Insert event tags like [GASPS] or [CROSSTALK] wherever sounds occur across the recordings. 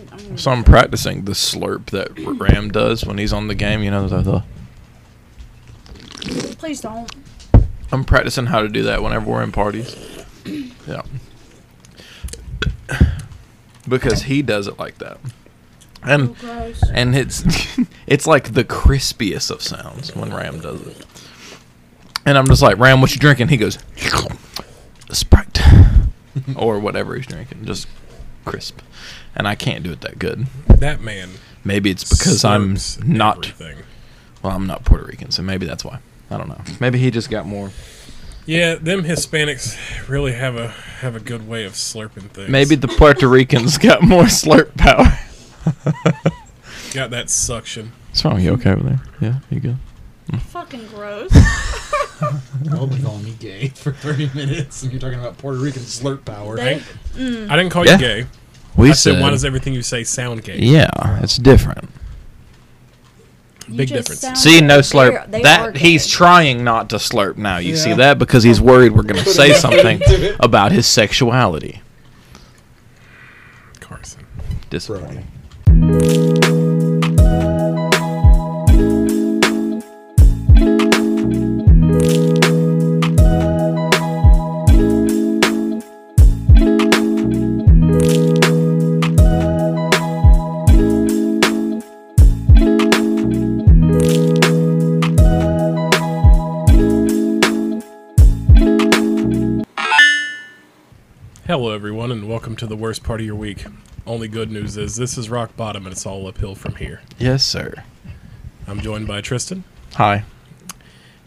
Mm. So I'm practicing the slurp that Ram does when he's on the game. You know, the, the, Please don't. I'm practicing how to do that whenever we're in parties. Yeah. Because he does it like that. Oh, And gross. and it's it's like the crispiest of sounds when Ram does it. And I'm just like, Ram, what you drinking? He goes, Sprite, or whatever he's drinking, just crisp. And I can't do it that good. That man. Maybe it's because slurps I'm not. everything. Well, I'm not Puerto Rican, so maybe that's why. I don't know. Maybe he just got more. Yeah, them Hispanics really have a have a good way of slurping things. Maybe the Puerto Ricans [LAUGHS] got more slurp power. got that suction. What's wrong? You okay over there? Yeah, you good? Fucking gross. I'll be calling me gay for 30 minutes, and you're talking about Puerto Rican slurp power. They, I didn't call Yeah. you gay. We I said, why does everything you say sound gay? yeah, it's different. you Big just difference. sound See, no like they're- slurp. they are that gay. he's trying not to slurp now. You see Yeah. that because he's worried we're [LAUGHS] going to say something about his sexuality. Carson. Disappointing. Hello, everyone, and welcome to the worst part of your week. Only good news is this is rock bottom, and it's all uphill from here. Yes, sir. I'm joined by Tristan Hi.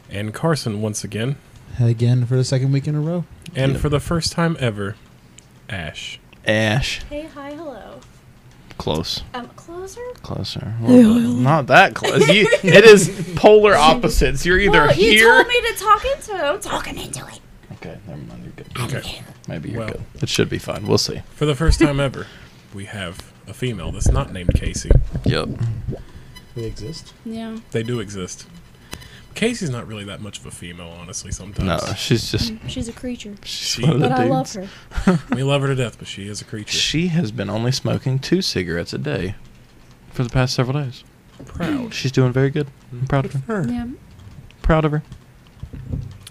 and Carson once again, Again, for the second week in a row. and Yeah. for the first time ever, Ash. Ash. Hey, hi, hello. Close. Um, closer? [LAUGHS] Closer. Not that close. You, it is polar opposites. You're either well, you here. told me to talk into it. I'm talking into it. okay, never mind. You're good. Okay. Maybe you're Well. good. It should be fine. We'll see. For the first time [LAUGHS] ever, we have a female that's not named Casey. Yep. They exist. Yeah. They do exist. Casey's not really that much of a female, honestly, No, sometimes. she's just. She's a creature. She's Mm. She- one of the But I love dudes. her. We love her to death, but she is a creature. She has been only smoking two cigarettes a day for the past several days. Proud. She's doing very good. Mm. I'm proud of her. Yeah. Proud of her.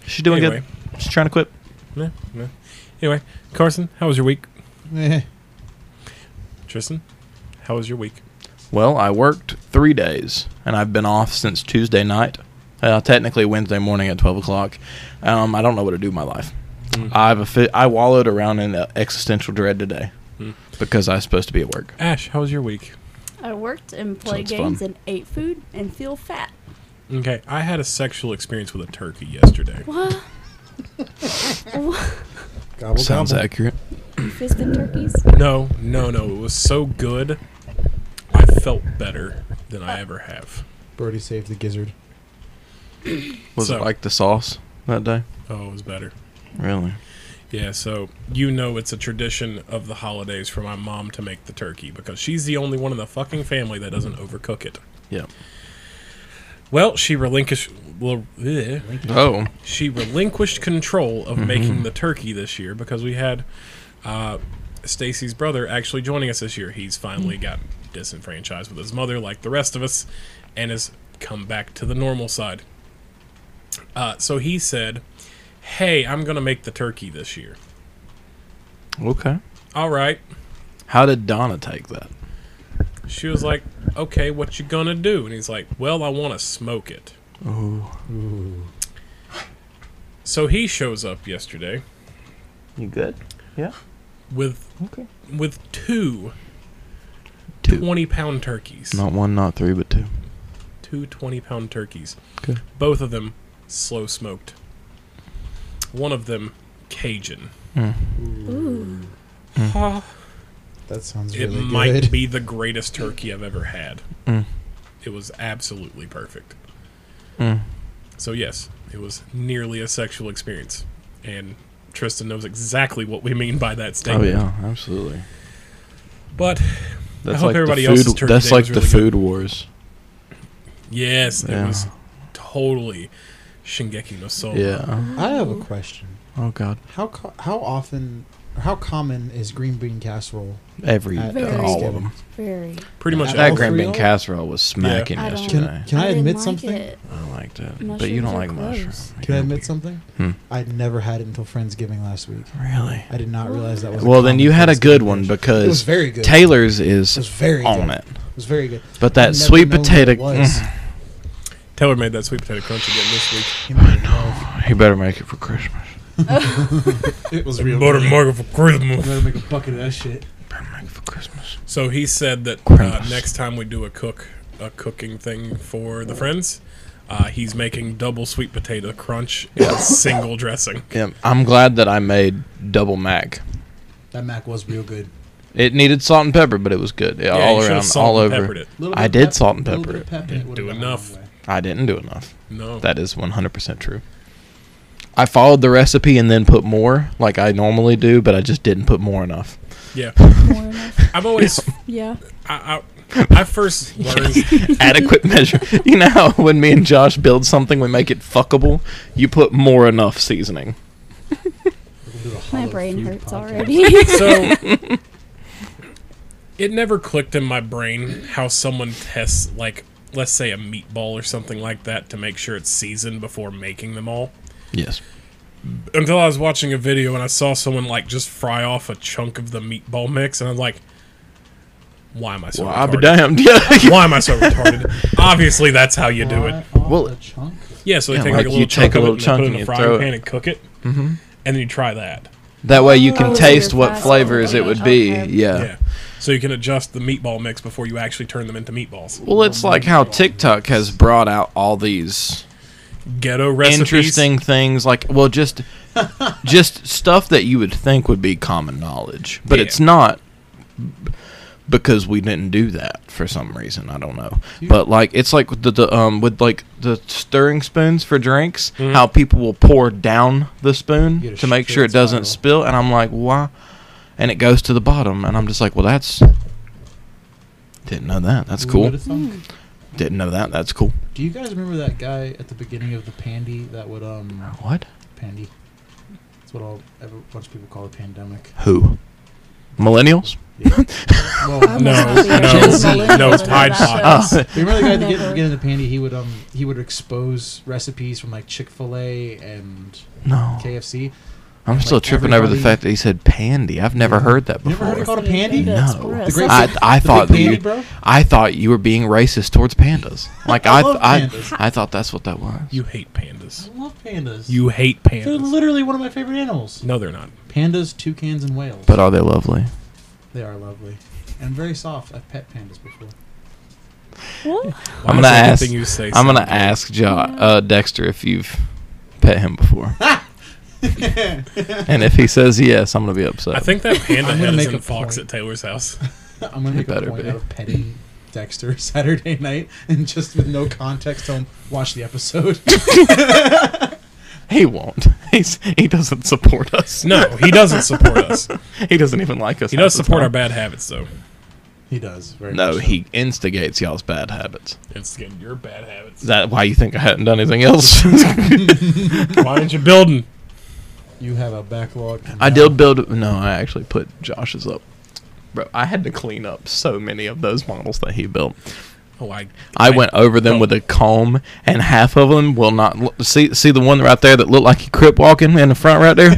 She's doing Anyway, good. She's trying to quit. yeah, yeah. Anyway, Carson, how was your week? Eh. Tristan, how was your week? Well, I worked three days, and I've been off since Tuesday night. Uh, technically Wednesday morning at twelve o'clock. Um, I don't know what to do with my life. Mm. I've a fi- I wallowed around in uh, existential dread today Mm. because I was supposed to be at work. Ash, how was your week? I worked and played Sounds fun. games and ate food and feel fat. Okay, I had a sexual experience with a turkey yesterday. What? Gobble, Sounds gobble. accurate. Fisting turkeys? No, no, no. It was so good. I felt better than I ever have. Birdie saved the gizzard. Was So- it like the sauce that day? Oh, it was better. Really? Yeah, so you know it's a tradition of the holidays for my mom to make the turkey because she's the only one in the fucking family that doesn't overcook it. Yeah. Well, she relinquished well, eh, Oh, she relinquished control of making the turkey this year because we had uh, Stacy's brother actually joining us this year. He's finally got disenfranchised with his mother, like the rest of us, and has come back to the normal side. Uh, so he said, "Hey, I'm gonna make the turkey this year." okay. All right. How did Donna take that? She was like, "Okay, what you gonna do?" And he's like, "Well, I want to smoke it." Ooh. So he shows up yesterday You good? Yeah. with Okay. with two Two. 20 pound turkeys. Not one, not three, but two. Two 20 pound turkeys. Okay. Both of them slow smoked. One of them Cajun. Ooh. Ah, That sounds it really might good. be the greatest turkey I've ever had. Mm. It was absolutely perfect. Hmm. Mm. So, yes, it was nearly a sexual experience. And Tristan knows exactly what we mean by that Oh statement. yeah, absolutely. But That's hope like everybody the else's food. turkey That's day like was the really good. food wars. yes, Yeah. it was totally Shingeki no Soma. Yeah. [LAUGHS] I have a question. Oh god. How co- how often How common is green bean casserole? Every uh, At Very all Thanksgiving? of them. Very. Pretty much That all green three bean of 'em? casserole was smacking I don't- yesterday. Can I didn't admit like something? it. I liked it, but Mushrooms you don't are like gross. mushrooms. Can I admit something? Hmm. I'd never had it until Friendsgiving last week. Really? I did not realize that was. a Well, then common you had a good Thanksgiving one dish. because it was very good. Taylor's it was is very on good. it, It was very good. but that I've never sweet known what potato. Mm. it was. Taylor made that sweet potato crunch again this week. You might know. He better make it for Christmas. It was Like real. butter good. mugger for I'm Christmas. gonna make a bucket of that shit. Better make it for Christmas. So he said that uh, Christmas. next time we do a cook a cooking thing for the friends, uh, he's making double sweet potato crunch in a single dressing. Yeah, I'm glad that I made double mac. That mac was real good. It needed salt and pepper, but it was good. Yeah, Yeah, you all should've around, salt all and over. peppered it. Little I bit of did pep- salt and little pepper bit of it. pep in Didn't would've do gone a long enough. way. I didn't do enough. No, That is 100% true. I followed the recipe and then put more, like I normally do, but I just didn't put more [LAUGHS] enough. yeah. More enough. I've always Yeah. I, I, I [LAUGHS] first learned Adequate measure. [LAUGHS] You know how when me and Josh build something, we make it fuckable? You put more enough seasoning. We're gonna do a My Hollow brain Feud hurts podcast. already. so. It never clicked in my brain how someone tests like let's say a meatball or something like that to make sure it's seasoned before making them all. Yes. until I was watching a video and I saw someone like just fry off a chunk of the meatball mix, and I was like, "Why am I so Well, I'll retarded? be [LAUGHS] damned. Yeah. Why am I so retarded? Obviously, that's how you do it. Fry off Well- a chunk. Yeah, so they Yeah, take like, like a you little take chunk a of it little and chunk they put it and in a you frying throw it. pan and cook it, Mm-hmm. and then you try that. that way you can Oh, so taste you're what fast. flavors it would be. Okay. Yeah. Yeah. so you can adjust the meatball mix before you actually turn them into meatballs. Well, it's like how TikTok has brought out all these Ghetto recipes. interesting things like well [LAUGHS] just just stuff that you would think would be common knowledge but Yeah. it's not b- because we didn't do that for some reason i don't know Yeah. but like it's like with the, the um with like the stirring spoons for drinks how people will pour down the You spoon Mm-hmm. get a to make shit sure it doesn't spiral. spill and i'm like why and it goes to the bottom and i'm just like well that's didn't know that that's Little cool bit of Mm. thunk. didn't know that that's cool Do you guys remember that guy at the beginning of the pandy that would um what pandy? That's what all ever, a bunch of people call a pandemic. who millennials Yeah. well, [LAUGHS] I'm No, not sure if no, millennials no, would know Tide that, Pods. though. remember the guy at the beginning, Never. beginning of the pandy? He would um he would expose recipes from like Chick Fil A and no KFC. I'm Like still tripping over the everybody- fact that he said pandy. I've never Yeah. heard that You never before. heard it called a pandy? Yeah. no, The great- I, I The thought that big pandy, you, bro. I thought you were being racist towards pandas. Like I, [LAUGHS] I love I, pandas. I, thought that's what that was. You hate pandas. I love pandas. You hate They're pandas. literally one of my favorite animals. No, they're not. Pandas, toucans, and whales. but are they lovely? they are lovely and very soft. I've pet pandas [LAUGHS] before. Well, Why I'm must gonna everything ask- You say I'm gonna sound gay? ask jo- uh, Dexter if you've pet him before, [LAUGHS] and if he says yes, I'm gonna be I upset. think that panda I'm gonna head is make in a Fox point. at Taylor's house. I'm gonna make a better point be. out of petting Dexter [LAUGHS] Saturday night and just with no context tell him watch the episode. [LAUGHS] he won't. [LAUGHS] He's he doesn't support us. [LAUGHS] No, he doesn't support us. he doesn't even like us. He does half the support our time. bad habits, though. he does very much No, so. he instigates y'all's bad habits. It's getting your bad habits. Is that why you think I hadn't done anything [LAUGHS] else? Why aren't you building? You have a backlog. I did build. No, I actually put Josh's up. Bro, I had to clean up so many of those models that he built. Oh, I, I went over them with a comb, and half of them will not look, see. See the one right there that looked like he crip walking in the front right there.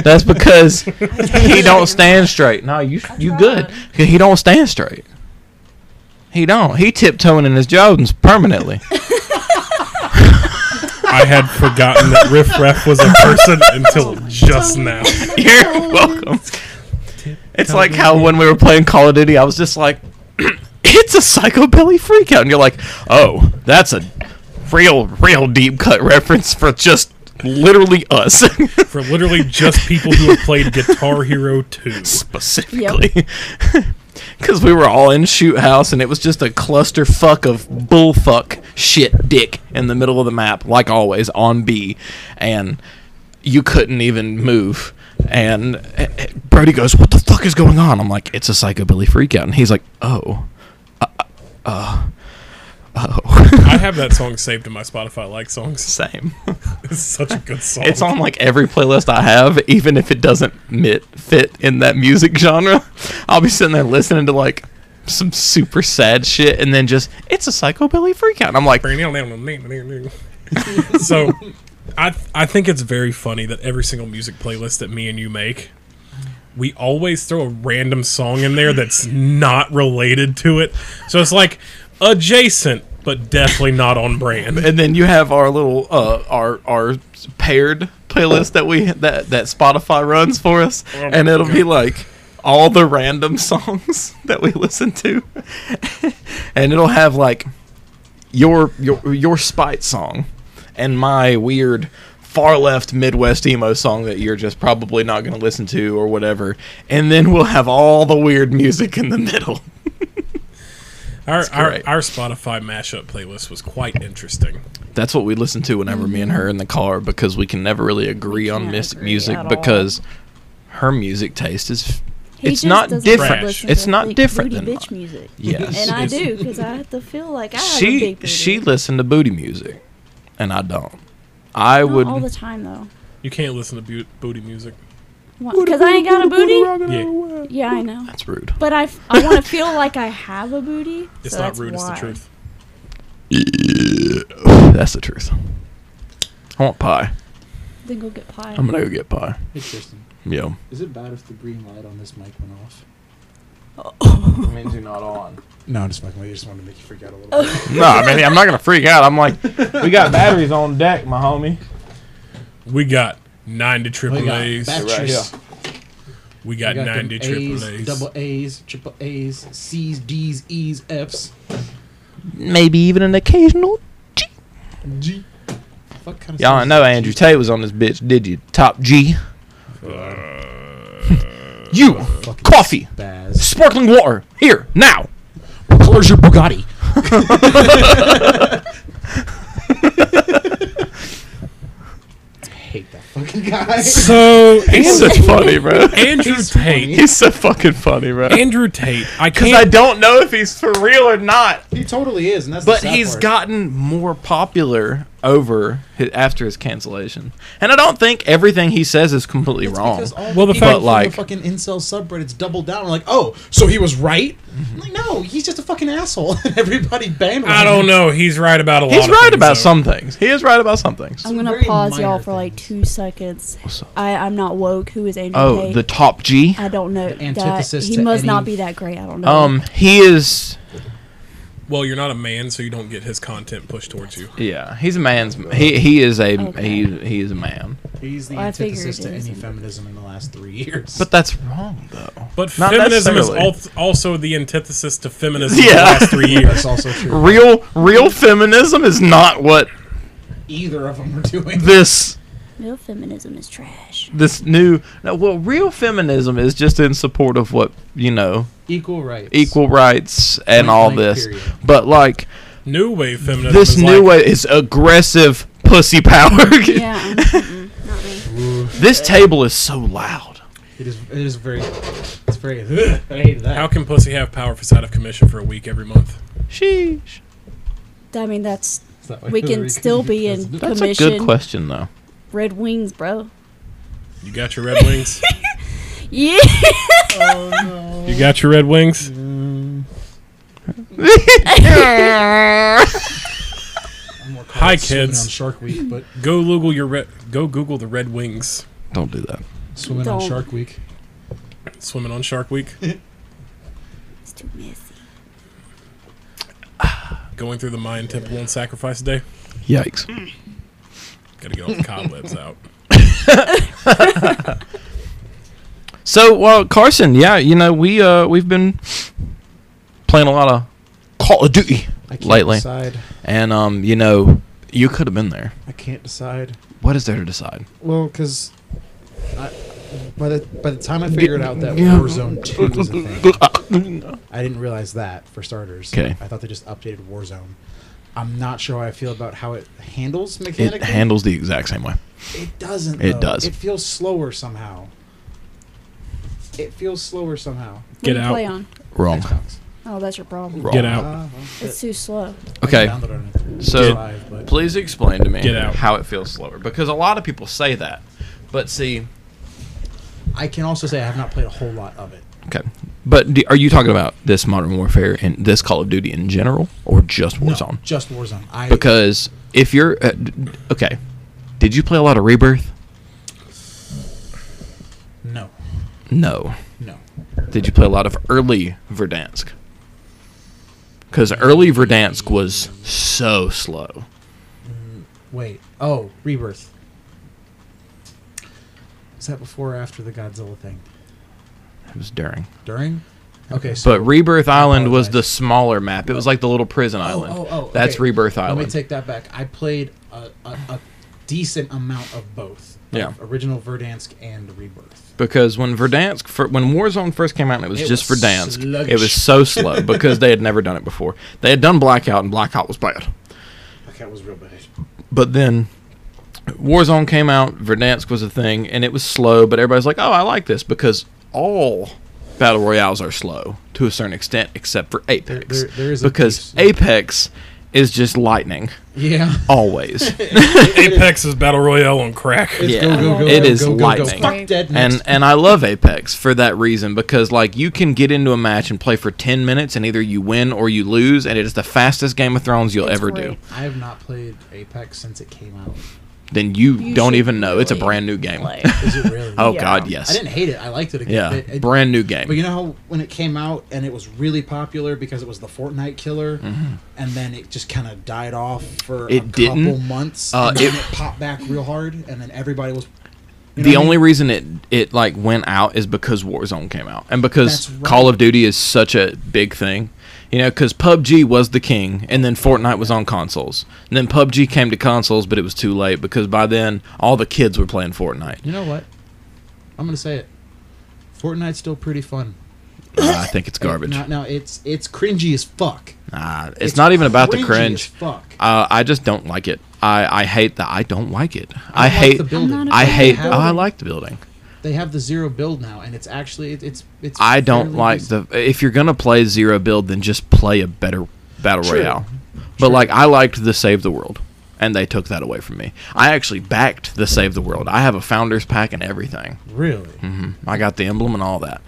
That's because he don't stand straight. No, you you good? He don't stand straight. He don't. He tiptoeing in his Jordans permanently. I had forgotten that Riff Raff was a person until just now. [LAUGHS] You're welcome. It's like how when we were playing Call of Duty, I was just like, [CLEARS THROAT] "It's a psychobilly freakout," and you're like, "Oh, that's a real, real deep cut reference for just literally us [LAUGHS] For literally just people who have played Guitar Hero 2. specifically." [LAUGHS] Because we were all in shoot house, and it was just a cluster fuck of bullfuck shit dick in the middle of the map, like always on B, and you couldn't even move. And eh, eh, Brody goes, "What the fuck is going on?" I'm like, "It's a psychobilly freakout," and he's like, "Oh, uh, uh, oh." I have that song saved in my Spotify like songs. [LAUGHS] Same. It's such a good song. It's on like every playlist I have, even if it doesn't mit, fit in that music genre. I'll be sitting there listening to like some super sad shit, and then just it's a psychobilly freakout. And I'm like, [LAUGHS] so I I think it's very funny that every single music playlist that me and you make, we always throw a random song in there that's not related to it. So it's like adjacent, but definitely not on brand. and then you have our little uh, our our paired playlist that we that that Spotify runs for us, Oh my and it'll be like all the random [LAUGHS] songs that we listen [LAUGHS] to, and it'll have like your your your spite song and my weird far left midwest emo song that you're just probably not going to listen to or whatever and then we'll have all the weird music in the [LAUGHS] middle Our, our great. our Spotify mashup playlist was quite interesting. That's what we listen to whenever me and her in the car because we can never really agree on Mm-hmm. can't mis- agree music at all. because her music taste is He it's just not doesn't different. listen It's to not big different booty than bitch mine. music. yes. [LAUGHS] And I It's- do because I have to feel like I have a she big booty. she listened to booty music and I don't. I Not would all the time though, You can't listen to boot, booty music. because I ain't got a booty. Yeah. Yeah, I know. That's rude. But I, f- I want to feel like I have a booty. It's so not that's rude. It's the why. truth. That's the truth. I want pie. Then go get pie. I'm gonna go get pie. Hey, Kirsten, [LAUGHS] Yeah. is it bad if the green light on this mic went off? It means you're not on. No, I'm just fucking with you. I just wanted to make you freak out a little bit. No, I mean I'm not gonna freak out. I'm like, we got batteries on deck, my homie. We got nine to triple We got A's. batteries. here. We We got, got nine to them triple A's, A's. double A's, triple A's, C's, D's, E's, F's. Maybe even an occasional G. What kind of Y'all I stuff know is Andrew G? Tate was on this bitch, did you? Top G. you Fucking coffee, Spaz. sparkling water, here now. Where's your Bugatti? hate [LAUGHS] that fucking guy. So [LAUGHS] Andrew, funny, bro. Andrew Tate. He's so fucking funny, bro. Andrew Tate. [LAUGHS] I Because I can't. don't know if he's for real or not, He totally is, and that's but the sad he's part. gotten more popular over his, after his cancellation, and I don't think everything he says is completely It's wrong. because all Well, the the people fact- But, from like- the fucking incel subreddits double down. Like, oh, so he was right? I'm like, no, he's just a fucking asshole. [LAUGHS] And everybody banned. I don't know. He's right about a lot. He's of right things, about though. some things. He is right about some things. I'm gonna very pause y'all minor for like things. two seconds. What's up? I, I'm not woke. Who is Andrew Oh, Tate? the top G. I don't know. The That, antithesis he to must not any- be that great. I don't know. Um, he is. Well, you're not a man, so you don't get his content pushed towards you. Yeah, he's a man's. He he is a Okay. he he is a man. He's the Well, I figured antithesis to it any isn't. feminism in the last three years. But that's wrong though. But Not feminism is necessarily. al- also the antithesis to feminism in Yeah. the [LAUGHS] last three years. [LAUGHS] [LAUGHS] that's also true. Real real feminism is not what Either of them are doing. this Male feminism is trash. [LAUGHS] this new. No, well, real feminism is just in support of what you know, [LAUGHS] Equal rights. equal rights and Point all blank this. period. But like New wave feminism. this is new like, way is aggressive pussy power. [LAUGHS] yeah. I'm- mm-mm, not me. this table is so loud. It is. It is very. It's very. [LAUGHS] Ugh, I hate that. How can pussy have power if it's out of commission for a week every month? Sheesh. I mean, that's Is that why [LAUGHS] we can Hillary still Clinton be was in [LAUGHS] president? That's a commission. good question though. Red wings, bro. You got your red wings. Yeah. Oh, [LAUGHS] You got your red wings. Mm. I'm more caught Hi, up swimming kids. On Shark Week, but Go Google your red. Go Google the red wings. Don't do that. swimming on Don't. Shark Week. Swimming on Shark Week. it's too messy. Going through the Mayan temple on Sacrifice Day. Yikes. Gotta get all the cobwebs out. So, well, Carson, yeah, you know, we uh we've been playing a lot of Call of Duty I can't lately, decide. and um, you know, you could have been there. I can't decide. What is there to decide? Well, because by the by the time I figured out that Yeah. Warzone Two was a thing, I didn't realize that for starters. 'Kay. I thought they just updated Warzone. I'm not sure how I feel about how it handles mechanically. It handles the exact same way. It doesn't. It though. does. It feels slower somehow. It feels slower somehow. What Get do you out. Play on. Wrong. Xbox. Oh, that's your problem. Wrong. Get out. Ah, well, shit. It's too slow. I Okay. downloaded it on So Five, but- please explain to me Get out. how it feels slower because a lot of people say that, but see, I can also say I have not played a whole lot of it. okay. But do, are you talking about this Modern Warfare and this Call of Duty in general, or just No, Warzone? just Warzone. I because if you're uh, d- d- okay, did you play a lot of Rebirth? no, No. no. Did you play a lot of early Verdansk? Because early Verdansk was so slow. Wait. Oh, Rebirth. Is that before or after the Godzilla thing? It was during. During? Okay. So But Rebirth Island was apologize. the smaller map. It was like the little prison island. Oh, oh, oh, That's okay. Rebirth Island. Let me take that back. I played a, a, a decent amount of both. of Yeah. original Verdansk and Rebirth. because when Verdansk, fir- when Warzone first came out, and it was It just was Verdansk. It sluggish. was so slow because they had never done it before. They had done Blackout, and Blackout was bad. Okay, it was real bad. But then Warzone came out, Verdansk was a thing, and it was slow. But everybody's like, "Oh, I like this," because all battle royales are slow to a certain extent, except for Apex. there- there is a because piece- Apex is just lightning Yeah. Oh, [LAUGHS] always. Apex is battle royale on crack. It's Yeah, go, go, go, it go, is go, go, go. lightning. Fuck dead next. and and I love Apex for that reason because like you can get into a match and play for 10 minutes and either you win or you lose and it is the fastest Game of Thrones you'll It's ever do. great. I have not played Apex since it came out. Then you, You don't should even know it's a really brand new game. [LAUGHS] play. Is it really? oh Yeah. god, I yes. didn't hate it. I liked it. Again. Yeah, It, it, brand new game. But you know how when it came out and it was really popular because it was the Fortnite killer, and then it just kind of died off for a Mm-hmm. It couple didn't. months, Uh, and then it- it, popped back real hard, and then everybody was. you know the what I only mean? reason it it like went out is because Warzone came out and because That's right. Call of Duty is such a big thing. You know, because PUBG was the king, and then Fortnite was on consoles. And then PUBG came to consoles, but it was too late because by then all the kids were playing Fortnite. you know what? I'm gonna say it. Fortnite's still pretty fun. [LAUGHS] I think it's garbage. Now, now it's it's cringy as fuck. Nah, it's, not even about the cringy cringe. As fuck. Uh, I just don't like it. I, I hate that. I don't like it. I, like hate. the building. I'm not a I fan of hate. the Oh, I [LAUGHS] building. like the building. They have the zero build now, and it's actually it, it's it's. I don't fairly like decent. the. If you're gonna play zero build, then just play a better battle True. royale. But like, I liked the save the world, and they took that away from me. I actually backed the save the world. I have a founders pack and everything. Mm-hmm. really. I got the emblem and all that.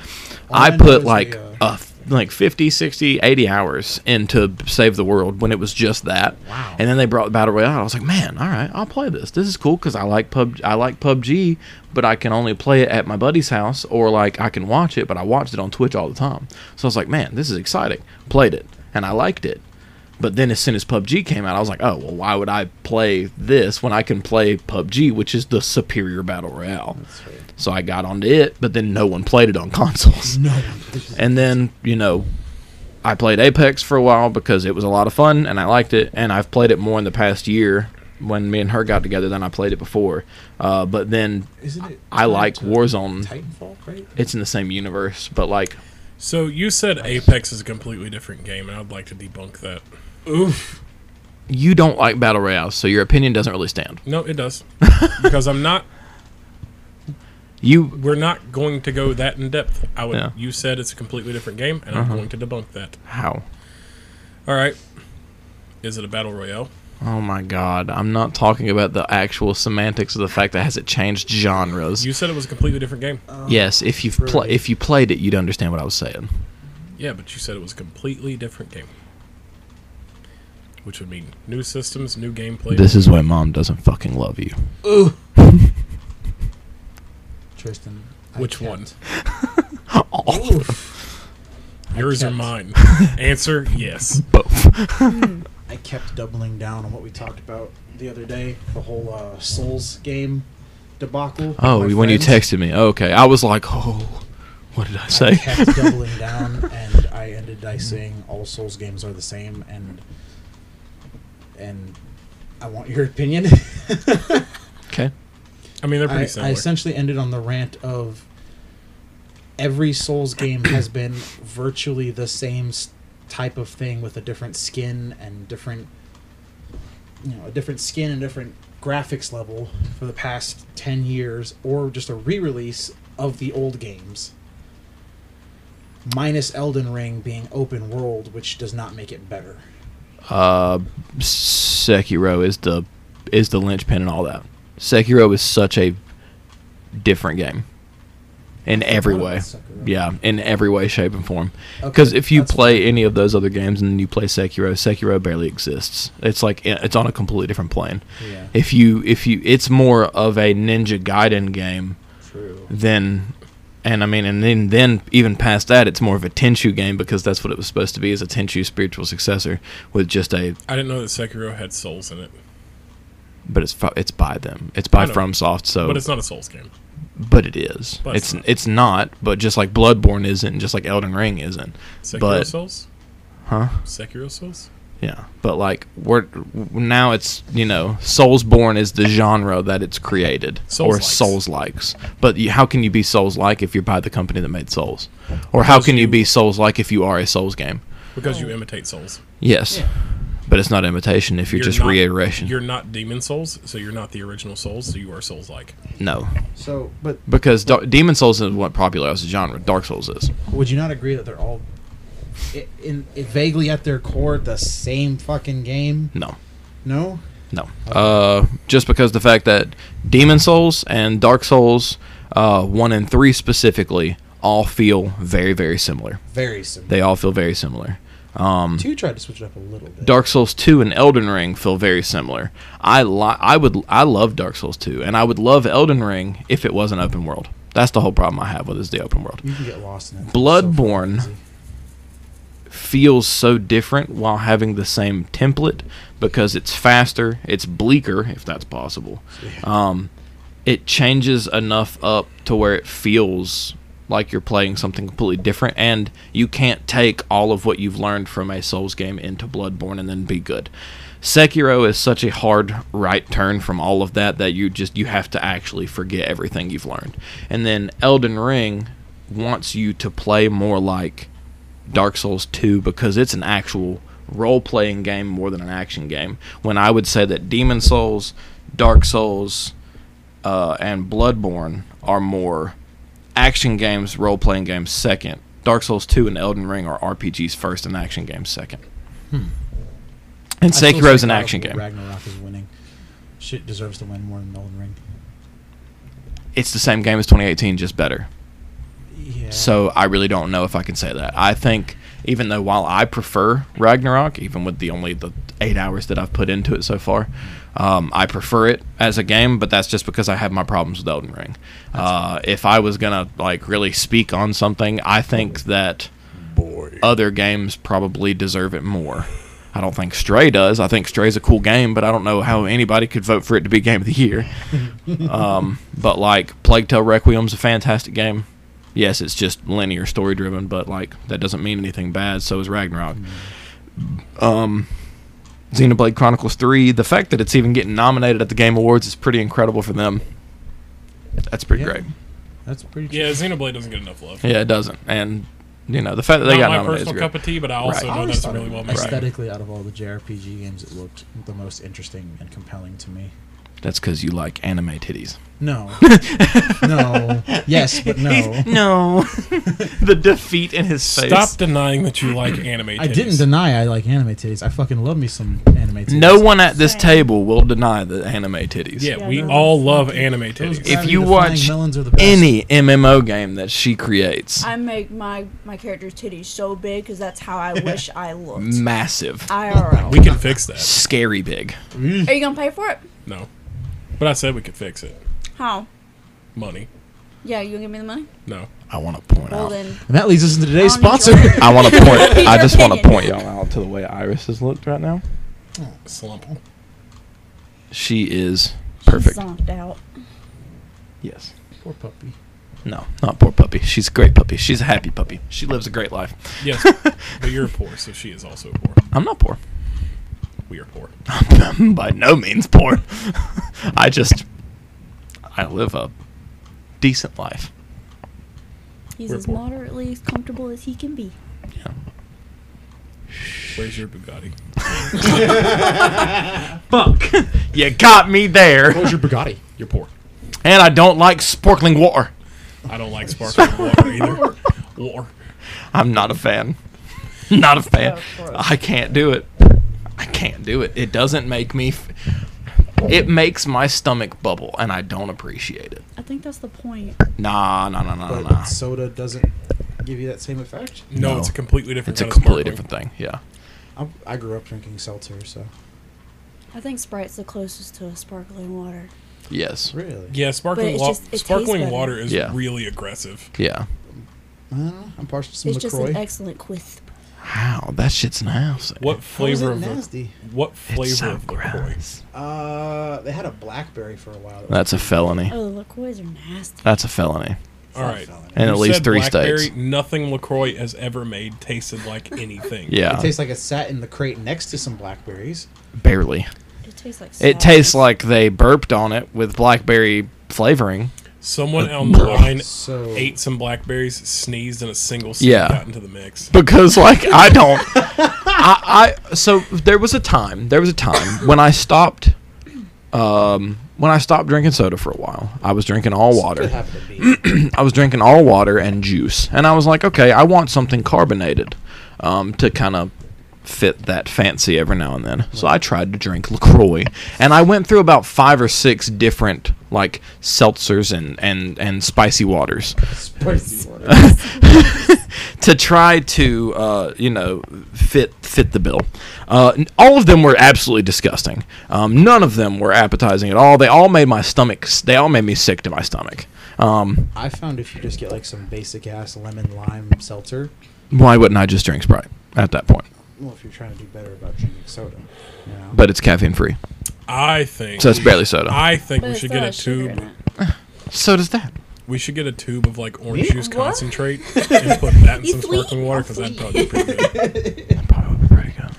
All I I know is put the, like uh, a f- like 50, 60, 80 hours into Save the World when it was just that. Wow. And then they brought Battle Royale. I was like, "Man, all right, I'll play this. This is cool cuz I like pub I like PUBG, but I can only play it at my buddy's house or like I can watch it, but I watched it on Twitch all the time." So I was like, "Man, this is exciting." Played it and I liked it. But then as soon as PUBG came out, I was like, "Oh, well, why would I play this when I can play PUBG, which is the superior battle royale?" fair. So I got onto it, but then no one played it on consoles. No, this is- And then, you know, I played Apex for a while because it was a lot of fun and I liked it. And I've played it more in the past year when me and her got together than I played it before. Uh, but then isn't it? I like tied to Warzone. Titanfall, right? It's in the same universe, but like, So you said Apex is a completely different game, and I'd like to debunk that. Oof. you don't like battle royales, so your opinion doesn't really stand. No, it does, [LAUGHS] because I'm not. You, We're not going to go that in depth. I would. Yeah. Uh-huh. You said it's a completely different game, and I'm going to debunk that. how? All right. Is it a battle royale? Oh my god, I'm not talking about the actual semantics of the fact that has it changed genres. You said it was a completely different game. yes, if you've pl- Right. if you played it, you'd understand what I was saying. Yeah, but you said it was a completely different game. Which would mean new systems, new gameplay. This is why mom doesn't fucking love you. [LAUGHS] Tristan. I Which can't. one? Oh, Oof. Yours or kept- mine? [LAUGHS] Answer yes. I kept doubling down on what we talked about the other day, the whole uh, Souls game debacle. with Oh, my when you friends. texted me. Okay, I was like, oh, what did I I say? kept doubling [LAUGHS] down, and I ended by saying all Souls games are the same, and and I want your opinion. [LAUGHS] Okay. I mean, they're pretty I, I similar. essentially ended on the rant of every [CLEARS THROAT] Souls game has been virtually the same s- type of thing with a different skin and different, you know, a different skin and different graphics level for the past 10 years, or just a re release of the old games. Minus Elden Ring being open world, which does not make it better. uh, Sekiro is the is the linchpin and all that. Sekiro is such a different game in every What way. about Sekiro? Yeah, in every way, shape, and form. Okay, Because if you that's play any of those other games and you play Sekiro, Sekiro barely exists. It's like it's on a completely different plane. Yeah. If you if you, it's more of a Ninja Gaiden game True. then and I mean and then then even past that it's more of a Tenchu game because that's what it was supposed to be is a Tenchu spiritual successor with just a I didn't know that Sekiro had souls in it, but it's fu- it's by them. It's by I know. FromSoft so but it's not a souls game. but it is. But it's it's not. it's not, but just like Bloodborne isn't, just like Elden Ring isn't. Sekiro But- souls, Huh? Sekiro souls. Yeah. But like we're now it's, you know, Soulsborne is the genre that it's created or Souls-likes. Souls likes. But you, how can you be Souls like if you're by the company that made Souls? Or how Because can you you- be Souls like if you are a Souls game? Because you imitate souls. Yes. But it's not imitation if you're, just not- reiteration. You're not demon souls, so you're not the original souls, so you are souls like. no. So, but Because Dar- Demon Souls isn't what popular as a genre. Dark Souls is. would you not agree that they're all i- in, i vaguely at their core the same fucking game? No. No. No. Uh, just because the fact that Demon Souls and Dark Souls, uh, 1 and 3 specifically, all feel very, very similar. Very similar. They all feel very similar. Two tried to switch it up a little bit. Dark Souls 2 and Elden Ring feel very similar. I li- I would I love Dark Souls 2 and I would love Elden Ring if it was an open world. That's the whole problem I have with is the open world. You can get lost in it. Bloodborne So fucking easy. feels so different while having the same template because it's faster, it's bleaker if that's possible. Um, it changes enough up to where it feels like you're playing something completely different, and you can't take all of what you've learned from a Souls game into Bloodborne and then be good. Sekiro is such a hard right turn from all of that that you just you have to actually forget everything you've learned. And then Elden Ring wants you to play more like Dark Souls 2 because it's an actual role playing game more than an action game. When I would say that Demon Souls, Dark Souls, uh, and Bloodborne are more action games, role playing games second. Dark Souls 2 and Elden Ring are RPGs first and action games second. And Hmm. I still Sekiro's say an God of action War game. Ragnarok is winning. Shit deserves to win more than Elden Ring. It's the same game as 2018, just better. Yeah. So I really don't know if I can say that. I think even though while I prefer Ragnarok, even with the only the eight hours that I've put into it so far, um, I prefer it as a game. But that's just because I have my problems with Elden Ring. Uh, if I was gonna like really speak on something, I think that Boy. other games probably deserve it more. I don't think Stray does. I think Stray's a cool game, but I don't know how anybody could vote for it to be game of the year. um, but like Plague Tale Requiem's a fantastic game. Yes, it's just linear story driven, but like that doesn't mean anything bad. So is Ragnarok. Mm-hmm. Um, Xenoblade Chronicles Three. The fact that it's even getting nominated at the Game Awards is pretty incredible for them. That's pretty Yeah. great. that's pretty. Yeah, Xenoblade doesn't get enough love. Yeah, it doesn't, and you know the fact that they Not got my nominated. is personal great. cup of tea, but I also Right. I know always that's a thought really well made game. aesthetically out of all the JRPG games, it looked the most interesting and compelling to me. That's because you like anime titties. [LAUGHS] No, no, yes, but no. no. [LAUGHS] the defeat in his face. Stop denying that you like anime. I titties. didn't deny I like anime titties. I fucking love me some anime titties. No one at this table will deny the anime titties. Yeah, Yeah, we no, all that's love not- anime Those titties. If gravity you defying watch melons are the best. Any MMO game that she creates, I make my my character's titties so big because that's how I wish I looked. Mm. massive, IRL. We can fix that. scary big. Are you gonna pay for it? No, but I said we could fix it. How? Money. Yeah, you gonna give me the money? No. I want to point Well out. then, and that leads us into today's I don't sponsor. enjoy it. I [LAUGHS] want to point. I Your just want to opinion. point y'all out to the way Iris has looked right now. Oh, Slump. She is perfect. Zonked out. Yes. Poor puppy. No, not poor puppy. She's a great puppy. She's a happy puppy. She lives a great life. [LAUGHS] [LAUGHS] Yes, but you're poor, so she is also poor. I'm not poor. We are poor. by no means poor. [LAUGHS] I just I live a decent life. He's We're as poor. moderately as comfortable as he can be. Yeah. Where's your Bugatti? Fuck. you got me there. What's your Bugatti? You're poor. And I don't like sparkling water. I don't like sparkling water [LAUGHS] either. War. [LAUGHS] I'm not a fan. Not a fan. I can't do it. I can't do it. It doesn't make me. F- it makes my stomach bubble, and I don't appreciate it. I think that's the point. Nah, nah, nah, nah, [LAUGHS] But nah. nah. soda doesn't give you that same effect. No, No. it's a completely different. It's a kind of completely sparkling. different thing. Yeah. i I grew up drinking seltzer, so I think Sprite's the closest to a sparkling water. Yes. really, Yeah, sparkling it's wa- just- it tastes sparkling better. water is Yeah. really aggressive. Yeah. I don't know. I'm partial to some It's just an Lacroix. excellent quisp. How that shit's nasty. What How is flavor it of the, nasty? what It's flavor so of LaCroix? gross. Uh, they had a blackberry for a while. that was That's a pretty- felony. Oh, the LaCroix are nasty. That's a felony. it's All not a right. felony. And- In at You least said three blackberry, states. Nothing Lacroix has ever made [LAUGHS] tasted like anything. Yeah. it tastes like it sat in the crate next to some blackberries. Barely. It tastes like It tastes like they burped on it with blackberry flavoring. Someone Uh, on the line So ate some blackberries, sneezed, and a single sip Yeah. got into the mix. because like I don't I, I so there was a time there was a time when I stopped um when I stopped drinking soda for a while I was drinking all Could water happen [CLEARS THROAT] to be. I was drinking all water and juice and I was like okay I want something carbonated um to kind of fit that fancy every now and then so I tried to drink LaCroix and I went through about five or six different like seltzers and and and spicy waters Spicy water. to try to uh, you know fit fit the bill. Uh, n- all of them were absolutely disgusting. Um, none of them were appetizing at all. They all made my stomach. s- They all made me sick to my stomach. Um, I found if you just get like some basic ass lemon lime seltzer, why wouldn't I just drink Sprite at that point? well, if you're trying to do better about drinking soda, you know. But it's caffeine free, I think. so it's barely [LAUGHS] soda. I think But we it's should still get a has sugar in tube. it. So does that. We should get a tube of like orange Me? juice What? [LAUGHS] concentrate and put that in You some sweet? sparkling water because that'd I'll probably be pretty [LAUGHS] good. That probably would be pretty good.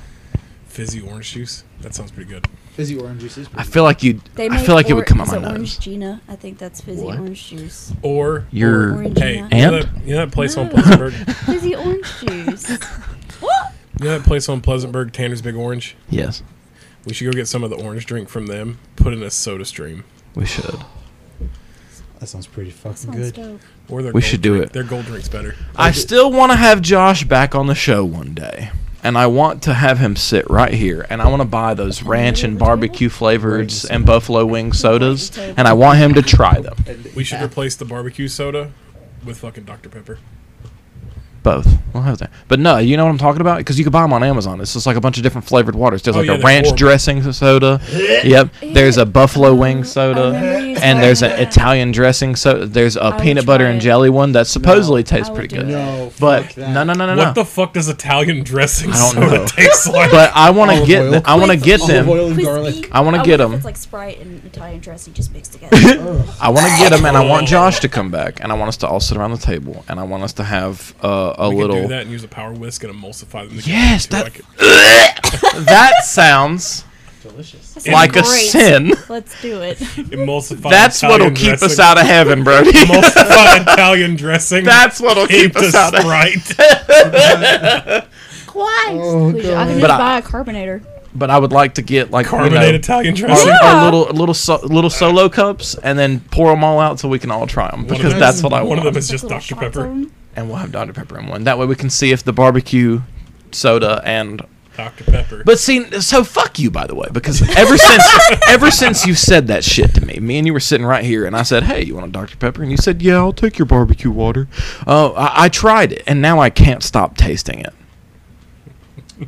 Fizzy orange juice. That sounds pretty good. fizzy orange juice is. I feel like you. They I make feel like it would or- come out is my it Orange nose. Gina. I think that's fizzy What? orange juice. Or Your or- Orange hey, nut. you know And? that, you know that place on No. Pleasantburg. [LAUGHS] Fizzy orange juice. You know that place on Pleasantburg, Tanner's Big Orange. Yes, We should go get some of the orange drink from them. Put in a soda stream. we should. that sounds pretty That fucking sounds good. dope. Or their We gold should do drink. it. Their gold drink's better. I still want to have Josh back on the show one day. And I want to have him sit right here. And I want to buy those ranch and barbecue flavored and buffalo wing sodas. And I want him to try them. We should replace the barbecue soda with fucking Dr Pepper. Both. We'll have that. But no, you know what I'm talking about? Because you can buy them on Amazon. It's just like a bunch of different flavored waters. There's Oh, like yeah, a they're ranch horrible. dressing soda. Yep. There's a buffalo Mm-hmm. wing I soda. remember you And there's an saying that. Italian dressing soda. There's a would peanut butter try and it. jelly one that supposedly tastes I would pretty do good. it. No, fuck But that. no, no, no, no, What no. the fuck does Italian dressing I don't soda know. taste [LAUGHS] like? But I want to Olive get. oil. Th- I want to get them. Olive oil and Crispy. garlic. I wanna wonder get if 'em. It's like Sprite and Italian dressing just mixed [LAUGHS] together. Oh. Ugh. I want to get him, and I want Josh to come back, and I want us to all sit around the table, and I want us to have uh, a we could do little. that and use a power whisk and emulsify them. together Yes, too, that- like it. [LAUGHS] That sounds Delicious. That sounds like a great. sin. Let's do [LAUGHS] it. emulsify. That's what'll Italian keep us dressing- out of heaven, Brody. [LAUGHS] Emulsify Italian dressing. [LAUGHS] That's what'll keep [LAUGHS] into us out of. Sprite. Oh, We should- I can But just buy I- a carbonator. But I would like to get like you know, Carbonated Italian our, dressing. Yeah. our little little so, little solo cups, and then pour them all out so we can all try them because them that's is- what I one want. of them is just Little Dr shots of Pepper. [LAUGHS] 'em. and we'll have Dr Pepper in one. That way we can see if the barbecue soda and Dr Pepper. But see, so fuck you, by the way, because ever [LAUGHS] since ever since you said that shit to me, me and you were sitting right here, and I said, "Hey, you want a Dr Pepper?" And you said, "Yeah, I'll take your barbecue water." Oh, I, I tried it, and now I can't stop tasting it.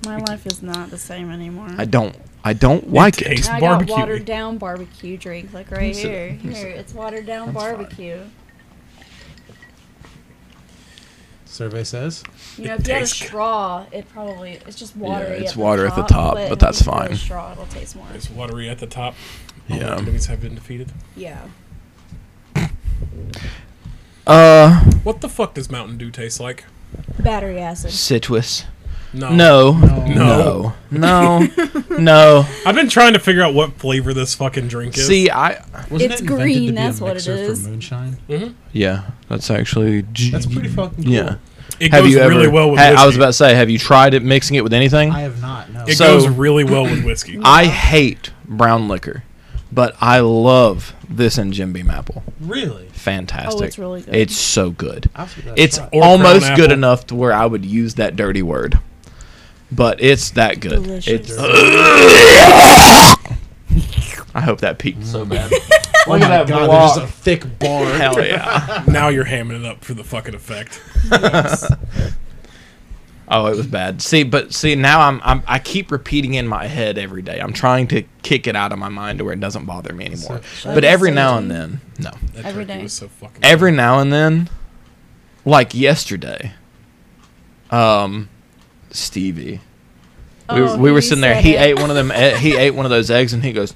My life is not the same anymore. I don't, I don't like it. Mm-hmm. tastes- I Barbecue. got watered down barbecue drink, like right me see here. that. Let me see Here, it's watered down barbecue. Survey says. You know, It if you had a tastes good. straw, it probably it's just watery. it's at water the at the top, top, but if that's you put a fine. Straw, it'll taste more. It's watery at the top. Yeah. All enemies have been defeated. Yeah. Uh, What the fuck does Mountain Dew taste like? Battery acid. [LAUGHS] citrus. No. No, No. no, no, no. [LAUGHS] I've been trying to figure out what flavor this fucking drink is. See, I Wasn't It's it invented green, to be that's a what it mixer is. For moonshine. yeah, that's actually That's pretty fucking cool. Yeah. it Have goes you ever? really well with ha- whiskey. I was about to say, have you tried it mixing it with anything? I have not. No. it So- goes really well with whiskey. [CLEARS THROAT] I hate brown liquor, but I love this in Jim Beam apple. really. Fantastic. Oh, it's really good. It's so good. I'll give that a It's try. Or almost brown good apple. enough to where I would use that dirty word. but it's that good. Delicious. It's. I hope that peaked [LAUGHS] Mm. so [LAUGHS] bad. Oh Look my at that god, block. there's a thick bar. Hell yeah! Now you're hamming it up for the fucking effect. Oh, it was bad. See, but see now I'm, I'm I keep repeating in my head every day. I'm trying to kick it out of my mind to where it doesn't bother me anymore. So- But I every say now to and you- then, no. That Every turkey day. was so fucking. every now and then, like yesterday, um, Stevie, we, Oh, we were he sitting there. said He it. ate one of them. e- he ate one of those eggs, and he goes,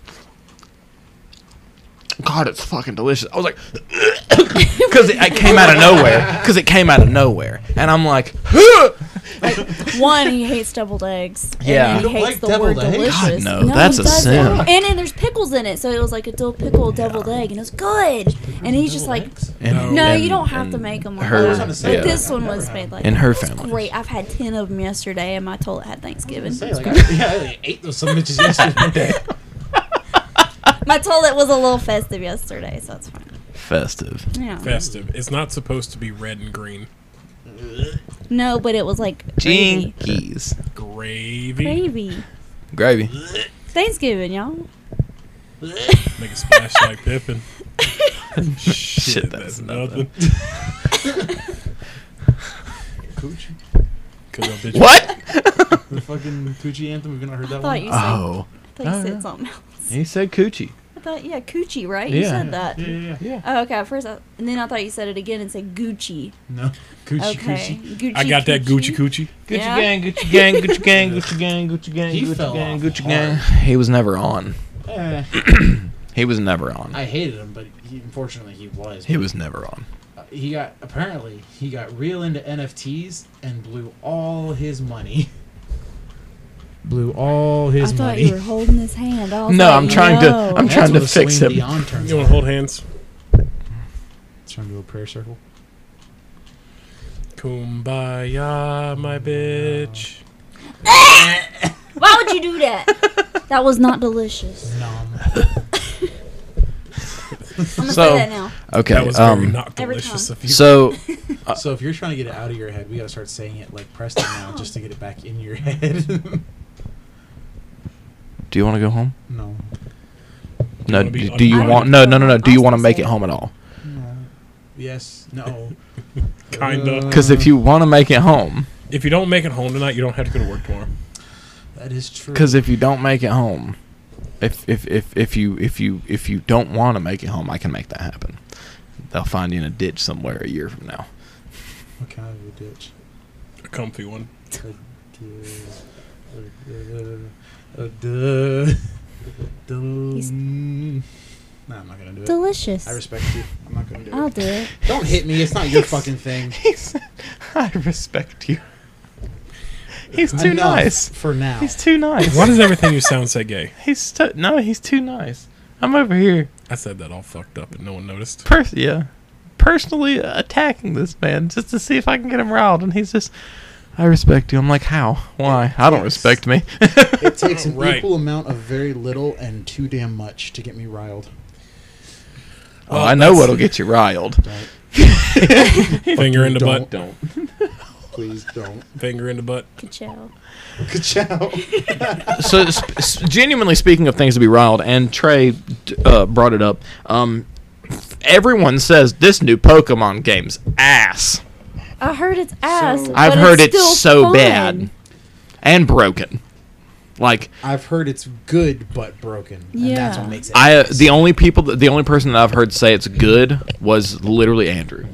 "God, it's fucking delicious." I was like, [COUGHS] because it, it came out of nowhere. Because it came out of nowhere, and I'm like, [GASPS] One, he hates deviled eggs. and Yeah. then You don't he hates like the word deviled eggs? delicious. God, no, that's he a sin. doesn't. And then there's pickles in it, so it was like a dill pickle deviled egg, and it was good. And he's just like, and- no, and- you don't have to and make them. Like Her, was that. gonna But say, yeah. like, this one I've was never made had like in her that. family. Great, I've had ten of them yesterday, and my toilet had Thanksgiving. Say, like, I, yeah, I ate those some bitches [LAUGHS] yesterday. my toilet was a little festive yesterday, so it's fine. festive. Yeah. festive. It's not supposed to be red and green. No, but it was like gravy. Jinkies, Gravy. Gravy. gravy. Thanksgiving, y'all. Make a splash like Pippin. [LAUGHS] Shit, that's that's nothing. nothing. Coochie. 'Cause that bitch- What? The fucking Coochie anthem. We've not heard I that thought one. you said. Oh, I thought you Oh, said yeah. something else. he said coochie. I thought, yeah, coochie, right? You Yeah. said that. Yeah, yeah, yeah. Yeah. Oh, okay. At first, I, and then I thought you said it again and said Gucci. No. Coochie, Okay, coochie. Gucci. I got that Gucci Gucci Coochie. Yeah. gang, Gucci gang, [LAUGHS] Gucci gang, Gucci gang, Gucci gang, He Gucci fell gang, off Gucci hard. gang. He was never on. Eh, He was never on. I hated him, but he, unfortunately he was. he was never on. Uh, he got apparently he got real into NFTs and blew all his money. Blew all I his thought money. you were holding his hand. I was No, like, I'm trying to- no. I'm That's trying to what fix Celine him. Dion turns You want out. to hold hands? Turn to a prayer circle. Kumbaya, my bitch. Why would you do that? [LAUGHS] that was not delicious. Nom. I'm gonna So- say that now. Okay. That was very um. not Every delicious. time. If you So [LAUGHS] So if you're trying to get it out of your head, we gotta start saying it like [COUGHS] Preston now, just to get it back in your head. [LAUGHS] do you want to go home? no. No. wanna be Do, on- do you I want? don't know. No. No. No. No. Do I you was want to gonna make say it that. home at all? No. Yes. No. uh, Uh, Kinda. Because if you want to make it home, if you don't make it home tonight, you don't have to go to work tomorrow. That is true. because if you don't make it home, if if if if you if you if you don't want to make it home, I can make that happen. They'll find you in a ditch somewhere a year from now. what kind of a ditch? A comfy one. Uh, duh. Dum. He's- Nah, I'm not gonna do it. Delicious. I respect you. I'm not gonna do I'll it. do it. Don't hit me. It's not your fucking thing. He said, "I respect you." [LAUGHS] He's too Enough nice. for now. He's too nice. Why does everything you sound so gay? He's t- no, he's too nice. I'm over here, I said that all fucked up and no one noticed. [LAUGHS] pers- yeah, personally attacking this man just to see if I can get him riled, and he's just, "I respect you." I'm like, "How? Why? I don't respect me." [LAUGHS] It takes an Right. equal amount of very little and too damn much to get me riled. oh, I know what'll get you riled. Don't, Finger in the butt. Don't. Don't. please don't. Finger in the butt. Good show. Ciao. so, sp- s- genuinely speaking of things to be riled, and Trey d- uh, brought it up. Um, everyone says this new Pokemon game's ass. I heard it's ass. So- I've but heard it's, it's, still so fun. bad and broken. Like I've heard it's good but broken, and that's Yeah. what makes it. I, uh, the only people, that, the only person that I've heard say it's good was literally Andrew,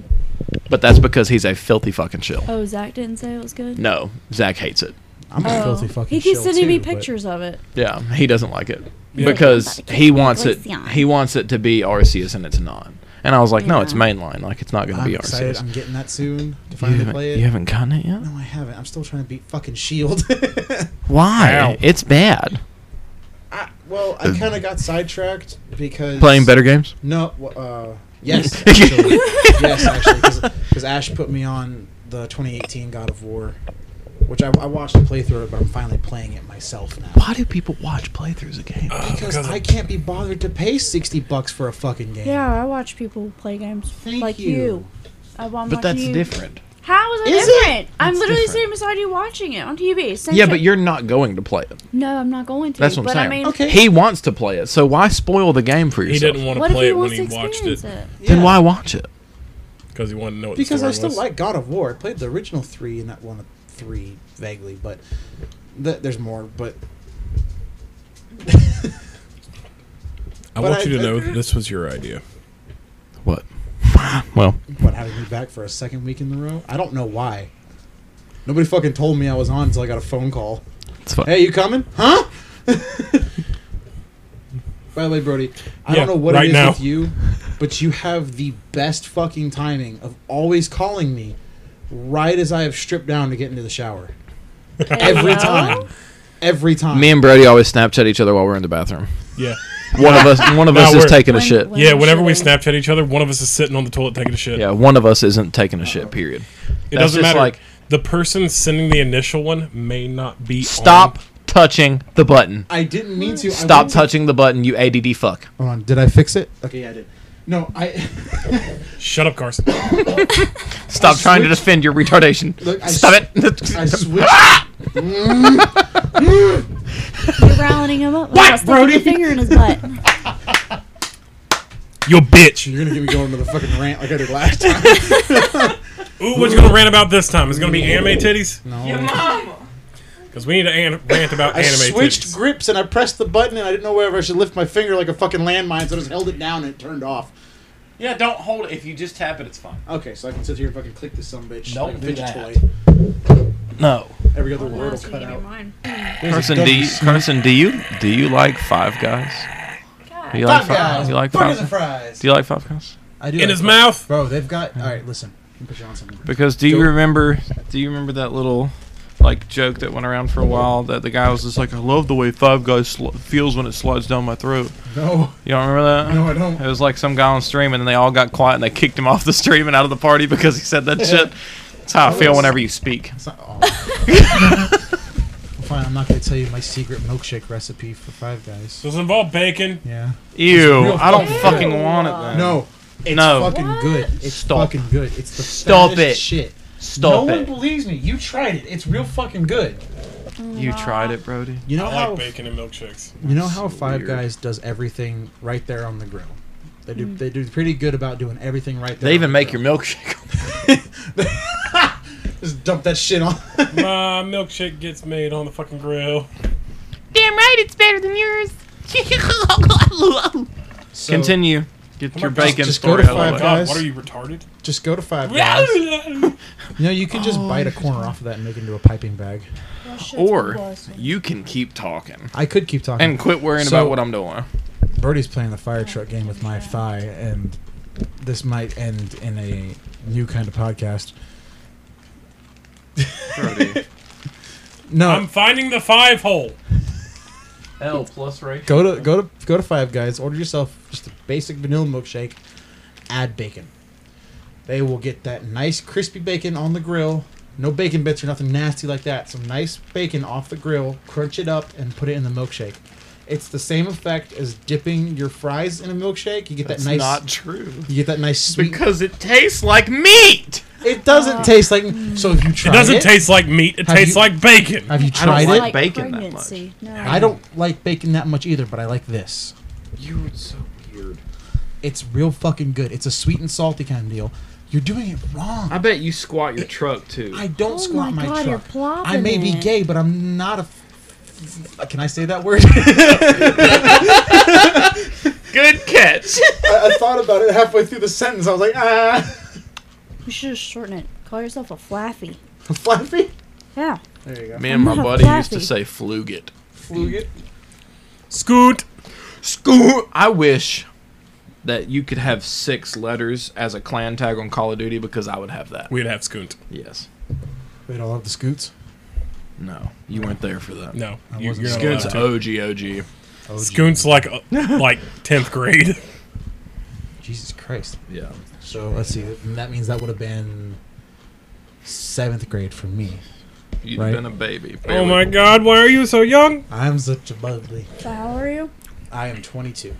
but that's because he's a filthy fucking shill. Oh, Zach didn't say it was good. No, Zach hates it. I'm a Oh. filthy fucking. He keeps shill sending me too, but pictures of it. Yeah, he doesn't like it Yeah. because he wants it. Glaceon. He wants it to be Arceus, and it's not. And I was like, no, it's Yeah. mainline. Like it's not going to I'm be excited. Arceus. I'm getting that soon to You finally haven't, play it. you haven't gotten it yet. No, I haven't. I'm still trying to beat fucking Shield. Why? Ow. It's bad. [LAUGHS] I, well, I kind of got sidetracked because Playing better games. No, w- uh, [LAUGHS] yes, actually, yes, actually, because Ash put me on the 2018 God of War, which I, I watched the playthrough, of, but I'm finally playing it myself now. Why do people watch playthroughs of games? Because Because I can't be bothered to pay 60 bucks for a fucking game. Yeah, I watch people play games Thank like you. you. I want but that's you. different. How was that Is it? different? I'm It's literally different. sitting beside you watching it on TV. Same yeah, shit. but you're not going to play it. No, I'm not going to. That's what I'm but saying. I mean, Okay. He wants to play it, so why spoil the game for He yourself? didn't want to what if play he it when wants he to watched it experience it? Then why watch it? because he wanted to know what because the I story still was. like God of War. I played the original three and that one three vaguely, but th- there's more. But I but want I- you to I- know that this was your idea. What? well, what having me back for a second week in a row? I don't know why. Nobody fucking told me I was on until I got a phone call. it's fine. Hey, you coming? Huh? [LAUGHS] By the way, Brody, I Yeah, don't know what right it is now. with you, but you have the best fucking timing of always calling me right as I have stripped down to get into the shower. Every Hello? time. Every time. Me and Brody always Snapchat each other while we're in the bathroom. Yeah, One of us, one of Nah, us is we're- taking a When- shit. when- yeah. Whenever we shitting. Snapchat each other, one of us is sitting on the toilet taking a shit. Yeah, one of us isn't taking a shit. Period. it that's doesn't just matter. like- the person sending the initial one may not be. Stop on- touching the button. I didn't mean to. I Stop wanted to- touching the button, you ADD fuck. Hold on. Did I fix it? Okay, yeah, I did. No, I. [LAUGHS] Shut up, Carson. Stop I trying to switched- defend your retardation. Look, I Stop s- [LAUGHS] I it. switched. You're rounding him up. What, Brody? Your finger in his [LAUGHS] butt. you bitch. You're gonna get me going to the fucking rant like I did last time. Ooh, what you gonna rant about this time? Is it gonna be anime titties? No. Because we need to an- rant about I anime switched titties. grips and I pressed the button and I didn't know whether I should lift my finger like a fucking landmine, so I just held it down and it turned off. Yeah, don't hold it. If you just tap it, it's fine. Okay, so I can sit here and fucking click this some bitch Don't like a do fidget that. toy. No. Every other Well, word will that's what cut you out. do mine. Carson, do you, Carson, do you do you like Five Guys? Do you like Five Five guys, You like burgers and Five? fries. Do you like Five Guys? I do in like his that. mouth. Bro, they've got. All right, listen. Let me put you on something. Because do you Don't- remember? Do you remember that little like joke that went around for a while that the guy was just like, "I love the way Five Guys sl- feels when it slides down my throat." No, [LAUGHS] You don't remember that? no, I don't. It was like some guy on stream, and then they all got quiet and they kicked him off the stream and out of the party because he said that shit. That's how I feel whenever you speak. It's not. [LAUGHS] Oh. Fine, I'm not gonna tell you my secret milkshake recipe for Five Guys. Does it involve bacon? Yeah. Ew, real I don't fucking fucking good. want it. Then. No. It's Um, No. fucking What? good. It's Stop. fucking good. It's the Stop fattest it. shit. stop no one it. believes me. You tried it. It's real fucking good. You tried it, Brody. You know I how like bacon and milkshakes. you know That's how so Five weird. Guys does everything right there on the grill. They do they do pretty good about doing everything right there. They on even the make your grill. milkshake. just dump that shit on. [LAUGHS] My milkshake gets made on the fucking grill. Damn right, it's better than yours. So, Continue. Get Oh my your God, bacon just go story to out of the Five way. Oh God, Guys. what are you retarded? Just go to [LAUGHS] Five Guys. You know you can just bite a corner off of that and make it into a piping bag. That shit's Or awesome. you can keep talking I could keep talking. and quit worrying So- about what I'm doing. Brody's playing the fire truck game with my thigh, and this might end in a new kind of podcast. Brody. [LAUGHS] No, I'm finding the five hole. L plus ratio. go to go to go to Five Guys. Order yourself just a basic vanilla milkshake. Add bacon. They will get that nice crispy bacon on the grill. No bacon bits or nothing nasty like that. Some nice bacon off the grill. Crunch it up and put it in the milkshake. It's the same effect as dipping your fries in a milkshake. You get That's that nice. not true. you get that nice sweet. Because it tastes like meat. it doesn't taste like. So if you It try doesn't taste like meat. It Have tastes you- like bacon. Have you I don't tried it? like bacon that pregnancy. No. I don't like bacon that much either, but I like this. You're so weird. It's real fucking good. It's a sweet and salty kind of deal. You're doing it wrong. I bet you squat your truck too. I don't Oh squat my my, God, you're truck. plopping I may be it. gay, but I'm not a. f- Can I say that [LAUGHS] word? [LAUGHS] Good catch. I, I thought about it halfway through the sentence. I was like, ah, [LAUGHS] You should just shorten it. Call yourself a flaffy. fluffy. Yeah. There you go. Me and my not buddy used to fluffy. say flugit. Flugit. Scoot. Scoot. I wish that you could have six letters as a clan tag on Call of Duty because I would have that. We'd have scoot. Yes. Wait, all of the scoots. No. You weren't there for that. No, I you, wasn't you're not allowed Scoot's to. OG OG. Oh, Scoot's like [LAUGHS] uh, like tenth grade. Jesus Christ. Yeah. So let's see. That means that would have been seventh grade for me. You've Right. been a baby. oh barely. my God, why are you so [LAUGHS] young? I'm such a bubbly. So how are you? I am 22.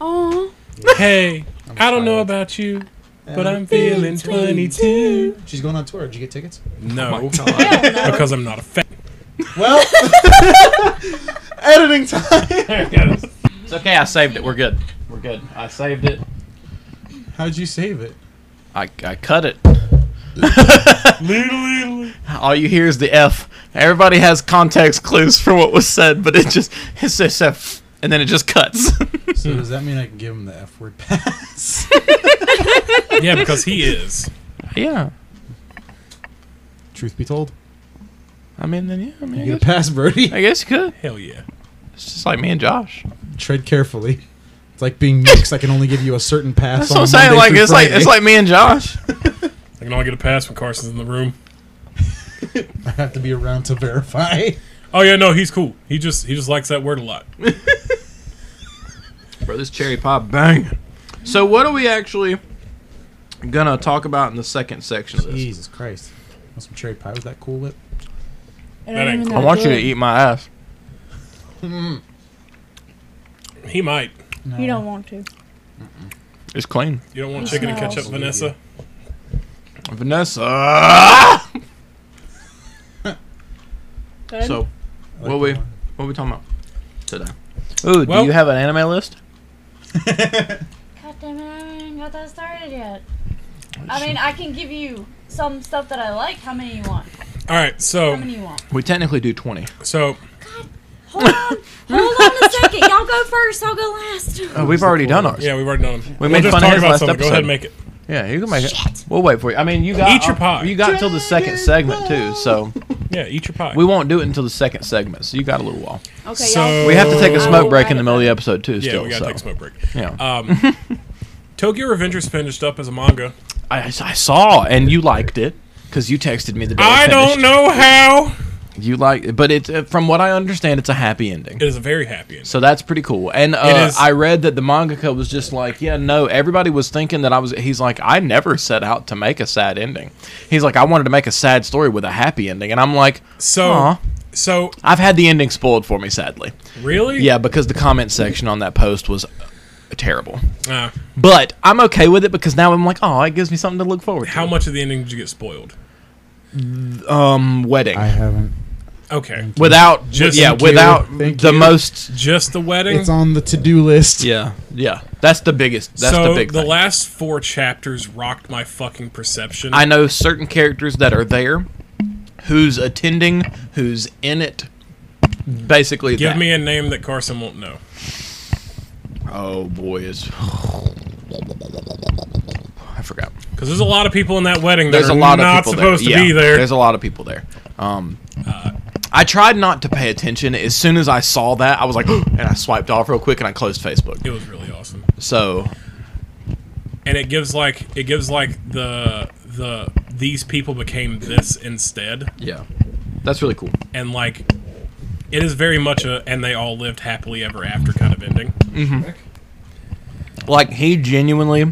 Oh, Hey, I'm I don't know tired. about you, but I'm feeling 22. She's going on tour. Did you get [LAUGHS] tickets? Oh No, [LAUGHS] God. because I'm not a [LAUGHS] fan. Well, [LAUGHS] editing time. There it goes. It's okay. I saved it. We're good. We're good. I saved it. How'd you save it? I, I cut it. Little, little. All you hear is the F. Everybody has context clues for what was said, but it just it's just a f- and then it just cuts. [LAUGHS] So does that mean I can give him the F word pass? Yeah, because he is. yeah. [LAUGHS] Truth be told, I mean, then yeah. I mean, you I get a guess, pass, Brody. I guess you could. Hell yeah. It's just like me and Josh. Tread carefully. It's like being mixed. I can only give you a certain pass. That's on what I'm saying. Monday Like through it's like it's Friday. like me and Josh. I can all get a pass when Carson's in the room. [LAUGHS] I have to be around to verify. Oh yeah, no, he's cool. He just he just likes that word a lot. [LAUGHS] Bro, this cherry pie bang. So what are we actually gonna talk about in the second section of this? [LAUGHS] Jesus Christ! Want some cherry pie with that cool whip? And That I'm ain't even cool. I that want you to good. eat my ass. He might. No. You don't want to. It's clean. You don't want chicken and smells. ketchup, Vanessa? Vanessa. Good. So I like what we that one. what we talking about today? Ooh, Well- do you have an anime list? God damn it, I ain't got that started yet. I mean, I can give you some stuff that I like. How many you want? All right, How Oh. so many you want? We technically do twenty. so Hold on. [LAUGHS] Hold on a second. Y'all go first. I'll go last. Oh, we've already done ours. yeah, we've already done them. We We'll made just fun of talk his about last something. Go ahead episode. and make it. Yeah, you can make it. We'll wait for you. I mean, you got Eat your pie. You got until the second segment too, so Yeah, eat your pie. we won't do it until the second segment. So you got a little [LAUGHS] while. Okay, So- y'all. We have to take a Oh. smoke break in the middle of the episode too. yeah, still, we gotta so. take a smoke break. Yeah, [LAUGHS] Um, Tokyo Revengers finished up as a manga. I, I saw and you liked it because you texted me the day. it I don't finished. know how. You like, but it's uh, from what I understand, it's a happy ending. It is a very happy ending. So that's pretty cool. And It uh, is. I read that the mangaka was just like, yeah, no, everybody was thinking that I was. He's like, I never set out to make a sad ending. He's like, I wanted to make a sad story with a happy ending, and I'm like, So, "Aw." so I've had the ending spoiled for me, sadly. really, Yeah, because the comment section on that post was uh, terrible. Uh, But I'm okay with it because now I'm like, oh, it gives me something to look forward to. how much of the ending did you get spoiled? Um, wedding. I haven't. Okay, without, Just yeah, thank you. without Thank the you. most. just the wedding. It's on the to-do list. Yeah, yeah. That's the biggest. That's so the big thing. last four chapters rocked my fucking perception. I know certain characters that are there, who's attending, who's in it. Basically, Give that. me a name that Carson won't know. Oh boy, it's. I forgot. Because there's a lot of people in that wedding that There's are a lot not of people supposed there. to Yeah, be there. There's a lot of people there. Um, I tried not to pay attention. As soon as I saw that, I was like, [GASPS] and I swiped off real quick and I closed Facebook. it was really awesome, So and it gives like it gives like the the these people became this instead, yeah, that's really cool. and like it is very much a and they all lived happily ever after kind of ending. Mm-hmm. Like he genuinely,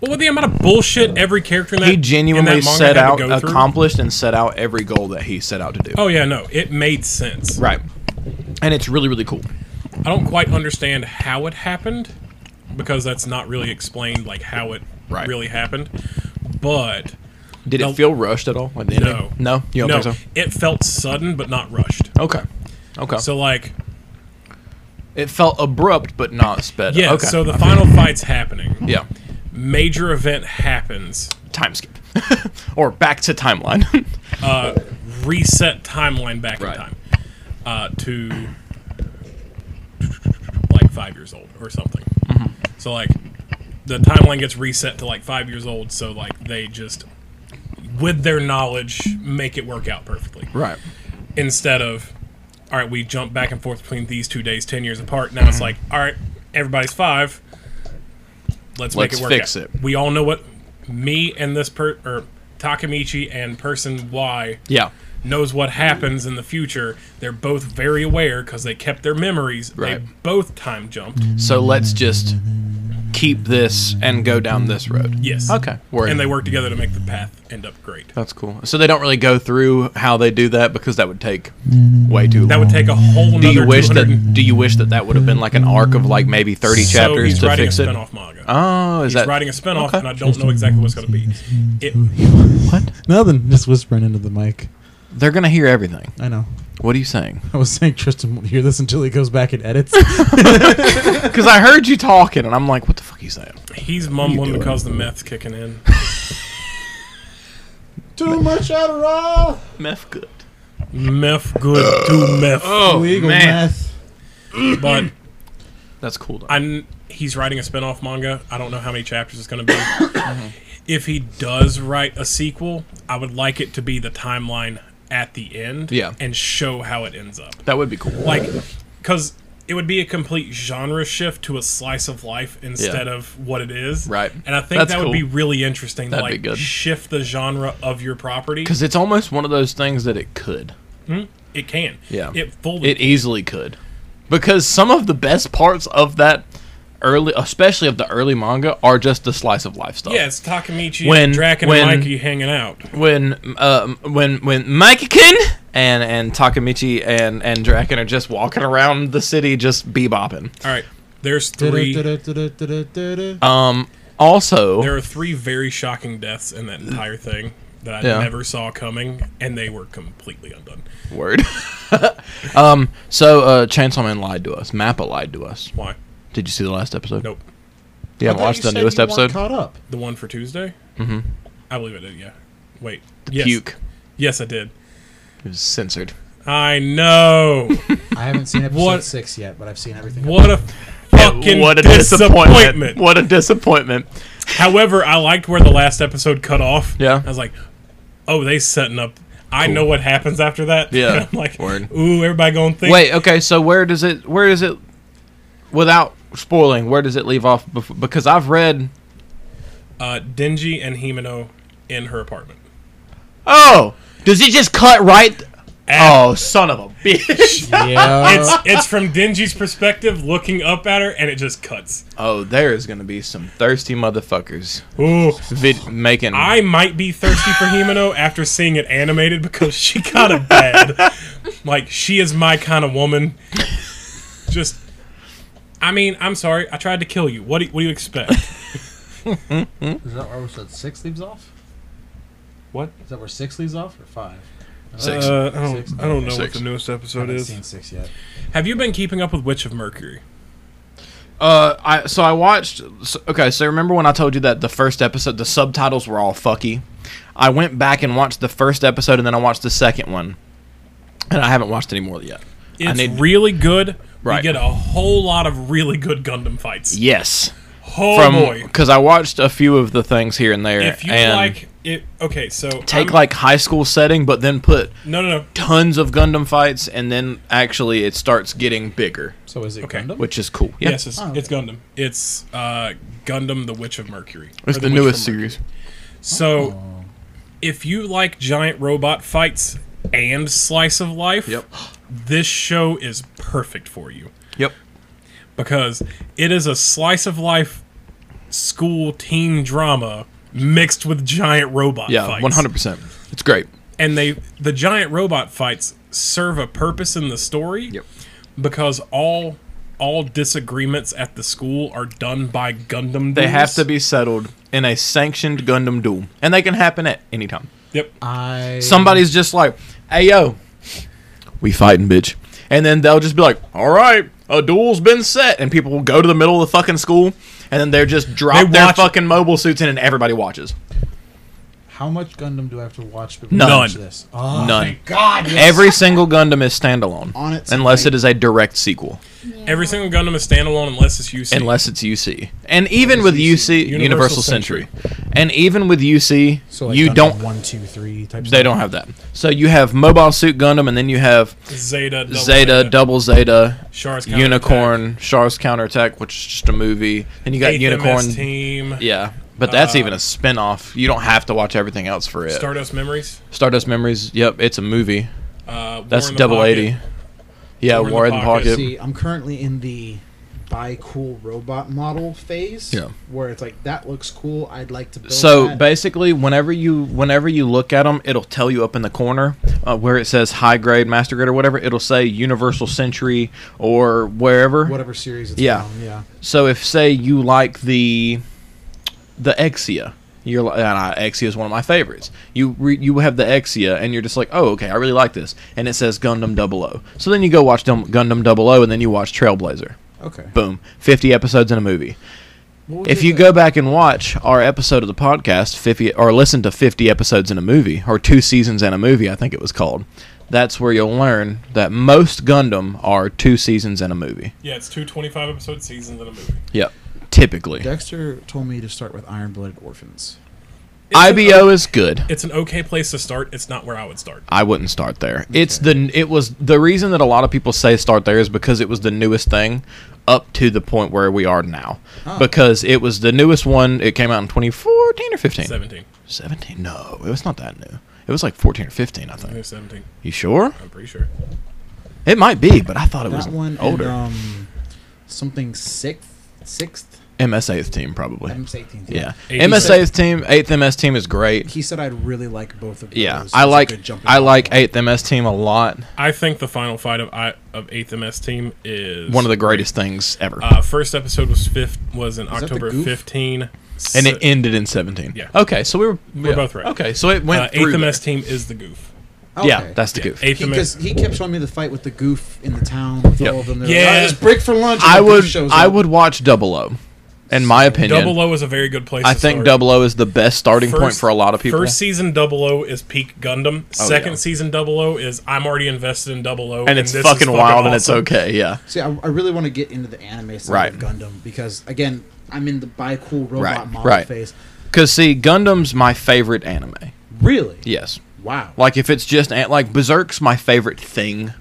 Well, with the amount of bullshit every character in that he in genuinely that manga set had to out, go through- accomplished, and set out every goal that he set out to do. Oh yeah, no, it made sense. Right, and it's really really cool. I don't quite understand how it happened because that's not really explained, like how it Right. really happened. But Did No. it feel rushed at all? Like the No. ending? no, you don't no, think so? it felt sudden but not rushed. Okay, okay. So like, it felt abrupt, but not sped. yeah. okay. So the final fight's happening. yeah, Major event happens. time skip, [LAUGHS] or back to timeline. [LAUGHS] Uh, reset timeline back Right. in time uh, to like five years old or something. Mm-hmm. So like, the timeline gets reset to like five years old. So like, they just with their knowledge make it work out perfectly. right. instead of all right we jump back and forth between these two days 10 years apart now Mm-hmm. it's like all right everybody's five let's, make Let's it work fix out. it. we all know what me and this per or takamichi and person y Yeah. knows what happens in the future they're both very aware because they kept their memories they Right. both time jumped So let's just keep this and go down this road. Yes. Okay. Word. And they work together to make the path end up great. That's cool. So they don't really go through how they do that because that would take way too long. That would take a whole. do you nother wish 200 that do you wish that that would have been like an arc of like maybe 30 So chapters he's to writing fix a it? spinoff manga. Oh, is he's that writing a spinoff, Okay. and I don't know exactly what's going to be. It, What? [LAUGHS] Nothing. Just whispering into the mic. They're going to hear everything. I know. What are you [LAUGHS] saying? I was saying Tristan won't hear this until he goes back and [LAUGHS] edits. Cuz I heard you talking and I'm like what the fuck are you saying? he's mumbling doing? because the meth's kicking in. Too much Adderall. Meth good. meth good to meth, Oh, Legal man. meth. but That's cool. Though. I'm he's writing a spin-off manga. I don't know how many chapters it's going to be. if he does write a sequel, I would like it to be the timeline at the end Yeah. and show how it ends up. that would be cool. Like cuz it would be a complete genre shift to a slice of life instead of what it is. Right. And I think That's that cool. would be really interesting That'd to be like good. shift the genre of your property. Cuz it's almost one of those things that it could. It can. Yeah. It fully It easily could. Because some of the best parts of that early especially of the early manga are just the slice of life stuff. Yeah, it's Takamichi When- and Draken when- and Mikey hanging out. when um, when when Mikekin and and Takamichi and and Draken are just walking around the city just bebopping. All right. There's three Um also There are three very shocking deaths in that entire thing that I Yeah. never saw coming, and they were completely undone. word. [LAUGHS] um so uh Chainsaw Man lied to us. Mappa lied to us. Why? Did you see the last episode? Nope. You haven't watched the newest episode? Caught up. The one for Tuesday? Mm-hmm. I believe I did, yeah. Wait. yes. Puke. Yes, I did. It was censored. I know. [LAUGHS] I [LAUGHS] haven't seen episode What- six yet, but I've seen everything. what a fucking what a disappointment. disappointment. What a disappointment. However, I liked where the last episode cut off. Yeah. I was like, oh, they setting up. I know what happens after that. Yeah. And [LAUGHS] I'm like, Word. ooh, everybody going to think. Wait, okay, so where does it where does it without spoiling, where does it leave off bef- because I've read Uh, Denji and Himeno in her apartment. Oh, does it just cut right? Ah. oh, son [LAUGHS] of a bitch! Yeah. it's it's from Denji's perspective, looking up at her, and it just cuts. oh, there is gonna be some thirsty motherfuckers Ooh, vid- making. I might be thirsty for Himeno after seeing it animated because she got it bad. Like she is my kind of woman. Just, I mean, I'm sorry, I tried to kill you. What do, what do you expect? Is that where episode six leaves off? What? Is that where six leaves off or five? Six. Uh, I don't, Six. I don't know Six. what the newest I episode haven't is. seen six yet. Have you been keeping up with Witch of Mercury? uh, I so I watched. So, okay, so remember when I told you that the first episode, the subtitles were all fucky. I went back and watched the first episode, and then I watched the second one, and I haven't watched any more yet. I It's need- really good. Right. We get a whole lot of really good Gundam fights. yes, Oh from boy! because I watched a few of the things here and there. If you and like it, okay. So take I'm- like high school setting, but then put no, no, no. tons of Gundam fights, and then actually it starts getting bigger, So is it Okay. Gundam? which is cool. Yeah. Yes, it's, Oh. it's Gundam. It's uh, Gundam: The Witch of Mercury. it's Or the, Witch newest from Mercury. series. So, if you like giant robot fights and slice of life, Yep. this show is perfect for you Yep. because it is a slice of life school teen drama mixed with giant robot Yeah, fights. one hundred percent. It's great. And they the giant robot fights serve a purpose in the story. because all all disagreements at the school are done by Gundam. They duels. have to be settled in a sanctioned Gundam duel, and they can happen at any time. Yep. I Somebody's just like, "Hey yo, we fighting, bitch," and then they'll just be like, "All right, a duel's been set," and people will go to the middle of the fucking school, and then they're just drop They their watch- fucking mobile suits in, and everybody watches. How much Gundam do I have to watch before None. I watch this? Oh, None. Thank God. yes. Every single Gundam is standalone, On its unless own. it is a direct sequel. Every single Gundam is standalone unless it's UC. unless it's UC. And even with UC, UC? Universal, Universal Century. and even with UC, So like you Gundam don't. one two three type. They don't have that. So you have Mobile Suit Gundam, and then you have Zeta, Double Zeta, Double Zeta, Shar's Counterattack. Unicorn, Shar's Counterattack, which is just a movie. Then you got Eighth Unicorn. MS Team, Yeah, but that's Uh, even a spin off. You don't have to watch everything else for it. Stardust Memories. Stardust Memories. Yep, it's a movie. Uh, War That's in the Double Pocket. Eighty. Yeah, War in the War in the Pocket. Pocket. See, I'm currently in the buy cool robot model phase. Yeah. Where it's like that looks cool. I'd like to build. So that. basically, whenever you whenever you look at them, it'll tell you up in the corner uh, where it says high grade, master grade, or whatever. It'll say Universal Century or wherever. whatever series it's Yeah. from. Yeah. So if say you like the the Exia, you're like and I, Exia is one of my favorites. You re, you have the Exia and you're just like, "Oh, okay, I really like this." And it says Gundam 00. So then you go watch Dum- Gundam 00 and then you watch Trailblazer. Okay. Boom. 50 episodes in a movie. What was If it you that- go back and watch our episode of the podcast, 50 or listen to 50 episodes in a movie or two seasons in a movie, I think it was called. That's where you'll learn that most Gundam are two seasons in a movie. Yeah, it's two 25 episode seasons in a movie. Yep. Typically. Dexter told me to start with Iron Blooded Orphans. It's an IBO o- is good. It's an okay place to start. It's not where I would start. I wouldn't start there. It's the it was the reason that a lot of people say start there is because it was the newest thing up to the point where we are now. Because it was the newest one. It came out in 2014 or 15. 17. 17? No, it was not that new. It was like 14 or 15, I I think think. it's 17. You sure? I'm pretty sure. It might be, but I thought it was That one older. And, um, something sixth, sixth. MS8th team probably. I'm saying yeah. 87. MS8th team, 8th MS team is great. He said I'd really like both of those. Yeah. It's I a like good jumping I off like point. 8th MS team a lot. I think the final fight of I, of 8th MS team is One of the greatest things ever. Uh, first episode was fifth was in that the October uh, goof? 15. and it ended in 17. Yeah. Okay, so we were, yeah. both right. Okay, so it went uh, through. there. eighth MS team is the goof. Yeah, Okay. that's the Yeah, goof. Eighth because MS. he, kept showing me the fight with the goof in the town with Yep. all of them. They're Yeah. like, "Ah, just break for lunch. and I the goof would shows I up." would watch Double O. In my opinion, Double O is a very good place. I to think start. Double O is the best starting point First- for a lot of people. First season Double O is peak Gundam. Oh, Second yeah. season Double O is I'm already invested in Double O, and it's this is fucking wild and it's awesome. okay, yeah. See, I, I really want to get into the anime side Right. of Gundam because again, I'm in the buy cool robot Right, model right. phase. Cuz see, Gundam's my favorite anime. Really? Yes. Wow. Like if it's just an- like Berserk's my favorite thing.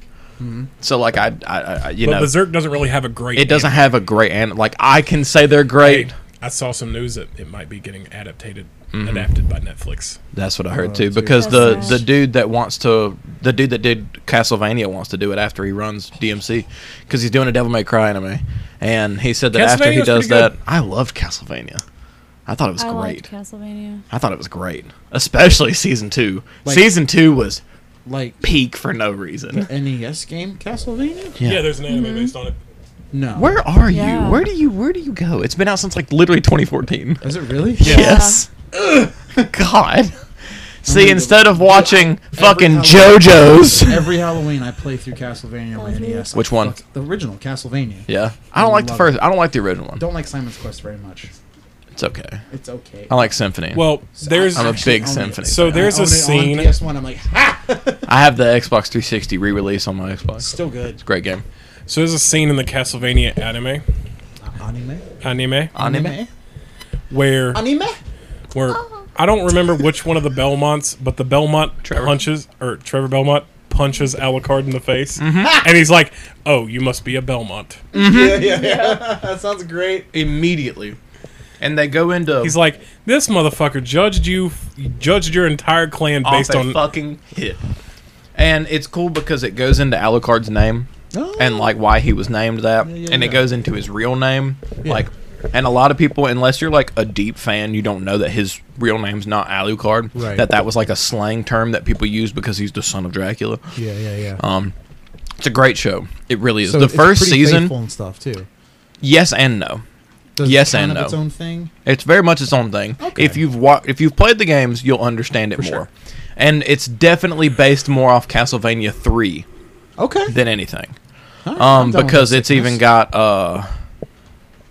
So like I, I, I you Hmm. But know, Berserk doesn't really have a great. it doesn't anime. have a great anime. Like I can say they're great. Mm-hmm. Hey, I saw some news that it might be getting adapted adapted by Netflix. That's what I Oh, heard too. dude. Because the That's the sad. dude that wants to the dude that did Castlevania wants to do it after he runs DMC because he's doing a Devil May Cry anime, and he said that after he Castlevania was does pretty that, good. I loved Castlevania. I thought it was I great. liked Castlevania. I thought it was great, especially season two. Like- season two was Like peak for no reason. NES game Castlevania? Yeah. Yeah, there's an anime based on it. No. Where are Yeah. you? Where do you where do you go? It's been out since like literally 2014. Is it really? Yes. [LAUGHS] God. See, mean, instead of watching fucking Halloween- JoJo's. [LAUGHS] Every Halloween I play through Castlevania on my NES. Which I one? fuck- The original Castlevania. Yeah, I don't like the Love first. I don't like the original one. Don't like Simon's Quest very much. It's okay. It's okay. I like Symphony. Well, there's I'm a actually big own it. Symphony. So fan. there's- a Own it on scene- PS1, I'm like, ha! [LAUGHS] I have the Xbox 360 re-release on my Xbox. [LAUGHS] Still good. Great game. so there's a scene in the Castlevania anime Anime? anime Anime. [LAUGHS] where Anime? where I don't remember which one of the Belmonts, but the Belmont punches or Trevor Belmont punches Alucard in the face, Mm-hmm. [LAUGHS] and he's like, "Oh, you must be a Belmont." Yeah, yeah, yeah. that sounds great. Immediately, and they go into He's like, "This motherfucker judged you, judged your entire clan off based a on." fucking hit. And it's cool because it goes into Alucard's name Oh. and like why he was named that, Yeah, yeah, and it yeah. goes into his real name. Like, and a lot of people, unless you're like a deep fan, you don't know that his real name's not Alucard. Right. That that was like a slang term that people use because he's the son of Dracula. Yeah, yeah, yeah. Um, it's a great show. It really is. So the it's first pretty season, faithful and stuff too. yes and no. Does Yes it kind and of its no. own thing. It's very much its own thing. Okay. If you've wa- if you've played the games, you'll understand it more. sure. And it's definitely based more off Castlevania three Okay. than anything. All right, I'm Um, down with because the it's even sickness. got uh,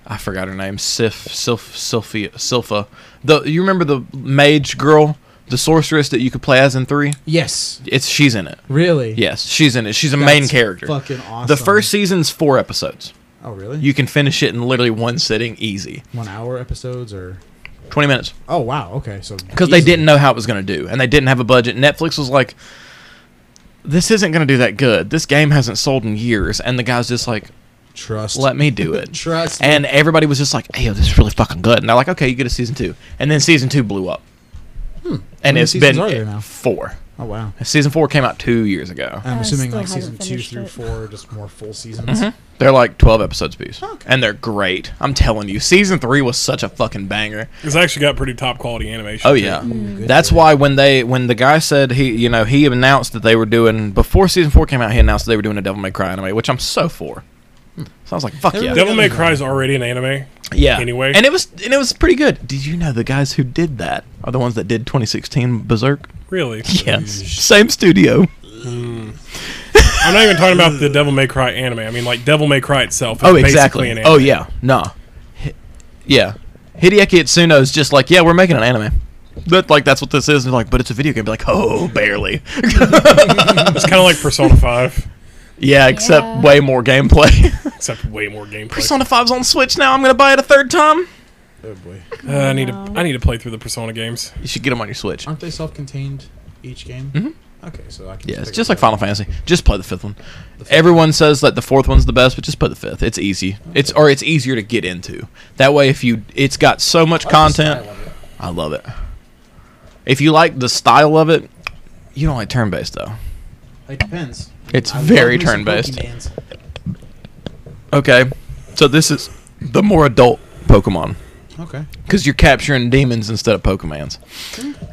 I forgot her name. Sif Sylph Sylphia Sylpha. The you remember the mage girl, the sorceress that you could play as in three? yes, It's she's in it. really. Yes, she's in it. She's a main That's character. Fucking awesome. The first season's four episodes. Oh really? You can finish it in literally one sitting, easy. one hour episodes or? Twenty minutes. Oh wow. Okay. So because they easily. didn't know how it was going to do and they didn't have a budget netflix was like this isn't going to do that good this game hasn't sold in years and the guy's just like trust. let me do it [LAUGHS] Trust. and everybody was just like hey yo, this is really fucking good and they're like okay you get a season two and then season two blew up and Hmm. many it's seasons been are there now? four Oh wow! Season four came out two years ago. I'm I assuming still like season haven't two finished through it. four, are just more full seasons. They're like 12 episodes piece. Okay. And they're great. I'm telling you. Season 3 was such a fucking banger. It's actually got pretty top quality animation. Oh too. yeah. good That's for why when they when the guy said he, you know, he announced that they were doing before season 4 came out, he announced that they were doing a Devil May Cry anime, which I'm so for. So I was like, fuck They're yeah. really- Devil May Cry is already an anime. yeah. anyway. And it was and it was pretty good. Did you know the guys who did that are the ones that did 2016 Berserk? Really? Yes. Same studio. I'm not even talking about the Devil May Cry anime. I mean, like Devil May Cry itself. Is Oh, Basically exactly. an anime. Oh yeah. No. Hi- yeah. Hideaki Itsuno's just like, yeah, we're making an anime. But like that's what this is. And like, but it's a video game. Be like, oh, barely. [LAUGHS] It's kind of like Persona 5, yeah, except Yeah. way more gameplay. [LAUGHS] except way more gameplay. Persona 5's on Switch now. I'm gonna buy it a third time. Oh boy! Uh, I need to. I need to play through the Persona games. You should get them on your Switch. [LAUGHS] Aren't they self-contained each game? Okay, so I can. Mm-hmm. Yeah, it's pick just up like Final Fantasy. Just play the fifth one. Everyone says that the fourth one's the best, but just play the fifth. It's easy. It's or it's easier to get into. That way, if you, it's got so much that. content. I love it. I love it. If you like the style of it, you don't like turn based though. It depends. It's I love very me some turn based. Pokemans. Okay, so this is the more adult Pokemon Okay. because you're capturing demons instead of Pokemans,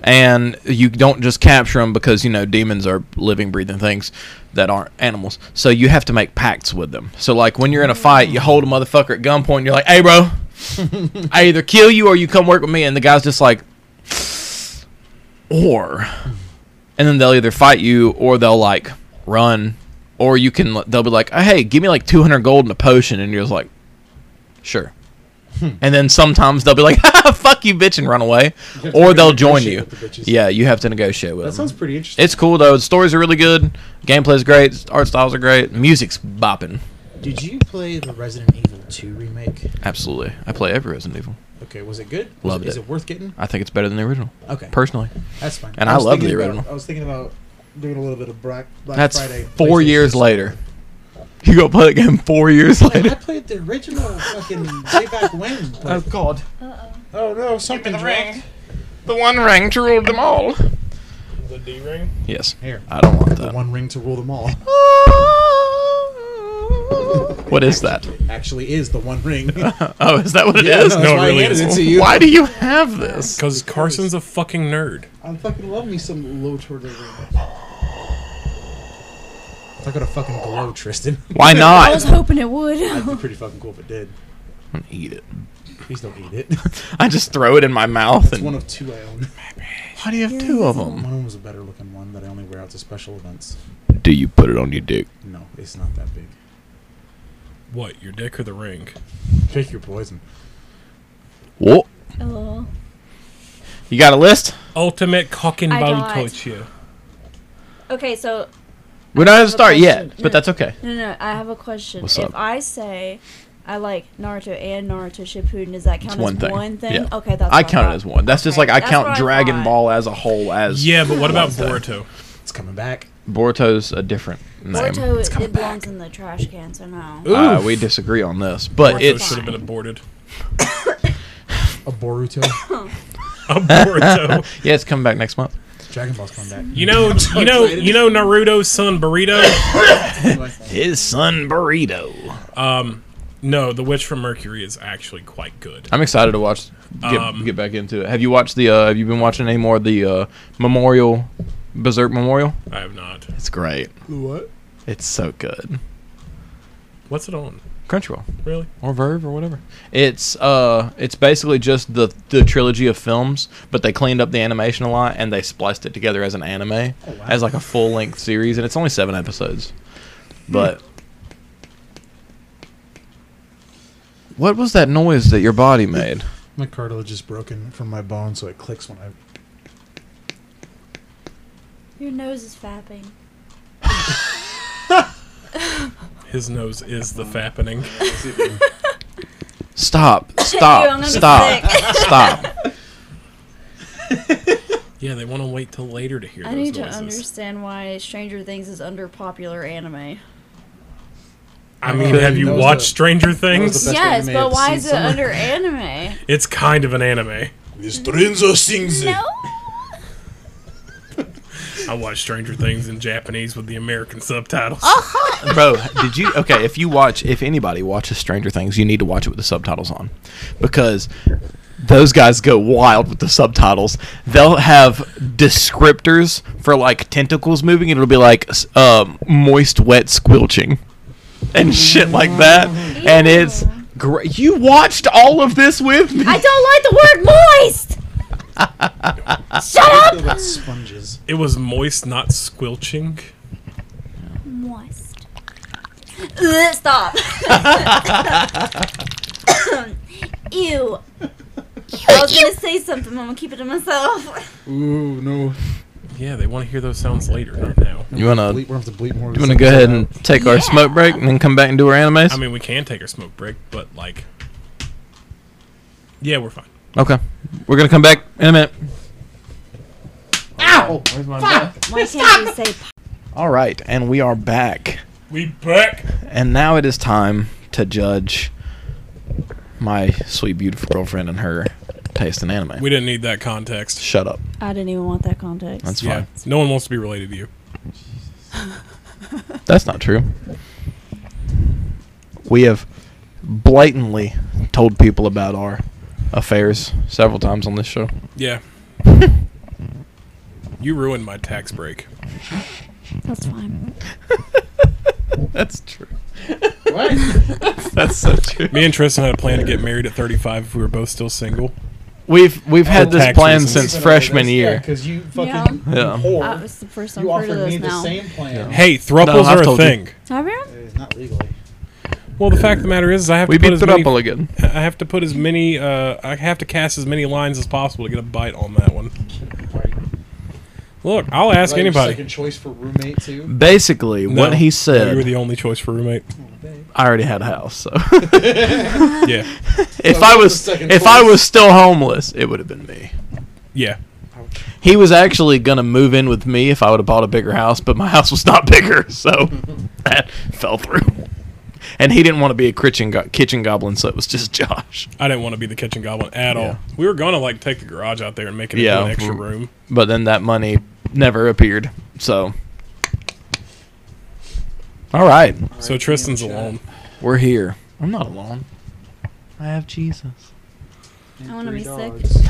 and you don't just capture them because you know demons are living, breathing things that aren't animals. So you have to make pacts with them. So like when you're in a fight, you hold a motherfucker at gunpoint. And you're like, "Hey, bro, I either kill you or you come work with me." And the guy's just like, "Or," and then they'll either fight you or they'll like run, or you can they'll be like, "Uh, "Hey, give me like 200 gold and a potion," and you're just like, "Sure." Hmm. And then sometimes they'll be like, [LAUGHS] "Ha, "Fuck you, bitch," and run away, have to or really they'll join negotiate you. with the bitches. yeah, you have to negotiate with That them. sounds pretty interesting. It's cool though. The stories are really good. Gameplay's great. Art styles are great. Music's bopping. Did you play the Resident Evil 2 remake? Absolutely. I play every Resident Evil. Okay, was it good? Was Loved Is it. it worth getting? I think it's better than the original, Okay, personally. that's fine. and I was love the thinking about- original. I was thinking about doing a little bit of Black, Black That's Friday. four PlayStation years stuff. [LAUGHS] later. [LAUGHS] You go play the game four years Like, I later. played the original fucking way back when. Like, God. oh no, something dropped. The one ring to rule them all. The D ring. Yes. Here, I don't want the that. one ring to rule them [LAUGHS] all. What is that? Actually, is the [LAUGHS] one ring. Oh, is that what it is? Yeah, that's No, it why I really handed isn't. it to [LAUGHS] you. Why do you have this? Because Carson's a fucking nerd. I fucking love me some low toward the ring. It's not gonna fucking glow, Tristan. [LAUGHS] Why I was not? hoping it would. That'd be pretty fucking cool if it did. Eat it. Please don't [LAUGHS] eat it. It's I just throw it in my mouth. And one of two I own. why do you have two of them? One of them was a better looking one that I only wear out to special events. Do you put it on your dick? No, it's not that big. What? Your dick or the ring? Pick your poison. Whoa. Oh. You got a list? Ultimate cocking I ball don't. culture. Okay, so We're not at the a start yet, question. but that's okay. no, no, I have a question. What's if up? I say I like Naruto and Naruto Shippuden, does that count It's as one thing. one thing? Yeah. Okay, that's I what count it thought. as one. That's just Okay, like I that's what count I Dragon thought. Ball as a whole as Yeah, but what about One Boruto? It's coming back. Boruto's a different name. Naruto, it, it belongs in the trash can, so no. Uh, we disagree on this, but Boruto it's should have been aborted. [LAUGHS] A Boruto. A Boruto. [LAUGHS] yeah, it's coming back next month. Dragon Ball's coming back. You know, you know, you know Naruto's son Burrito. His son Burrito. No, The Witch from Mercury is actually quite good. I'm excited to watch. Get, Um, get back into it. Have you watched the? Uh, have you been watching any more of the uh, Memorial Berserk Memorial? I have not. It's great. what? It's so good. What's it on? Crunchyroll. Really? or Verve or whatever. It's uh, it's basically just the the trilogy of films, but they cleaned up the animation a lot and they spliced it together as an anime, wow. as like a full length series, and it's only seven episodes. But what was that noise that your body made? My cartilage is broken from my bone, so it clicks when I. Your nose is fapping. His nose is the fappening. [LAUGHS] Stop! Ew, I'm Stop! gonna be Stop! Stop! Yeah, they want to wait till later to hear I those need noises. to understand why Stranger Things is under popular anime. I mean, Okay, have you that was watched the- Stranger the Things? best yes, anime but I've why seen is it somewhere. under anime? It's kind of an anime. Stranger Things. no. I watch Stranger Things in Japanese with the American subtitles. Bro, did you? Okay, if you watch, if anybody watches Stranger Things, you need to watch it with the subtitles on, because those guys go wild with the subtitles. They'll have descriptors for like tentacles moving, and it'll be like s- um, moist, wet, squelching, and shit like that. And it's great. You watched all of this with me. I don't like the word moist. Shut up. [LAUGHS] Filled with sponges. It was moist, not squelching. Moist. Ugh, [LAUGHS] stop. Ew. I was gonna say something. I'm gonna keep it to myself. Ooh no! Yeah, they want to hear those sounds later, not now. You wanna Bleep, Uh, you we'll have to bleep more. of this wanna go ahead out. and take our smoke break and then come back and do our animes? I mean, we can take our smoke break, but like, yeah, we're fine. okay, we're gonna come back in a minute. Ow! Why can't we say? All right, and we are back. We back. And now it is time to judge my sweet, beautiful girlfriend and her taste in anime. We didn't need that context. Shut up. I didn't even want that context. That's Yeah, fine. no one wants to be related to you. That's not true. We have blatantly told people about our affairs several times on this show. Yeah. [LAUGHS] you ruined my tax break. That's fine. [LAUGHS] That's true. [LAUGHS] What? That's [LAUGHS] so true. Me and Tristan had a plan to get married at 35 if we were both still single. We've we've had For this tax plan reasons. since freshman year. because you fucking Yeah. Uh, Yeah. whore. That was the first time you I've heard offered of me this the now. same plan. Hey, thruples No, I've are a told you. thing. Have you? It's not legally. Well, the fact of the matter is, is I have We to put beat as it up many, all again. I have to put as many. Uh, I have to cast as many lines as possible to get a bite on that one. Right. Look, I'll ask Right, your anybody. Second choice for roommate too. Basically, No, what he you were said, the only choice for roommate. I already had a house, so [LAUGHS] Yeah, [LAUGHS] if So I what's was the second if I choice? was still homeless, it would have been me. yeah. He was actually gonna move in with me if I would have bought a bigger house, but my [LAUGHS] house was not bigger, so that fell through. And he didn't want to be a kitchen go- kitchen goblin, so it was just [LAUGHS] Josh. I didn't want to be the kitchen goblin at Yeah. all. We were gonna like take the garage out there and make it Yeah. Mm-hmm. into an extra room. But then that money never appeared. So, all right, So Tristan's damn chat. alone. we're here. I'm not alone. I have Jesus. And I wanna three be sick. dogs.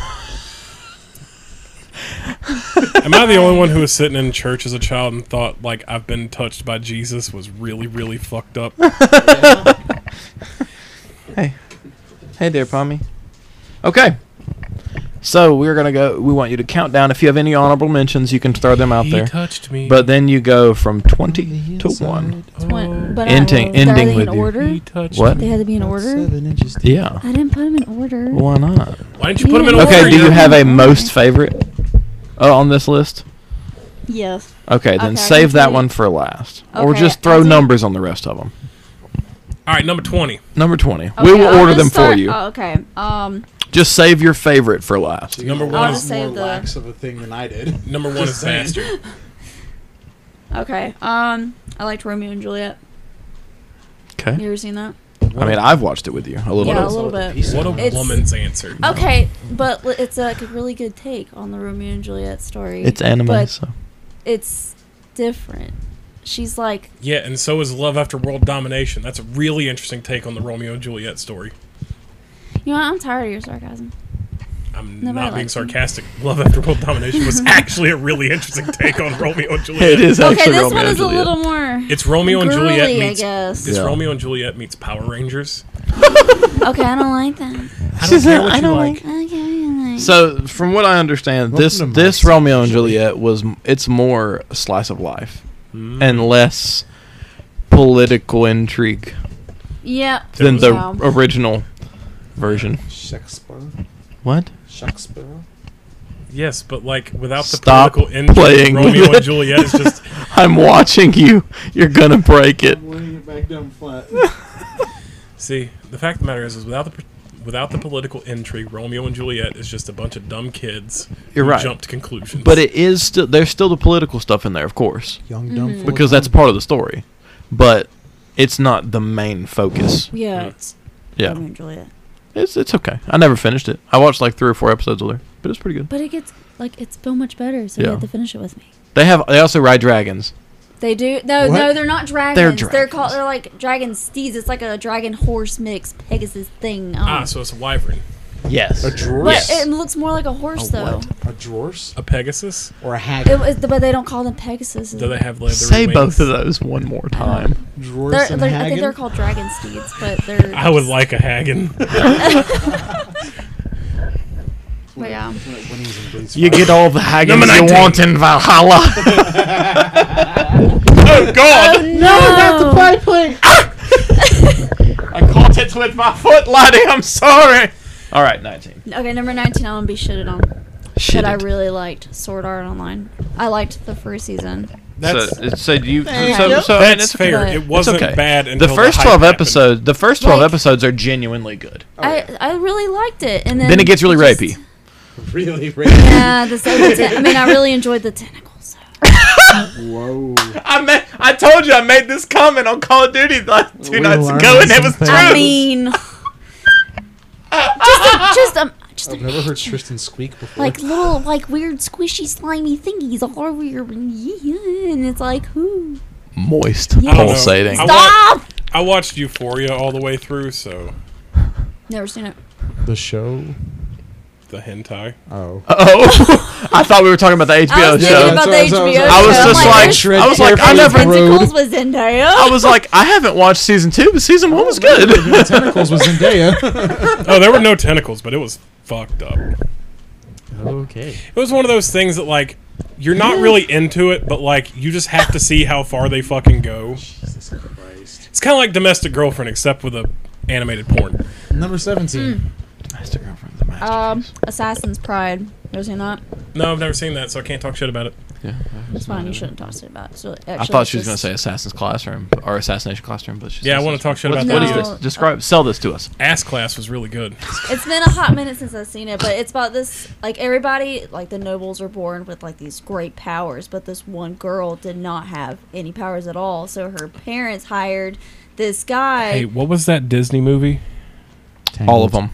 Am I the only one who was sitting in church as a child and thought like I've been touched by Jesus was really really fucked up? Hey, hey there, Pommy. Okay. So we're gonna go. We want you to count down. If you have any honorable mentions, you can throw them out there. touched me. But then you go from 20 to 1. When, but Ending- I, they ending in with you. order? touched What? They had to be in order. Seven inches. Yeah. I didn't put them in order. Why not? Why didn't you put him in Yeah. order? Okay, do you you have a most favorite uh, on this list? Yes. Okay, Okay, I then can save that tell you. one for last. Or Okay, just I'll throw do- numbers on the rest of them. All right, number 20. Number 20. we Okay, will I'll order just them start- for you. Oh, okay. Um, Just save your favorite for last. Dude, Number that one was is- more Save the- lax of a thing than I did. Number one is Just saying. bastard. okay. Um, I liked Romeo and Juliet. You Okay. ever seen that? I mean, I've watched it with you a little Yeah, a bit. little Solid bit. piece of What a it. It's- Oh. woman's answer. Okay, but li- it's like a really good take on the Romeo and Juliet story. It's anime, but so. it's different. She's like, Yeah, and so is Love After World Domination. That's a really interesting take on the Romeo and Juliet story. you know, what? I'm tired of your sarcasm. I'm not Nobody being likes him. sarcastic. [LAUGHS] Love After World Domination [LAUGHS] was actually a really interesting take on Romeo and Juliet. [LAUGHS] It is Okay, actually this Romeo one and is a Juliet. little more. It's Romeo and girly, Juliet meets. I guess. It's Yeah. Romeo and Juliet meets Power Rangers. [LAUGHS] okay, I don't like that. [LAUGHS] I don't care what you like. Okay, like. So, from what I understand, Welcome this to my this Romeo and Juliet was m- it's more slice of life and less political intrigue yeah. than the Yeah. original version. Shakespeare. What? Shakespeare. Yes, but like without the Stop political intrigue, playing with Romeo it. and Juliet [LAUGHS] is just I'm watching you. You're gonna break it. laying it back down flat. See, the fact of the matter is, is without the without the political intrigue, Romeo and Juliet is just a bunch of dumb kids You're who right. jump to conclusions. But it is still there's still the political stuff in there, of course, [LAUGHS] Young dumb Mm-hmm. fool. because that's part of the story. But it's not the main focus. Yeah, it's Romeo Yeah, and Juliet. it's it's okay. I never finished it. I watched like three or four episodes of it, but it's pretty good. But it gets like it's so much better, so Yeah. you have to finish it with me. They have. They also ride dragons. They do. No, What? no, they're not dragons. They're They're, called. dragons. They're like dragon steeds. It's like a dragon horse mix, Pegasus thing. Um, Ah, so it's a wyvern. Yes. A drawers? but yes. it looks more like a horse A though. what? A drawers? A Pegasus? Or a It hag? was, but they don't call them Pegasus. Do they have leather Say wings? both of those one more time. Drawers They're, and they're, I think they're haggin? called dragon steeds, but they're. [LAUGHS] I would like [LAUGHS] a Hagen. [LAUGHS] But yeah, When it- when he was in [LAUGHS] Greece, [LAUGHS] You right? get all the haggis Number you 19. want in Valhalla. [LAUGHS] oh God! no, that's a I play. I caught it with my foot, laddie. I'm sorry. All right, 19. Okay, number nineteen. I want to be shitted on. Shit. But I really liked Sword Art Online. I liked the first season. That's, so, so do you? Yeah. So, Yep. so and that's it's fair. okay. It wasn't okay. bad The until first hype 12 happened. episodes. The first 12 Like- episodes are genuinely good. I I really liked it, and then Then it gets really just- rapey. Really, really? Yeah, the second. ten- I mean, I really enjoyed [LAUGHS] the tentacles. [LAUGHS] Whoa. I ma- I told you I made this comment on Call of Duty like two We nights learned ago, and it some was things. true. I [LAUGHS] mean, just a, just a, just I've a, never heard Tristan squeak before. like little like weird squishy slimy thingies all over your yeah, and it's like whoo Moist, Yeah. I don't know. pulsating. I stop. I watched Euphoria all the way through, so Never seen it. the show. the hentai. Oh. Oh, [LAUGHS] I thought we were talking about the I HBO show. was thinking about the That's HBO. what I was- show. I was I'm just like, there's- I was like, I there's never. Tentacles was Zendaya. I was like, I haven't watched season two, but season one was good. [LAUGHS] Tentacles was Zendaya. [LAUGHS] Oh, there were no tentacles, but it was fucked up. It okay. was one of those things that like you're not really into it, but like you just have to see how far they fucking go. Jesus Christ. It's kind of like domestic girlfriend, except with a animated porn. Number 17. Hmm. [LAUGHS] um, Assassin's Pride. Never seen that. No, I've never seen that, so I can't talk shit about it. That's fine. You shouldn't talk shit about. it. So actually, I thought she was just- going to say Assassin's Classroom or Assassination Classroom, but she's Yeah, I want to talk shit about What is No. this? Describe. Sell this to us. Ass class was really good. It's been a hot minute since I've seen it, but it's about this like everybody like the nobles are born with like these great powers, but this one girl did not have any powers at all. So her parents hired this guy. Hey, what was that Disney movie? All of them.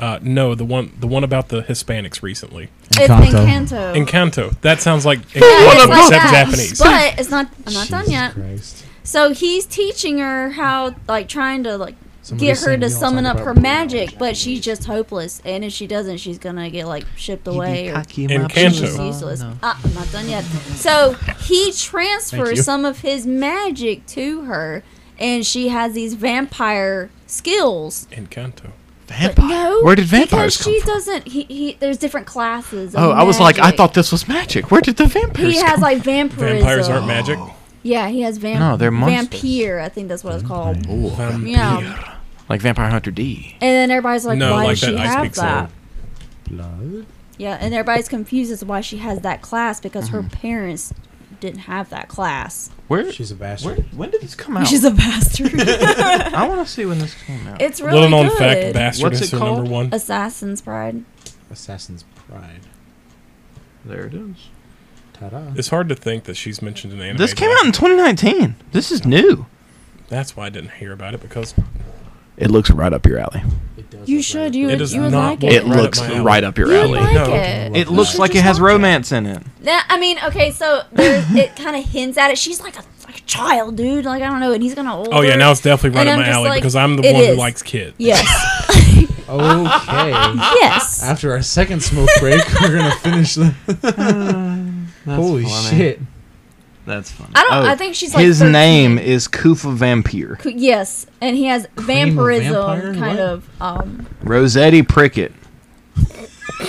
Uh, no, the one the one about the Hispanics recently. it's Encanto. Encanto. That sounds like Yeah, Encanto, it's like except that, Japanese. But it's not. I'm not done yet. Christ. So he's teaching her how, like, trying to like Somebody get her sing to Neil Talk summon up About her Bruno magic, but Japanese. she's just hopeless. And if she doesn't, she's gonna get like shipped away or Encanto. She's useless. Ah, I'm not done yet. So he Thank transfers you. some of his magic to her, and she has these vampire skills. Encanto. But no, Where did vampires because come she from? doesn't. He, he there's different classes. of Oh, I was like, I magic. thought this was magic. Where did the vampires? he has come? like vampirism. Vampires aren't magic. Yeah, he has vamp. No, they're monsters. vampire. I think that's what it's called. Vampire. Yeah, like Vampire Hunter D. and then everybody's like, no, why like does she that Ice have Peak song. that? Yeah, and everybody's confused as to why she has that class because Mm-hmm. her parents didn't have that class. Where? She's a where bastard. when did this come out? [LAUGHS] She's [LAUGHS] a bastard. I want to see when this came out. It's really Little known good. fact, Bastard What's is it her number called? one. Assassin's Pride. Assassin's Pride. there it is. Ta-da. It's hard to think that she's mentioned in anime. This came out in 2019. This is new. That's why I didn't hear about it because It looks right up your alley. It does You look should. right. You It would. does You would not like look it. It right up looks my alley. right up your You would alley. like No. it. It You looks should like it just has watch it. romance in it. Nah, I mean, okay, so there's, [LAUGHS] it kind of hints at it. She's like a like a child, dude. Like I don't know, and he's gonna. Older. Oh yeah, now it's definitely right And up I'm my just alley like, because I'm the it one who is. likes kids. [LAUGHS] Yes. [LAUGHS] Okay. yes. After our second smoke break, we're gonna [LAUGHS] finish the. [LAUGHS] Holy shit! That's funny. I don't- I think she's, like, His 13. name is Kufa Vampire. Co- Yes, and he has vampirism, vampire? What? kind of. Um, Rosetti Prickett. that's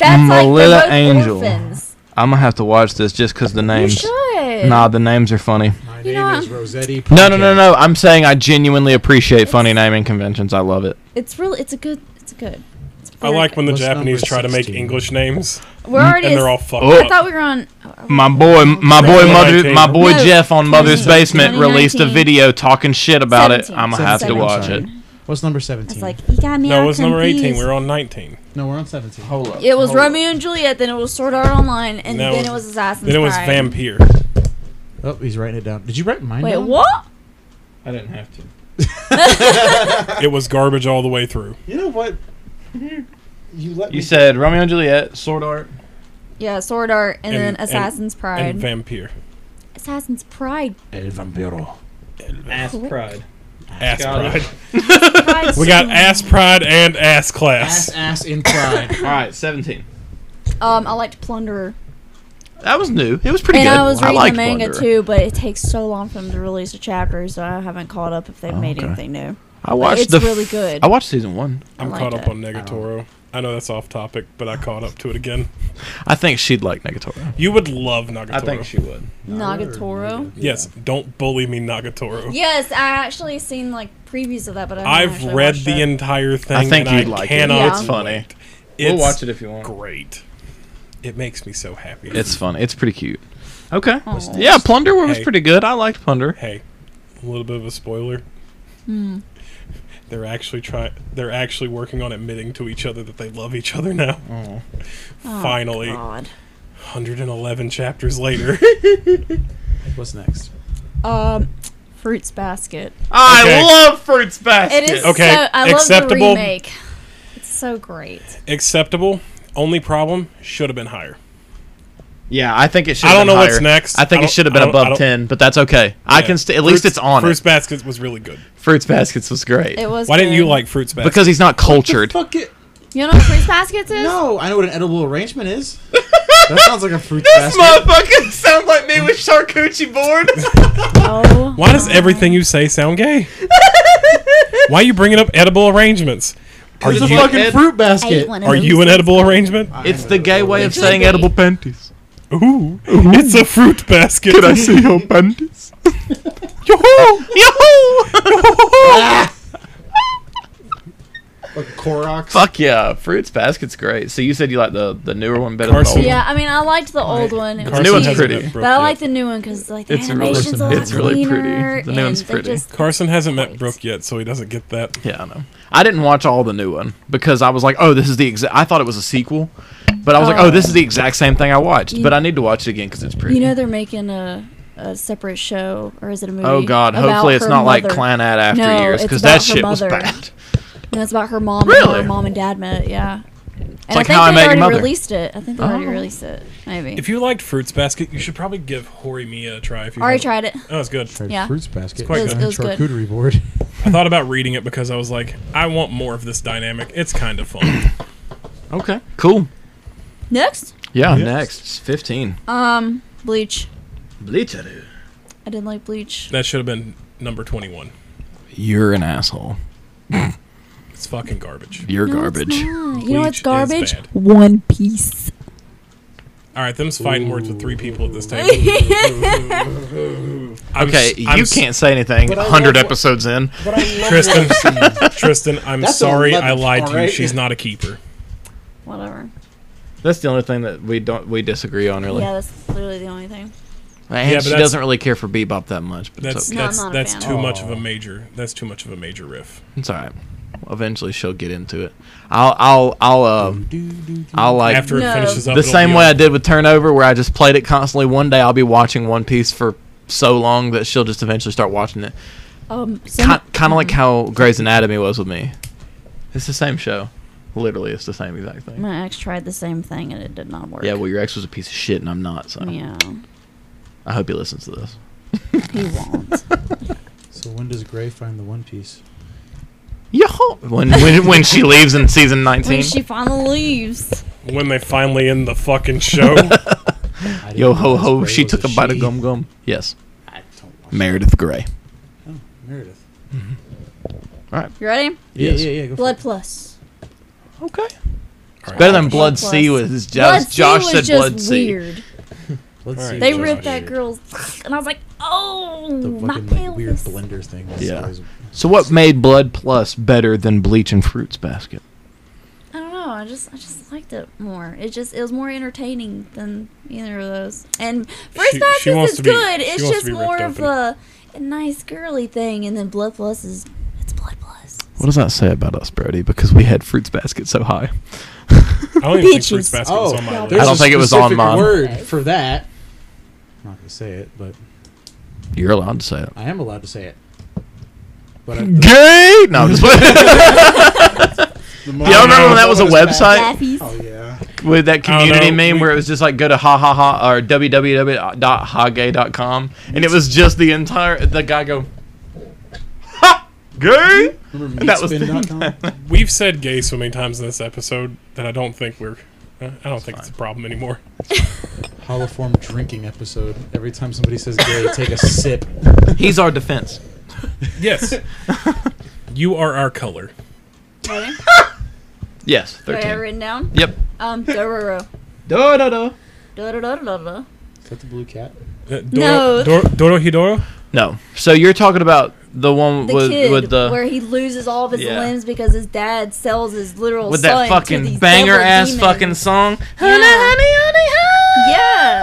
like Melilla they're both Angel. orphans. I'm gonna have to watch this just because the You names. should. Nah, the names are funny. My You name know is what? Rosetti. No, no, no, no. I'm saying I genuinely appreciate funny naming conventions. I love it. It's really. It's a good. It's good. It's I very like good. when the What's Japanese number try to make 16? English names We're already. and they're all fucked Oh. I up. thought we were on. oh, My boy, my boy, mother, my boy No, Jeff on Mother's 20, Basement released a 2019. video talking shit about it. 17. I'm gonna have to 17, watch sorry. it. What's number It's seventeen? like he got me No, all it was number 18. confused. We were on 19. no, we're on seventeen. Hold up. It was Romeo and Juliet, then it was Sword Art Online, and No, then it was Assassin's Then it was Pride. Vampire. Oh, he's writing it down. Did you write mine Wait, down? what? I didn't have to. It was garbage all the way through. You know what? You let You me. said Romeo and Juliet, Sword Art. Yeah, Sword Art and, And- then and- Assassin's Pride. and Vampire. Assassin's Pride. El Vampiro. Ass pride. Ass Got it. pride. Pride We got ass pride and ass class. Ass, ass in pride. [LAUGHS] All right, 17. Um, I liked Plunderer. That was new. It was pretty and good. I was reading liked the manga Wanderer. too, but it takes so long for them to release a chapter, so I haven't caught up if they've Oh, made okay. anything new. I watched it's the f- really good. I watched season one. I I'm liked caught up it. on Negatoro. I know that's off topic, but I caught up to it again. I think she'd like Negatoro. You would love Nagatoro. would. Nagatoro. Yes, don't bully me, Nagatoro. Yes, I actually seen like previews of that, but I haven't I've actually read watched the it. entire thing. I think and you'd like it. cannot Yeah. It's funny. wait. We'll It's watch it if you want. Great. It makes me so happy. It's funny. It's pretty cute. Okay. Aw. Yeah, Plunder was Hey. pretty good. I liked Plunder. hey, a little bit of a spoiler. Hmm. They're actually trying. They're actually working on admitting to each other that they love each [LAUGHS] other now. Oh, Finally, God. 111 chapters later. [LAUGHS] What's next? Um, Fruits Basket. I Okay. love Fruits Basket. It is Okay, so. I acceptable. love the remake. It's so great. Acceptable. Only problem should have been higher. Yeah, I think it should. I have don't been know what's higher. next. I think I it don't- should have I been don't- I above don't- ten, but that's okay. I can st- at least it's on Fruits it. Basket was really good. Fruits Baskets was great It was. Why didn't you good. like Fruits Basket? because he's not cultured. Fuck it. You know what Fruits Basket is? No, I know what an edible [LAUGHS] arrangement is. That sounds like a fruit basket. motherfucker [LAUGHS] sounds like me with charcuterie board. No. Why does everything you say sound [LAUGHS] gay? Why are you bringing up edible arrangements? Are It's a you fucking Ed- fruit I ate basket. one of are those. you an edible arrangement? [LAUGHS] it's the gay way of Could saying be. edible panties. Ooh, it's a fruit basket. Could I see your [LAUGHS] panties? Yoo-hoo! [LAUGHS] Yoo-hoo! Like Clorox. Fuck yeah, Fruits Basket's great. So you said you like the, the newer one better than Carson- the old Yeah, I mean, I liked the old one. It was new one's cute, pretty. But I like the new one because like the It's really- animation's a lot it's really pretty. cleaner, The new one's and they pretty. Just, Carson hasn't met Brooke yet, so he doesn't get that. one? Yeah, I know. I didn't watch all the new one because I was like, oh, this is the exact. I thought it was a sequel, but I was like, oh, this is the exact same thing I watched. You- but I need to watch it again because it's pretty. you know, they're making a, a separate show, or is it a movie? oh God, about hopefully it's her not like mother. Clan Ad After No, Years it's because about that her shit was mother. bad. [LAUGHS] No, it's about her mom. And Really? her mom and dad met. Yeah. And I like think How I they Met Your already Mother. released it. I think they already Oh. released it. Maybe. If you liked Fruits Basket, you should probably give Hori Mia a try. If you already haven't. tried it. Oh, it's good. Yeah. Fruits basket. quite good. It was good. charcuterie board. I thought about reading it because I was like, I want more of this dynamic. It's kind of [COUGHS] fun. Okay, cool. Next, Yeah, Yes. next it's fifteen. um, Bleach. Bleacher. I didn't like Bleach. that should have been number twenty-one. You're an asshole. It's fucking garbage. You're No, it's garbage. not. Ah, You know Bleach what's is garbage? bad. One Piece. All right, them's fighting words with three people at [LAUGHS] this table. I'm [LAUGHS] Okay, s- I'm you s- can't say anything. But I Hundred love- episodes in. But I love [LAUGHS] Tristan. what I've seen. Tristan, I'm That's sorry I 11, lied to you. alright. She's not a keeper. Whatever. That's the only thing that we don't we disagree on really. Yeah, that's literally the only thing. And Yeah, but she that's- doesn't really care for bebop that much, but That's it's, okay. No, I'm that's not a that's fan. too Oh. much of a major. That's too much of a major riff. it's all right. Eventually, she'll get into it. I'll I'll I'll um I'll like After No. it finishes up, the it'll same be way I over. did with Turnover, where I just played it constantly. One day I'll be watching One Piece for so long that she'll just eventually start watching it. Um, so Kind kind of like how Grey's Anatomy was with me. It's the same show. Literally, it's the same exact thing. my ex tried the same thing and it did not work. Yeah, well, your ex was a piece of shit, and I'm not. So yeah, I hope he listens to this. he [LAUGHS] won't. So when does Gray find the One Piece? Yo, when [LAUGHS] when when she leaves in season 19. when she finally leaves, when they finally end the [LAUGHS] fucking show. I didn't Yo ho realize ho, Grey she was took a bite of she. gum gum. Yes, I don't watch Meredith Grey. that. Oh, Meredith. you ready? Yes. Yeah, yeah, yeah. Go Blood Plus. Okay. Better than Blood Plus. Sea was his Blood Josh. Josh Sea said was Blood just Sea. weird. Blood Alright. They Josh. ripped that girl's, [LAUGHS] and I was like, oh, The my fucking like, weird pelvis. blender thing. was Yeah. always- So what made Blood Plus better than Bleach and Fruits Basket? I don't know. I just, I just liked it more. It just, it was more entertaining than either of those. And first She- Baptist she wants is to be- good. she It's wants to just be ripped more of open. a, a nice girly thing, and then Blood Plus is, it's Blood Plus. What does that say about us, Brody? Because we had Fruits Basket so high. I don't even think Bitches. Fruits Basket was Oh, on my I there's list. don't a think it was on specific mine. word for that. I'm not gonna say it, but You're allowed to say it. I am allowed to say it. But [LAUGHS] I, Gay? [LAUGHS] No, I'm just. Y'all remember when that was a Blood Plus website? Laughies. Oh yeah. with that I don't community know, meme we- where it was just like go to ha ha ha or www.hagay.com and it was just the entire the guy go ha gay Remember and that was the meatspin.com? [LAUGHS] We've said gay so many times in this episode that I don't think we're. uh, I don't think it's a problem anymore. Holoform drinking episode. Every time somebody says gay, take a sip. [LAUGHS] he's our defense [LAUGHS] Yes. you are our color. Ready? yes Do I have it 13 written down? yep Um, [LAUGHS] Dororo. da da da Da-da-da-da-da-da. Is that the blue cat? Uh, Doro, No. Dor- Dorohedoro? no so you're talking about the one The with kid with the where he loses all of his Yeah. limbs because his dad sells his literal with son that to fucking these banger devil ass demons. fucking song honey honey Yeah. honey honey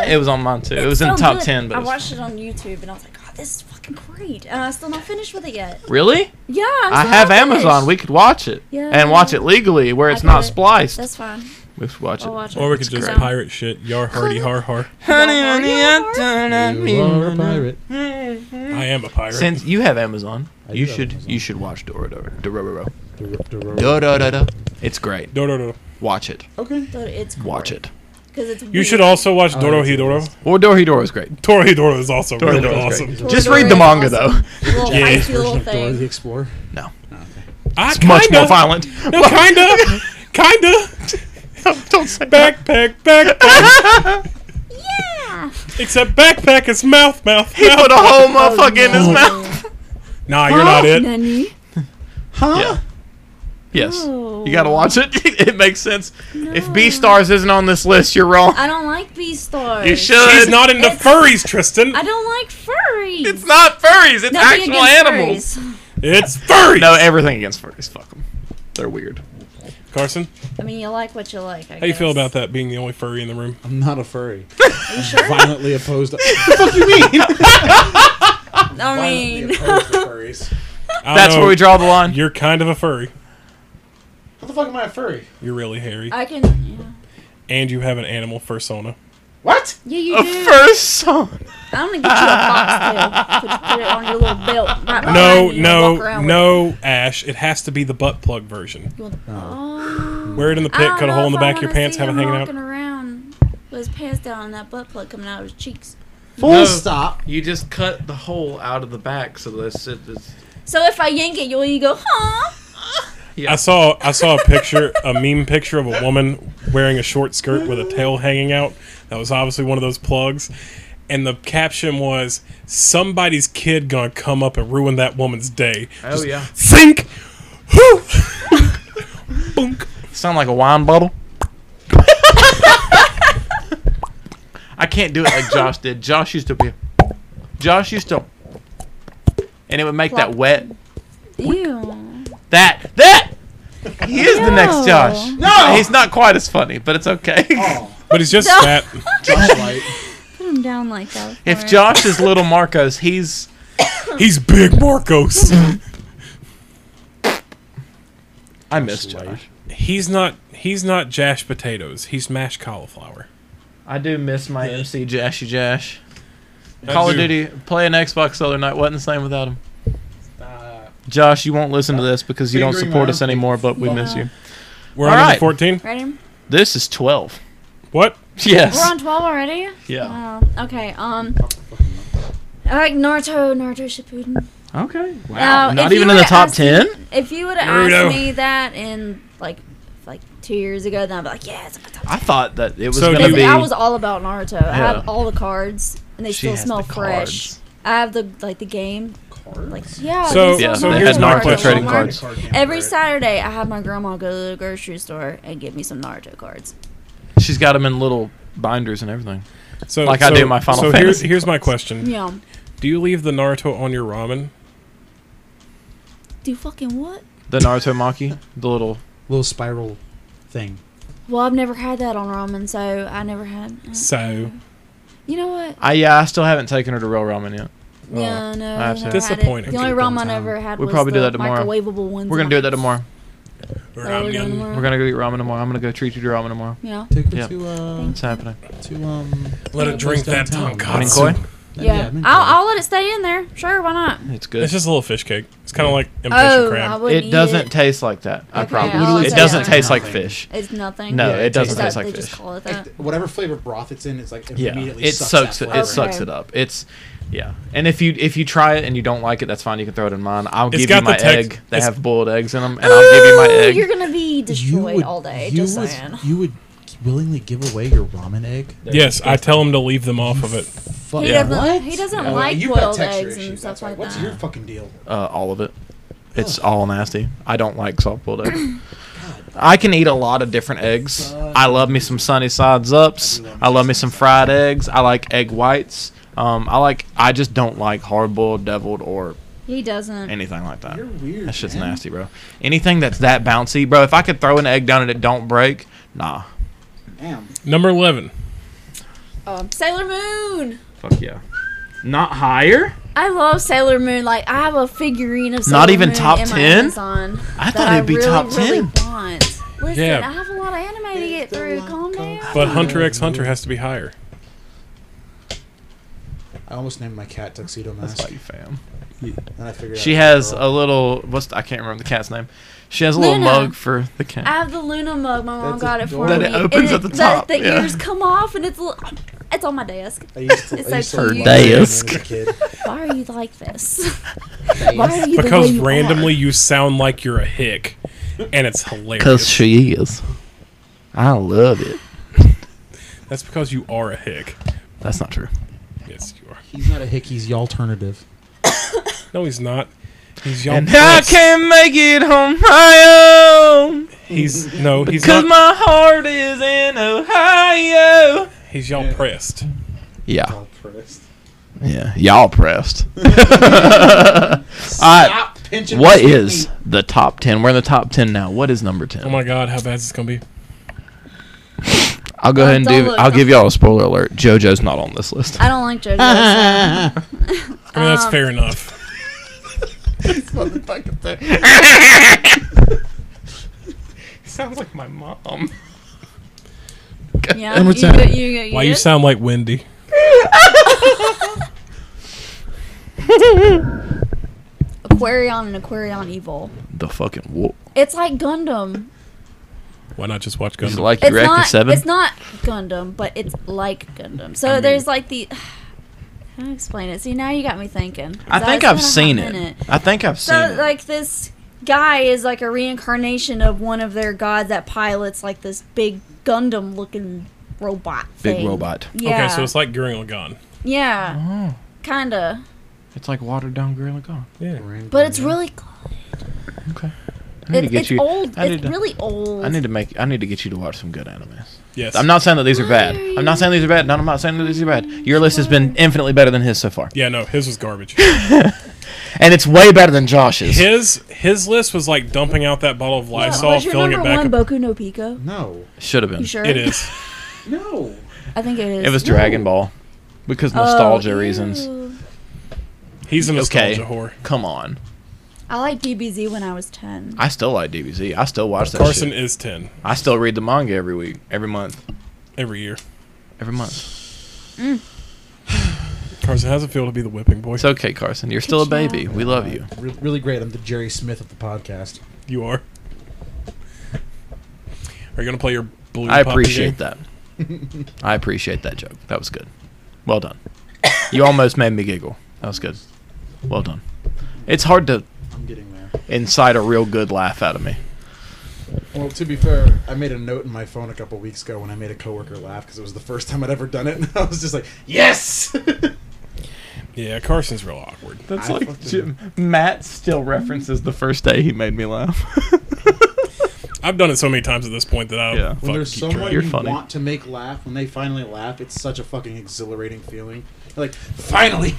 Yeah. it was on mine too it was It's in so top good. 10 but I it was- watched it on YouTube and I was like, God, this is fucking great. And I'm still not finished with it yet. really Yeah. I'm I still have not Amazon. finished. We could watch it Yeah. and watch it legally where it's I got not it. spliced. That's fine. we should watch it. I'll watch it. Or we could just great. pirate shit. Yar hardy har har. Honey, Y'all honey, are? I don't know me. You are a pirate. I am a pirate. Since you have Amazon, I you do have should Amazon. you should watch Dora Dora Dora Okay. Dora Dora Dora. It's great. Dororo. Watch it. So it's Watch great. it. 'Cause it's You weird. should also watch Oh, Dorohedoro. that's Or Dory Dora is great. Dorohedoro is also Dora really Dora is awesome. great. Dora Just Dora read the is manga awesome. Little Yeah. icy little Version of Dora the thing. Explorer. No, I it's much more Ah, kinda- violent. No, kinda. kinda. [LAUGHS] don't say that. Backpack, [LAUGHS] backpack. Yeah. Except backpack is mouth, mouth, He mouth. put a whole motherfucker in his no. mouth. Nah, you're Oh, not it. Nani? [LAUGHS] Yeah. Yes. No. You gotta watch it. [LAUGHS] it makes sense. If B Stars isn't on this list, you're wrong. I don't like Beastars. You should. He's not into It's- furries, Tristan. I don't like furries. It's not furries. It's Nothing actual against animals. furries. It's furries. No, everything against furries. Fuck them. They're weird. Carson, I mean, you like what you like. I how you feel about that being the only furry in the room? I'm not [LAUGHS] a furry. You sure? Violently opposed. What the fuck you mean? I mean, opposed to [LAUGHS] furries. I That's know where we draw the line. You're kind of a furry. How the fuck am I a furry? You're really hairy, I can. Yeah, and you have an animal fursona. What? yeah you a do. first song. I'm gonna get you a foxtail. Put, put it on your little belt. Right behind No, you and walk no, around no, Ash. It has to be the butt plug version. With it. Oh. Wear it in the I pit, don't cut a know hole in the if I back of your wanna pants, see have it him hanging walking out. around with his pants down and that butt plug coming out of his cheeks. Full No. stop. You just cut the hole out of the back so this it's So if I yank it, you'll you go, huh? Yeah. I saw, I saw a picture, a meme picture of a woman wearing a short skirt with a tail hanging out. That was obviously one of those plugs. And the caption was, "Somebody's kid gonna come up and ruin that woman's day." Oh yeah. Sink. Whew. Boonk. Sound like a wine bottle. I can't do it like Josh did. Josh used to be Josh used to and it would make that Plop. wet Ew. that that he is the next No. Josh. No, he's not quite as funny, but it's okay. But he's just No. [LAUGHS] fat. Flashlight. Put him down like that. [LAUGHS] If for- Josh is little Marcos, he's He's big Marcos. I miss Flashlight. Josh. he's not. He's not Jash potatoes. He's mashed cauliflower. I do miss my MC Jashy Jash. I Call of do. Duty, playing Xbox the other night wasn't the same without him. Uh, Josh, you won't listen to this because you don't Fingering support my us armpit. anymore, but we miss Yeah. you. We're All on number right. fourteen. Ready? This is 12. What? We're [LAUGHS] Yes. on 12 already? Yeah. Wow. Okay, um. I like Naruto, Naruto Shippuden. Okay. Now, Not if you even in the would've top asked- 10? If you would have Naruto. asked me that in, like, like two years ago, then I'd be like, yeah, it's a top I thought that it was So going do to Basically, be. I was all about Naruto. I Yeah. have all the cards, and they She still has smell the fresh. cards. I have the like the game, like yeah. So- these Yeah, are so my here's Naruto Naruto cards. trading Walmart. cards. Every Saturday, I have my grandma go to the grocery store and get me some Naruto cards. She's got them in little binders and everything. So Like I so- do my Final So here's Fantasy here's my question. Yeah. Do you leave the Naruto on your ramen? Do fucking what? The Naruto Maki, the little. Little spiral thing. Well, I've never had that on ramen, so I never had. uh, So Oh, You know what? I yeah, I still haven't taken her to real ramen yet. yeah, no. I have I've to- never had it. Disappointing. The only Could've ramen done I time. ever had We'll was probably do the that tomorrow. microwavable ones. We're gonna do that tomorrow. ramen. We're gonna go eat ramen tomorrow. I'm gonna go treat you to ramen tomorrow. Yeah. Take her Yeah. to uh It's happening. to um Let it drink that Downtown. Putting tonkatsu. koi. Yeah, mint jelly. I'll, I'll let it stay in there. Sure, why not? It's good. It's just a little fish cake. It's kind of like imitation Oh, I crab. wouldn't it eat doesn't it. taste like that. I Okay, promise. I'll it say doesn't that. taste like Nothing. fish. It's nothing. No, Yeah, it it doesn't Is that- taste like they fish. just call it that. whatever flavor broth it's in, it's like it yeah, immediately it sucks. sucks. that It, flavor. it sucks Okay. it up. It's yeah. And if you if you try it and you don't like it, that's fine. You can throw it in mine. I'll It's give got you the my tex- egg. They it's- have boiled eggs in them, and I'll give you my Ooh, egg. Oh, You're gonna be destroyed would- all day. You Just would, saying. you would willingly give away your ramen egg? Yes, I tell him to leave them off of it. Fuck He Yeah. doesn't. What? He doesn't Yeah, well, like you've got boiled texture eggs and issues, stuff that's why. like What's that. your fucking deal? uh, all of it. It's all nasty. I don't like soft boiled [COUGHS] eggs. I can eat a lot of different eggs. I love me some sunny sides ups. I love me some fried eggs. I like egg whites. Um, I like. I just don't like hard boiled, deviled, or He doesn't. anything like that. You're weird. Uh, That shit's man. nasty, bro. Anything that's that bouncy, bro. If I could throw an egg down and it don't break, nah. Damn. Number eleven. um, Sailor Moon. Fuck yeah. Not higher. I love Sailor Moon. Like I have a figurine of Sailor Not even Moon top in my 10? Amazon I that thought it'd be really, top Really 10. want. Listen, Yeah. I have a lot of anime to get through. Calm down. But Hunter X Hunter has to be higher. I almost named my cat Tuxedo That's Mask. like fam. And I figured She out it has was a little. What's I can't remember the cat's name. She has a little Luna. mug for the cat. I have the Luna mug. My mom That's got it for adorable. me. That it opens and at the it- top, The, the yeah. ears come off, and it's a little, it's on my desk. girl. I used to, It's I used [LAUGHS] so to cute. love her when I was a Desk. kid. [LAUGHS] Why are you like this? Why are you the way Because you are? randomly you sound like you're a hick, and it's hilarious. she is. I love it. That's because you are a hick. That's not true. Yes, you are. He's not a hick. He's the alternative. No, he's not. He's young. And I can make it on my own He's no. He's because not. my heart is in Ohio. he's y'all pressed. Yeah, Alternative. yeah, y'all pressed. [LAUGHS] Stop pinching. Uh, What my is sweet the top ten? We're in the top ten now. What is number ten? Oh my god, how bad is this gonna be? I'll go ahead and Don't do. look, I'll don't give y'all a spoiler alert. JoJo's not on this [LAUGHS] list. I don't like JoJo. I mean, that's Um, fair enough. [LAUGHS] Sounds like my mom. yeah, Number you 10. good- you good- you Why you good? sound like Wendy? Aquarion and Aquarion Evil. The fucking wolf. It's like Gundam. Why not just watch Is it Gundam? like It's you not. seven? It's not Gundam, but it's like Gundam. So mean- there's like the. [SIGHS] How do I explain it? See, now you got me thinking. I So think it's been a I've hot seen it. minute. I think I've seen So it. like this guy is like a reincarnation of one of their gods that pilots like this big Gundam looking robot. Big thing. robot. Yeah. Okay, so it's like Gurren Lagann. yeah, kinda. Oh, It's like watered down Gorilla Gone. Yeah. ring. But it's really. good. Okay. I need It's, to get it's you. old. I need It's to, really old. I need to make. I need to get you to watch some good anime. Yes. I'm not saying that these are bad. I'm not saying these are bad. No, I'm not saying that these are bad. Your list has been infinitely better than his so far, Yeah, no, his was garbage. [LAUGHS] and it's way better than Josh's. his his list was like dumping out that bottle of Yeah, Lysol, was your filling it number back one up. Boku no Pico? no, Should have You been. sure? It is. no. [LAUGHS] I think it is. It was Dragon Ball, because Oh, nostalgia ew. reasons. He's a [LAUGHS] nostalgia Okay. whore. Come on. I liked DBZ when I was ten. I still like DBZ. I still watch that Carson shit. is ten I still read the manga every week, every month, every year. every month. Carson, how's it feel to be the whipping boy? It's okay, Carson. You're still a job. baby. We love you. Re- really great. I'm the Jerry Smith of the podcast. you are. Are you gonna play your blue? I Poppy appreciate game? that. I appreciate that joke. That was good. Well done. You almost made me giggle. That was good. Well done. It's hard to I'm getting there. incite a real good laugh out of me. Well, to be fair, I made a note in my phone a couple weeks ago when I made a coworker laugh because it was the first time I'd ever done it, [LAUGHS] and I was just like, "Yes!" [LAUGHS] Yeah, Carson's real awkward. That's I like fucking- Jim, Matt still references the first day he made me laugh. [LAUGHS] I've done it so many times at this point that I Yeah. don't when fucking there's keep someone track. You're you funny. want to make laugh, when they finally laugh, it's such a fucking exhilarating feeling. You're like, finally!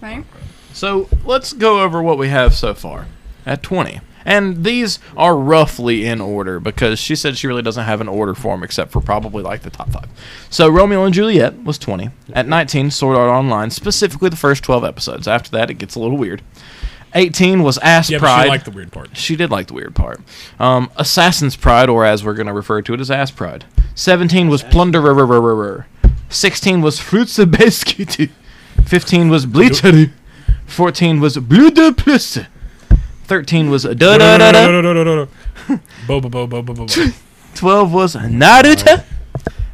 Right? so let's go over what we have so far at 20. And these are roughly in order because she said she really doesn't have an order for them except for probably like the top five. So Romeo and Juliet was 20. At 19, Sword Art Online, specifically the first 12 episodes. After that, it gets a little weird. 18 was Ass Yeah, but Pride. you like the weird part. She did like the weird part. Um, Assassin's Pride, or as we're going to refer to it as Ass Pride. 17 was Plunderer. 16 was Fruits of Biscuit. 15 was Bleacher. 14 was Blue de Plus. 13 was Da Da Da Da. no, no, no, no, no. [LAUGHS] Bo, bo, bo, bo, bo, bo, bo. 12 was Naruto.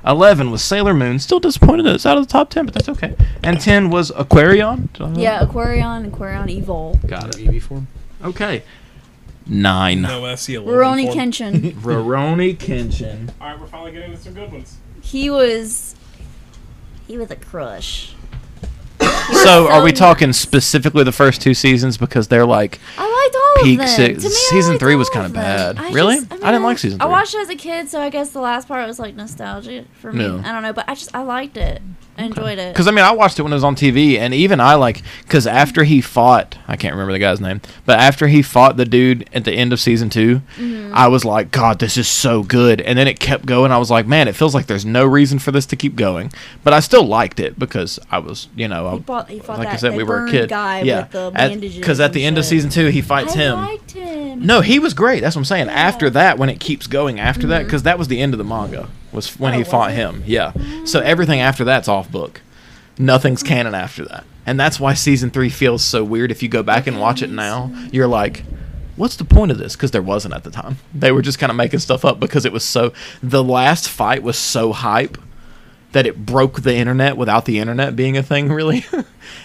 11 was Sailor Moon. Still disappointed that it's out of the top 10, but that's okay. And 10 was Aquarion. Did I- Yeah, Aquarion, Aquarion Evil, Got E it. EV form. Okay. 9. No, that's the 11 Roroni [LAUGHS] form. Kenshin. Roroni Kenshin. All right, we're finally getting into some good ones. He was, he was a crush. So are we So- talking specifically the first two seasons because they're like I liked all Peak of them. six- To me, I season liked three all was of kinda them. bad. I Really? just- I didn't like season I three. watched it as a kid, so I guess the last part was like nostalgia for me. No. I don't know, but I just I liked it. I enjoyed it. Because I mean, I watched it when it was on TV, and even I like because after he fought, I can't remember the guy's name, but after he fought the dude at the end of season 2 Mm-hmm. I was like, God, this is so good. And then it kept going. I was like, man, it feels like there's no reason for this to keep going, but I still liked it because I was, you know, I, He fought- he fought like I that- said, that we were a burned kid. guy yeah, with the bandages because at, and the end of shit. season two, he fights I him. liked him. [LAUGHS] No, he was great. That's what I'm saying. After that, when it keeps going after that, 'cause that, because that was the end of the manga, was when he Mm-hmm. Oh, was fought it? Mm-hmm. him. Yeah. So everything after that's off book. Nothing's canon after that. And that's why season three feels so weird. If you go back and watch it now, you're like, what's the point of this? Because there wasn't at the time. They were just kind of making stuff up because it was so. The last fight was so hype that it broke the internet without the internet being a thing, [LAUGHS] really.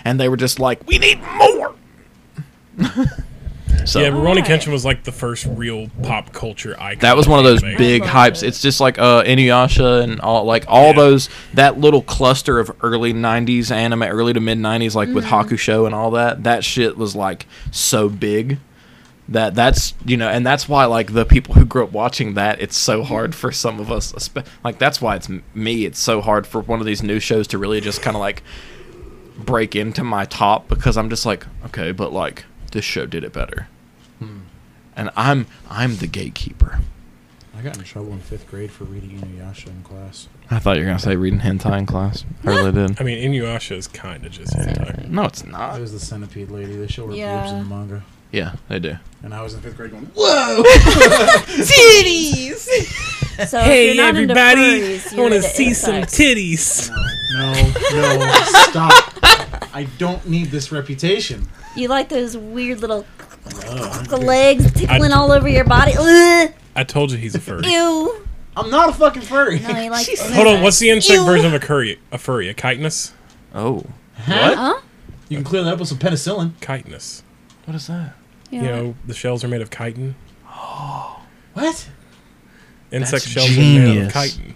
and they were just like, we need more. [LAUGHS] so. yeah, Roroni Alright. Kenshin was like the first real pop culture icon. That was one of those anime. big I love hypes. it. It's just like uh, Inuyasha and all like all Yeah. those that little cluster of early '90s anime, early to mid '90s, like with Hakusho and all that. That shit was like so big that that's you know, and that's why like the people who grew up watching that, it's so hard for some of us. espe- Like that's why it's m- me. It's so hard for one of these new shows to really just kind of like break into my top because I'm just like, okay, but like this show did it better. Hmm. And I'm I'm the gatekeeper. I got in trouble in fifth grade for reading Inuyasha in class. I thought you were gonna say reading hentai in class. I really did. I mean, Inuyasha is kind of just hentai. No, it's It not. was the centipede lady. They show her boobs Yeah. in the manga, Yeah, they do. and I was in fifth grade going, So if you're not into furries, you're wanna into insects. titties? "No, no, stop! I don't need this reputation." Oh, You like those weird little legs tickling I- all over your body? Ugh, I told you he's a furry. ew. Oh, I'm not a fucking furry. No, [LAUGHS] [LAUGHS] he likes. Hold on, what's the insect Ew. version of a curry? A furry? A chitinous? Oh, Huh? You can clear that up with some penicillin. Chitinous. what is that? Yeah. You know, the shells are made of chitin. What? Insect That's shells are made of genius. chitin.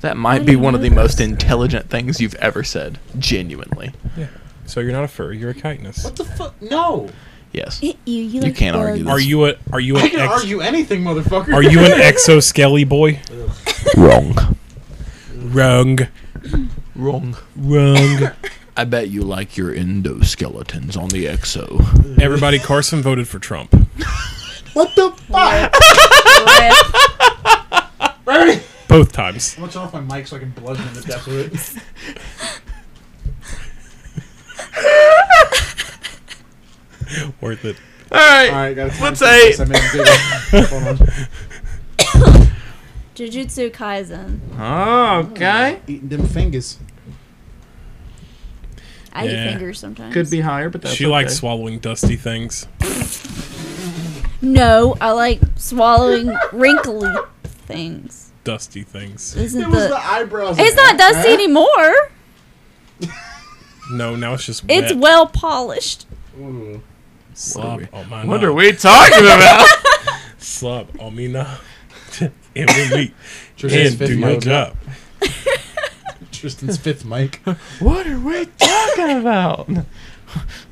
That might I be didn't one of know the most intelligent things you've ever said. Genuinely, Yeah. So you're not a furry, you're a chitinous. What the fuck? No, yes. Ew, you, You like can't argue bugs. that. Are you a are you I an can ex- argue anything, motherfucker. are you an exoskelly boy? Wrong. Wrong. Wrong. Wrong. I bet you like your endoskeletons on the exo. [LAUGHS] Everybody Carson voted for Trump. What the fuck? Rip. Brody! Both times. I'm gonna turn off my mic so I can bludgeon him to [LAUGHS] death with it. Worth it. All right. Alright, guys. Let's eight. Jujutsu Kaisen. Oh, okay. Eating them fingers. I Yeah. eat fingers sometimes. Could be higher, but that's she okay. likes swallowing dusty things. No, I like swallowing [LAUGHS] wrinkly things. Dusty things. Isn't It was the, the eyebrows. It's not dusty Huh? anymore. No, now it's just wet. It's well polished. Ooh. Slob. Oh my What nah. are we talking about? Slob. Oh me nah. [LAUGHS] It will meet. Tristan's And fifth do your mic. job. Tristan's [LAUGHS] fifth mic. [LAUGHS] what are we talking about?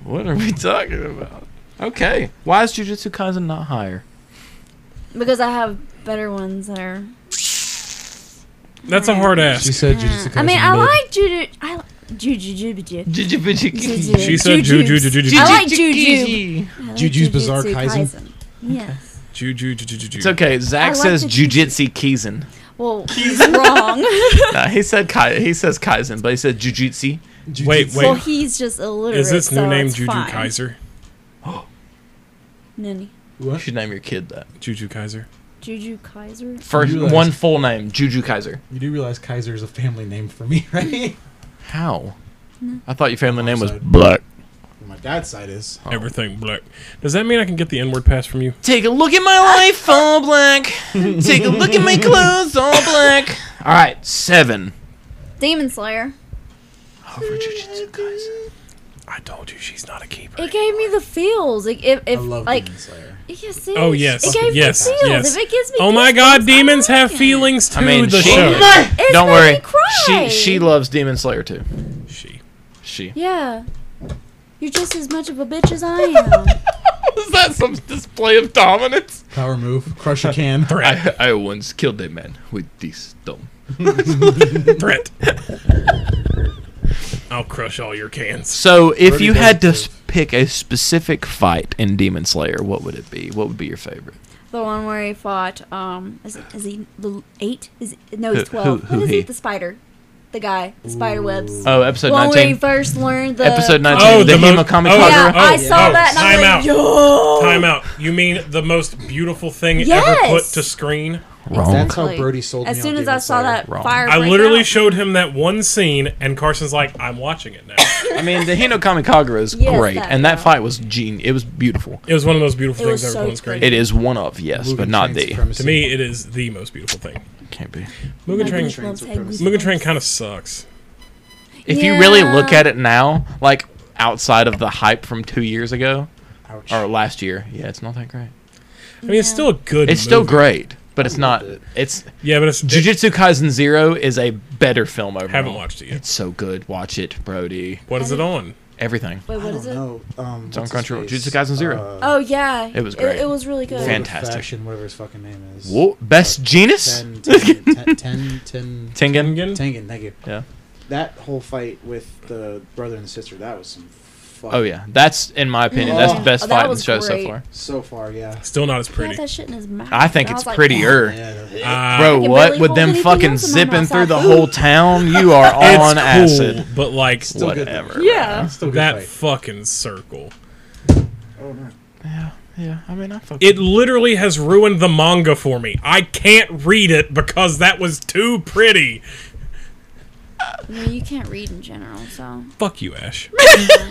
What are we talking about? Okay. Why is Jujutsu Kaisen not higher? Because I have better ones there. That's a hard ask. She said Jujutsu I mean, I like Juju. I Juju Jujutsu She said ju ju ju ju ju I ju like Juju. Juju's Bizarre Kaisen. Yes. ju ju ju ju ju. It's okay. Zach like says the Jujutsu Kaisen. [LAUGHS] Well, [LAUGHS] he's wrong. Nah, he said Kai- he says Kaisen, but he said Jujutsu. Wait, wait. well, he's just illiterate. Is this new so name it's Juju fine. Kaiser? Nini. You should name your kid that. Juju Kaiser. Juju Kaiser. First You guys- one full name, Juju Kaiser. [LAUGHS] You do realize Kaiser is a family name for me, right? How? I thought your family name was Sorry. Black. My dad's side is. Everything black. Does that mean I can get the N-word pass from you? Take a look at my life, all black. Take a look at my clothes, all black. All right, seven. Oh, Demon Slayer. Over Jujutsu Kaisen. I told you she's not a keeper. It gave me the feels. Like if, I if love like Demon Slayer. yeah, see, Oh, yes. it gave Yes, me feels. yes. If it gives me Oh my goosebumps, God! I Demons like have it. [LAUGHS] feelings too. I mean, the she- show. It's Don't made worry. me She cry. she loves Demon Slayer too. She. She. Yeah, you're just as much of a bitch as I am. Is that some display of dominance? Power move. Crush [LAUGHS] a can. Threat. I, I once killed a man with this stone. Threat. [LAUGHS] I'll crush all your cans. So, if Pretty you had to damn s- pick a specific fight in Demon Slayer, what would it be? What would be your favorite? [LAUGHS] the one where he fought. Um, is, it, is he the eight? Is it, no, he's Who- who- twelve. who what is he? he? The spider, the guy, the spider webs. Oh, episode one where he nineteen. first learned the Episode nineteen. Oh, the the most- Hima oh, uh, Yeah, Kamikagura. I saw oh, that and I was time like, out. yo. Time out. You mean the most beautiful thing ever Yes. put to screen? Oh Wrong. That's how Brody sold As me on soon as Demon I saw Slayer. that Wrong. fire, I break literally out. showed him that one scene, and Carson's like, "I'm watching it now." I mean, the Hino Kamikagura is Yes, great, that and that guy. fight was gene. It was beautiful. It was one of the most beautiful It things was ever so put on screen. pretty. It is one of yes, Mugen but not Train's the. supremacy. To me, it is the most beautiful thing. Can't be. Mugen Train. Mugen Train's supremacy. Mugen Mugen Train kind of sucks. If you really look Yeah. at it now, like outside of the hype from two years ago Ouch. or last year, yeah, it's not that great. I mean, it's still a good. It's still movie. great, but it's not. loved it. It's Yeah, but it's. It, Jujutsu Kaisen Zero is a better film overall. haven't watched it yet. It's so good. Watch it, Brody. What is it on? Everything. Wait, I what is don't it? know. Um, It's on what's his Crunchyroll. face? Jujutsu Kaisen Zero. Uh, Oh yeah, It was great. It, was really good. Lord of Fantastic. Fashion, whatever his fucking name is. Whoa, best genus. 10, 10, 10, 10, [LAUGHS] 10, Tengen. Tengen, thank you. Yeah. That whole fight with the brother and sister, that was some fuck. Oh yeah, that's in my opinion. That's the Oh, best that fight in the was show so great. far. So far, yeah. Still not as He had pretty. that shit in his mouth. I think and it's er-" was like, prettier. yeah. Uh, Bro, I can what barely with hold them anything fucking else in my mouth. zipping through the Ooh. whole town? You are it's on cool, acid. but like Still good, though. Whatever. Yeah. Still good that fight. fucking circle. oh, no. Yeah, yeah. I mean, I fucking. It literally has ruined the manga for me. I can't read it because that was too pretty. I mean, you can't read in general, so. Fuck you, Ash. that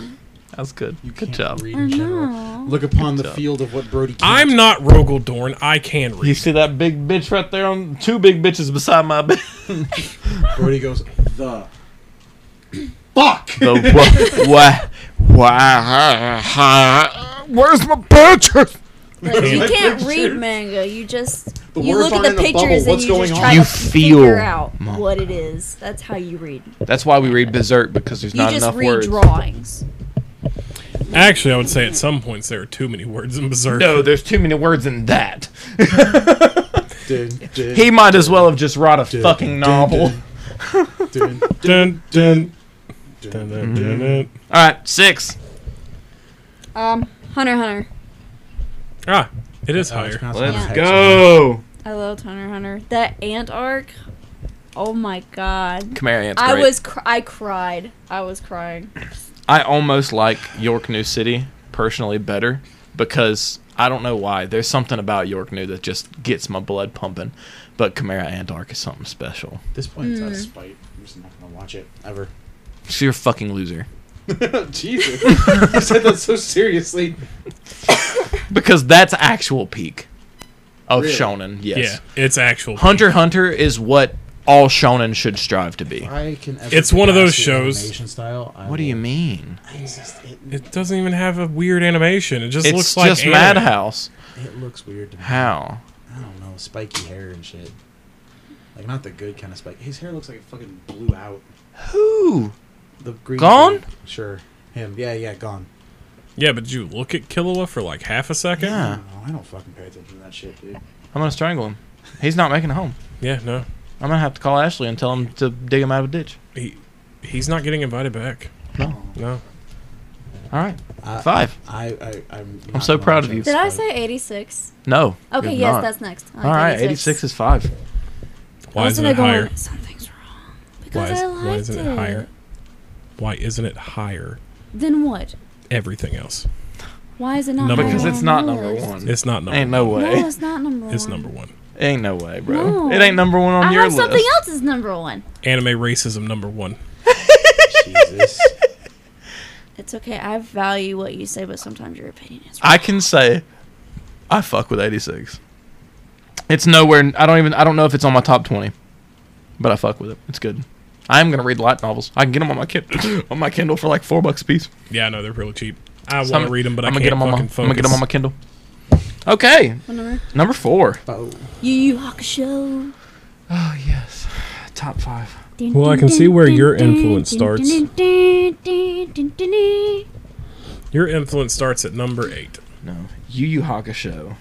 was good. You good can't job. read in general. Look upon the job. field of what Brody can I'm not Rogel Dorn. I can You read. see that big bitch right there on two big bitches beside my bed. Brody goes, the [COUGHS] fuck! the [LAUGHS] what? Why? Where's my bitches? Like, you Like can't pictures. read manga. You just The you words look at aren't the in a bubble. pictures and What's you going just on? try You to feel figure out manga. what it is. That's how you read. That's why we read Berserk because there's You not just enough read words. drawings. Actually, I would say at some points there are too many words in Berserk. No, there's too many words in that. Dun, dun, He might as well have just wrote a dun, fucking dun, novel. dun, [LAUGHS] dun, Dun, dun, dun, dun, dun. dun, dun, dun. All right, six. Um, Hunter x Hunter. Ah, it is Oh, it's higher. pronounced Let's Hunter. go. I loved Hunter x Hunter. That ant arc. Oh my god. Chimera Ant's I great. was cr- I cried. I was crying. I almost like York New City personally better because I don't know why. There's something about York New that just gets my blood pumping. But Chimera Antark is something special. At this point, it's out of spite. I'm just not going to watch it [LAUGHS] ever. So you're a fucking loser. Jesus. [LAUGHS] you said that so seriously. Because that's actual peak of Really? shonen, yes. Yeah, it's actual. Hunter x Hunter is what all shonen should strive to be. I can ever It's one of those get past the shows- animation Style, I What do you will- mean? It's just- it, It doesn't even have a weird animation. It just It's looks like just anime. Madhouse. it looks weird to me. How? I don't know, spiky hair and shit. Like not the good kind of spike. His hair looks like it fucking blew out. Who? The green. Gone? dude. Sure. Him. Yeah, yeah, gone. Yeah, but did you look at Killua for like half a second? Yeah. I don't know. I don't fucking pay attention to that shit, dude. I'm gonna strangle him. He's not making it home. Yeah, no. I'm gonna have to call Ashley and tell him to dig him out of a ditch. He he's not getting invited back. No. No. All right. I, Five. I, I, I'm. I'm so proud of you. Did I say 86? No. Okay, you've yes, not. that's next. I All like right. 86 is five. Why I isn't was it gonna go higher? on, Something's wrong. Why, Because is, I liked why isn't it. it, higher? Why isn't it higher? Then what? Everything else. Why is it not Number higher one. Because on it's not the number list? one. It's not number. Ain't no No, way. it's not number one. It's number one. Ain't no way, bro. No. It ain't number one on I your have list. something else is number one. Anime racism number one. Jesus. It's okay. I value what you say, but sometimes your opinion is wrong. I can say I fuck with 86. It's nowhere. I don't even. I don't know if it's on my top 20, but I fuck with it. It's good. I am gonna read light novels. I can get them on my kid, [GASPS] on my Kindle for like four bucks a piece. Yeah, I know they're really cheap. I So want to I'm- read them, but I I'm can't gonna get 'em on my. fucking focus. I'm gonna get them on my Kindle. Okay, What number? number four. Oh, Yu Yu Hakusho. Oh yes, top five. Dun, Well, I dun, can see dun, where dun, your dun, influence dun, starts. dun, dun, dun, dun, dun, dun. Your influence starts at number eight. No, Yu Yu Hakusho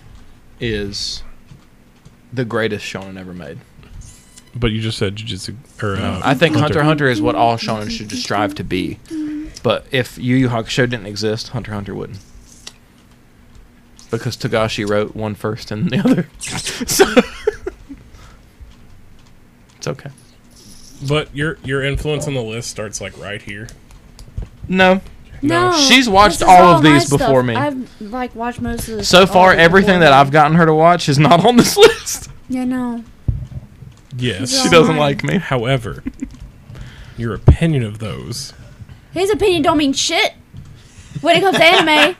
is the greatest shonen ever made. But you just said jujitsu or uh, I think Hunter x Hunter is what all shonen should just strive to be. But if Yu Yu Hakusho didn't exist, Hunter x Hunter wouldn't. Because Togashi wrote one first and the other. [LAUGHS] so It's okay. But your your influence on the list starts like right here. No. No, She's watched this is all of my these before stuff. me. I've like watched most of this. So all far of it everything before that me. I've gotten her to watch is not on this [LAUGHS] list. Yeah, no. Yes. She She doesn't doesn't like me. However, your opinion of those. His opinion don't mean shit when it comes [LAUGHS] to anime.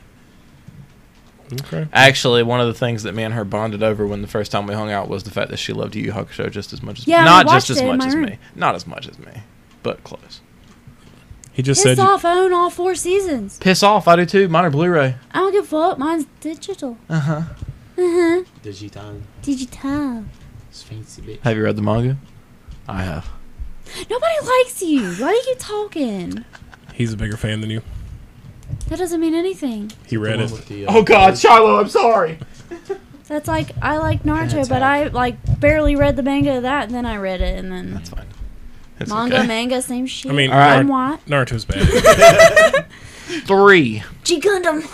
Okay. Actually, one of the things that me and her bonded over when the first time we hung out was the fact that she loved Yu Yu Hakusho just as much as Yeah, me. we Not just watched as it in much my as room. me. Not as much as me, but close. He just Pissed said you, off, own all four seasons. Piss off, I do too. Mine are Blu-ray. I don't give a fuck. Mine's digital. Uh huh. Uh huh. digital, Digital. it's [LAUGHS] fancy bit. Have you read the manga? I have. Nobody likes you. Why do you keep talking? he's a bigger fan than you. That doesn't mean anything. He read it. Oh uh, God, Shiloh, I'm sorry. That's like I like That's Naruto, but I like barely read the manga of that, and then I read it, and then That's fine. It's manga, okay. manga, same shit. I mean, All right. I'm what? Naruto's bad. Three G Gundam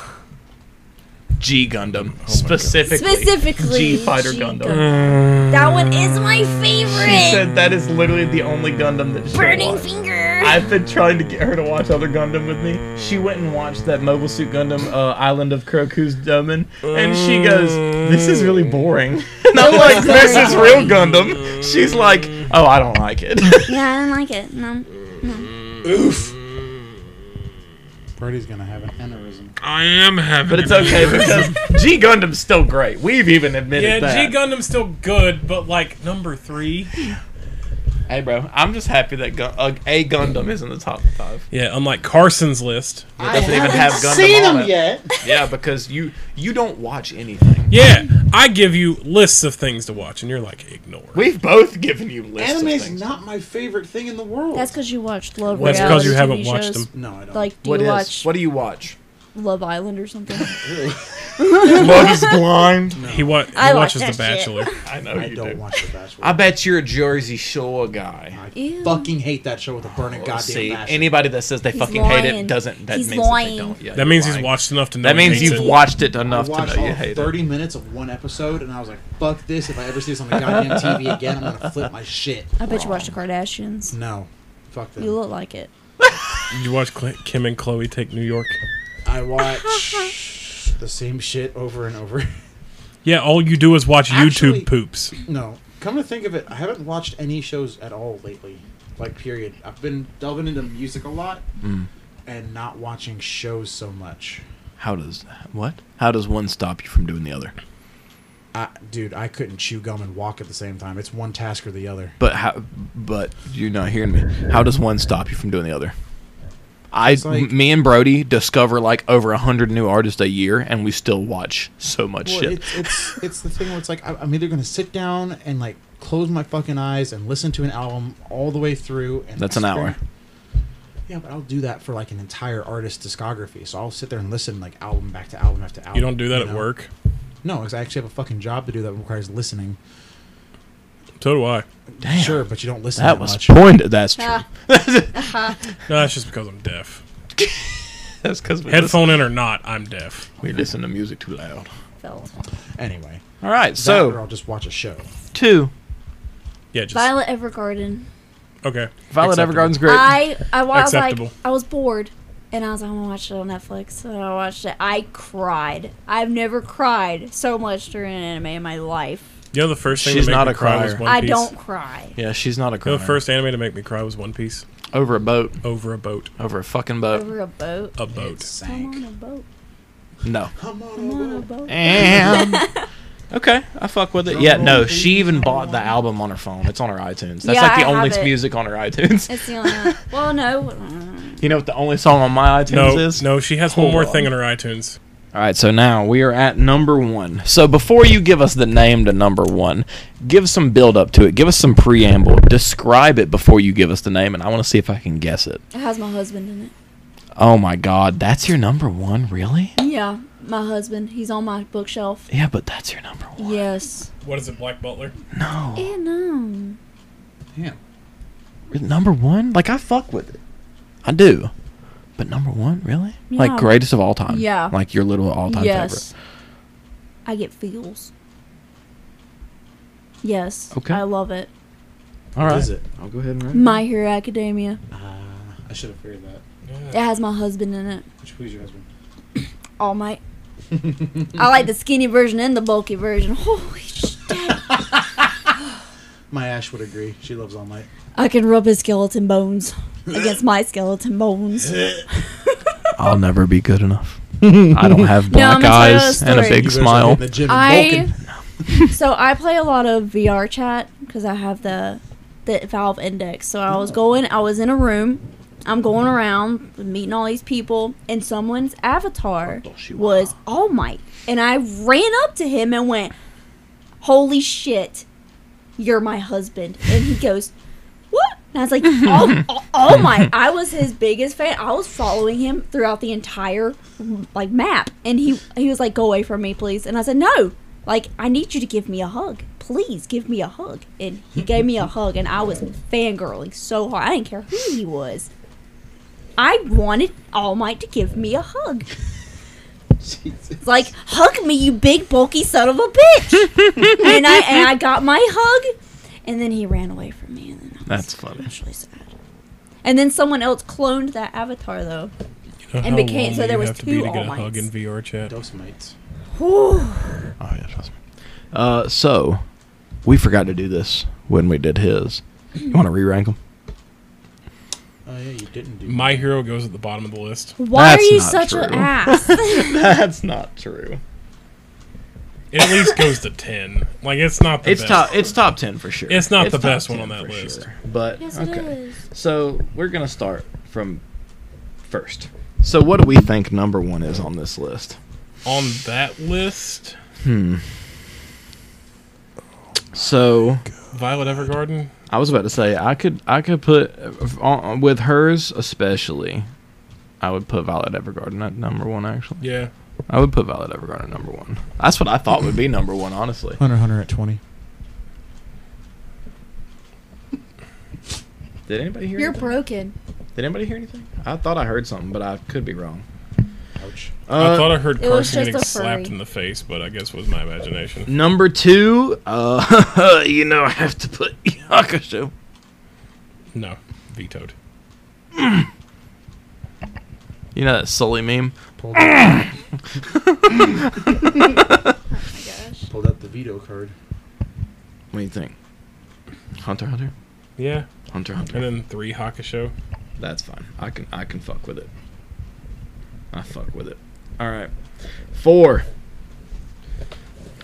G Gundam specifically. specifically. G Fighter Gundam. That one is my favorite. She said that is literally the only Gundam that she Burning watched. Finger. I've been trying to get her to watch other Gundam with me. She went and watched that Mobile Suit Gundam uh, Island of Kuroku's Domain, and she goes, "This is really boring." [LAUGHS] And I'm like, "This is real Gundam." She's like, "Oh, I don't like it." [LAUGHS] yeah, I don't like it. No. Brody's gonna have an aneurysm. [LAUGHS] I am having. But it's okay because G Gundam's still great. We've even admitted yeah, that. G Gundam's still good, but like number three. hey, bro, I'm just happy that Gun- uh, a Gundam is in the top five. Yeah, unlike Carson's list. It doesn't even have Gundam Seen on him it. yet? Yeah, because you you don't watch anything. Yeah, I give you lists of things to watch, and you're like, ignore. We've both given you lists of Anime's things. not my favorite thing in the world. That's because you watched Love That's Reality 'cause you TV haven't watched shows. them. no, I don't. Like, do What you is? watch What do you watch? Love Island or something? Love is blind. He, wa- he I like watches The that shit. [LAUGHS] Bachelor. I know I you don't do. watch The Bachelor. I bet you're a Jersey Shore guy. Ew. fucking hate that show with a burning goddamn See, passion. anybody that says they He's fucking hate it lying. doesn't. That He's means lying. that they don't. Yeah, That you're means he's lying. watched enough to know. That he means hates you've it. watched it I enough to watched know you all hate it. 30 minutes of one episode, and I was like, "Fuck this! If I ever see this on the goddamn [LAUGHS] TV again, I'm gonna flip my shit." I bet you watched The Kardashians. No, fuck You that. look like it. Did you watch Cl- Kim and Chloe take New York? I watch the same shit over and over. [LAUGHS] Yeah, all you do is watch Actually- YouTube poops. No, come to think of it, I haven't watched any shows at all lately. Like, period. I've been delving into music a lot Mm. and not watching shows so much. How does what? How does one stop you from doing the other? I, dude, I couldn't chew gum and walk at the same time. It's one task or the other. But how? But you're not hearing me. How does one stop you from doing the other? I, like- me and Brody discover like over a hundred new artists a year, and we still watch so much Well, shit. It's, it's [LAUGHS] it's the thing where it's like I- I'm either gonna sit down and like close my fucking eyes and listen to an album all the way through. And That's an hour. Yeah, but I'll do that for like an entire artist's discography. So I'll sit there and listen like album back to album after album. You don't do that you at know? work. No, because I actually have a fucking job to do that requires listening. So do I. Damn. Sure, but you don't listen that, that was much. pointed. That's true. Ah. No, that's just because I'm deaf. That's because we, listen, Headphone in or not, I'm deaf. we listen to music too loud. Phil. Anyway, All right, so or so I'll just watch a show. two. Yeah, just Violet Evergarden. okay. Violet Acceptable. Evergarden's great. I I wa- I was like Acceptable. I was bored and I was like I'm gonna watch it on Netflix So I watched it. I cried. I've never cried so much during an anime in my life. You know the first thing She's to make not me a cry was crier. One I Piece. don't cry. yeah, she's not a You know crier. the first anime to make me cry was One Piece. Over a boat. over a boat. Over a fucking boat. over a boat. A boat. It Come on sank. a boat. no. Come on, Come on a over. boat. [LAUGHS] And okay, I fuck with it. Yeah, no, she even bought the album on her phone. It's on her iTunes. That's Yeah, like the I only have it. music on her iTunes. It's the only one. Well, no. [LAUGHS] You know what the only song on my iTunes No, is? no, she has Hold one more on. thing on her iTunes. All right, so now we are at number one. So before you give us the name to number one, give some build up to it. Give us some preamble. Describe it before you give us the name, and I want to see if I can guess it. It has my husband in it. Oh my God, that's your number one, really? Yeah, my husband. He's on my bookshelf. Yeah, but that's your number one. Yes. What is it, Black Butler? No, Yeah, no. Damn. number one? Like I fuck with it. I do, but number one, really? Yeah. Like greatest of all time? Yeah. Like your little all time Yes. I get feels. Yes. Okay. I love it. favorite. All right. What is it? I'll go ahead and write My Hero Academia. it. Uh, I should have figured that. It has my husband in it. Which please your husband. [LAUGHS] All Might. I like the skinny version and the bulky version. Holy shit. My Ash would agree. She loves All Might. I can rub his skeleton bones against my skeleton bones. I'll never be good enough. I don't have No, I'm black gonna tell you eyes a and a story. big You guys are smile. hitting The gym and I bulking. [LAUGHS] so I play a lot of VR chat because I have the the Valve Index. So I was going, I was in a room, I'm going around meeting all these people, and someone's avatar was All Might, and I ran up to him and went, "Holy shit, you're my husband!" And he goes. What? And I was like, oh, oh, oh my! I was his biggest fan. I was following him throughout the entire like map, and he he was like, "Go away from me, please." And I said, "No, like I need you to give me a hug. Please give me a hug." And he gave me a hug, and I was fangirling so hard. I didn't care who he was. I wanted All Might to give me a hug. It's Like, hug me, you big bulky son of a bitch! and I and I got my hug, and then he ran away from me. And then I was That's funny. actually sad. And then someone else cloned that avatar though. You know and how became- lonely so there you was have to be two to get All a hug Mights. in VR chat. Dose mites. Whew. Oh yeah, trust me. Uh, so we forgot to do this when we did his. You want to re-rank them? Oh yeah, you didn't do. My hero goes at the bottom of the list. Why That's are you not such an true. [LAUGHS] ass? That's not true. It at least goes to ten. Like it's not the It's best. top. It's top ten for sure. It's not the top best one 10 on that for list. sure. But yes, it okay. is. So we're gonna start from first. So what do we think number one is on this list? Hmm. On that list, So Violet Evergarden. I was about to say I could I could put uh, on, with hers especially. I would put Violet Evergarden at number one. Actually, Yeah. I would put Violet Evergarden at number one. That's what I thought would be number one. Honestly, Hunter Hunter at twenty. did anybody hear? You're anything? broken. Did anybody hear anything? I thought I heard something, but I could be wrong. Ouch. Uh, I thought I heard it Carson was just getting a slapped furry. in the face, but I guess it was my imagination. number two, uh, [LAUGHS] you know, I have to put [LAUGHS] Yakusho. No, vetoed. You know that Sully meme? Pulled [LAUGHS] out, Oh my gosh. pulled out the veto card. What do you think? Hunter, Hunter, Yeah, Hunter, and Hunter. then three Hakusho. That's fine. I can, I can fuck with it. I fuck with it. All right, four.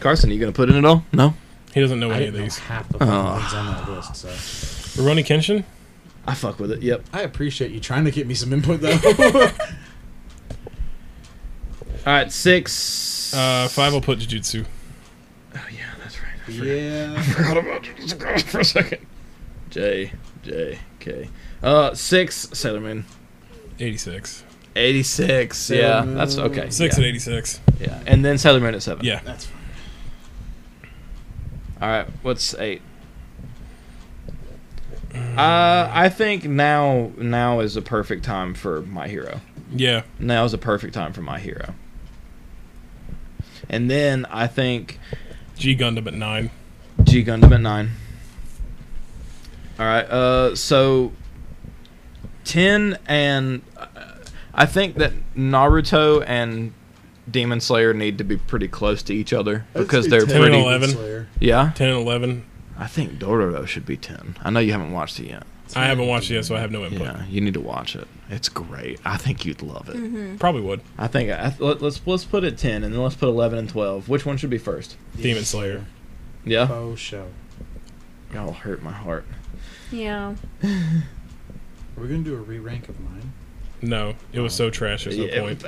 Carson, you gonna put in at all? No, He doesn't know I any of didn't know these. half the fucking Oh. ones on that list. So Roni Kenshin. I fuck with it. Yep. I appreciate you trying to get me some [LAUGHS] input though. All right, six. Uh, five will put Jujutsu. Oh yeah, that's right. [LAUGHS] I forgot- yeah. forgot about Jujutsu for a second. J J K. Uh, six Sailor Moon. 86. Eighty six. Sailor yeah, Moon. that's okay. Six yeah, at 86. Yeah, and then Sailor Moon at seven. Yeah. That's fine. All right. What's eight? Uh, I think now now is a perfect time for my hero. Yeah. Now is a perfect time for my hero. And then I think G Gundam at 9. G Gundam at nine. All right. Uh, so ten and uh, I think that Naruto and Demon Slayer need to be pretty close to each other because they're 10 and pretty. 11. Yeah, 10 and 11. I think Dororo should be ten. I know you haven't watched it yet. I haven't watched it yet, so I have no input. Yeah, you need to watch it. It's great. I think you'd love it. Probably would. I think I, let, let's let's put it ten, and then let's put eleven and twelve. Which one should be first? Demon Slayer. Yeah, Bo Oh, show. y'all hurt my heart. Yeah. Are we gonna do a re rank of mine? No, it was so trash. There's no Yeah, point.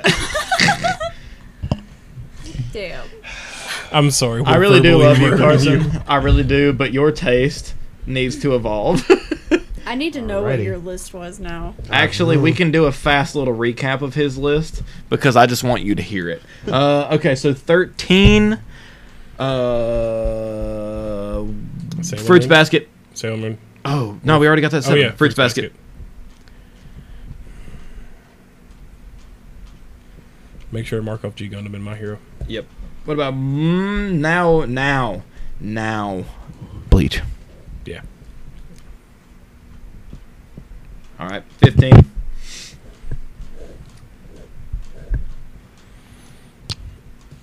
Damn. I'm sorry. I really do verbally love you, murdered Carson. I really do, but your taste needs to evolve. [LAUGHS] I need to know what Alrighty. your list was now. Actually, we can do a fast little recap of his list because I just want you to hear it. Uh, okay, so thirteen. Uh, Sailor fruits Moon? basket. Sailor Moon. Oh no, we already got that. Oh Seven. yeah, fruits, basket. Make sure to mark off G Gundam and My Hero. Yep. What about mm, now? Now, now. Bleach. Yeah. All right, fifteen.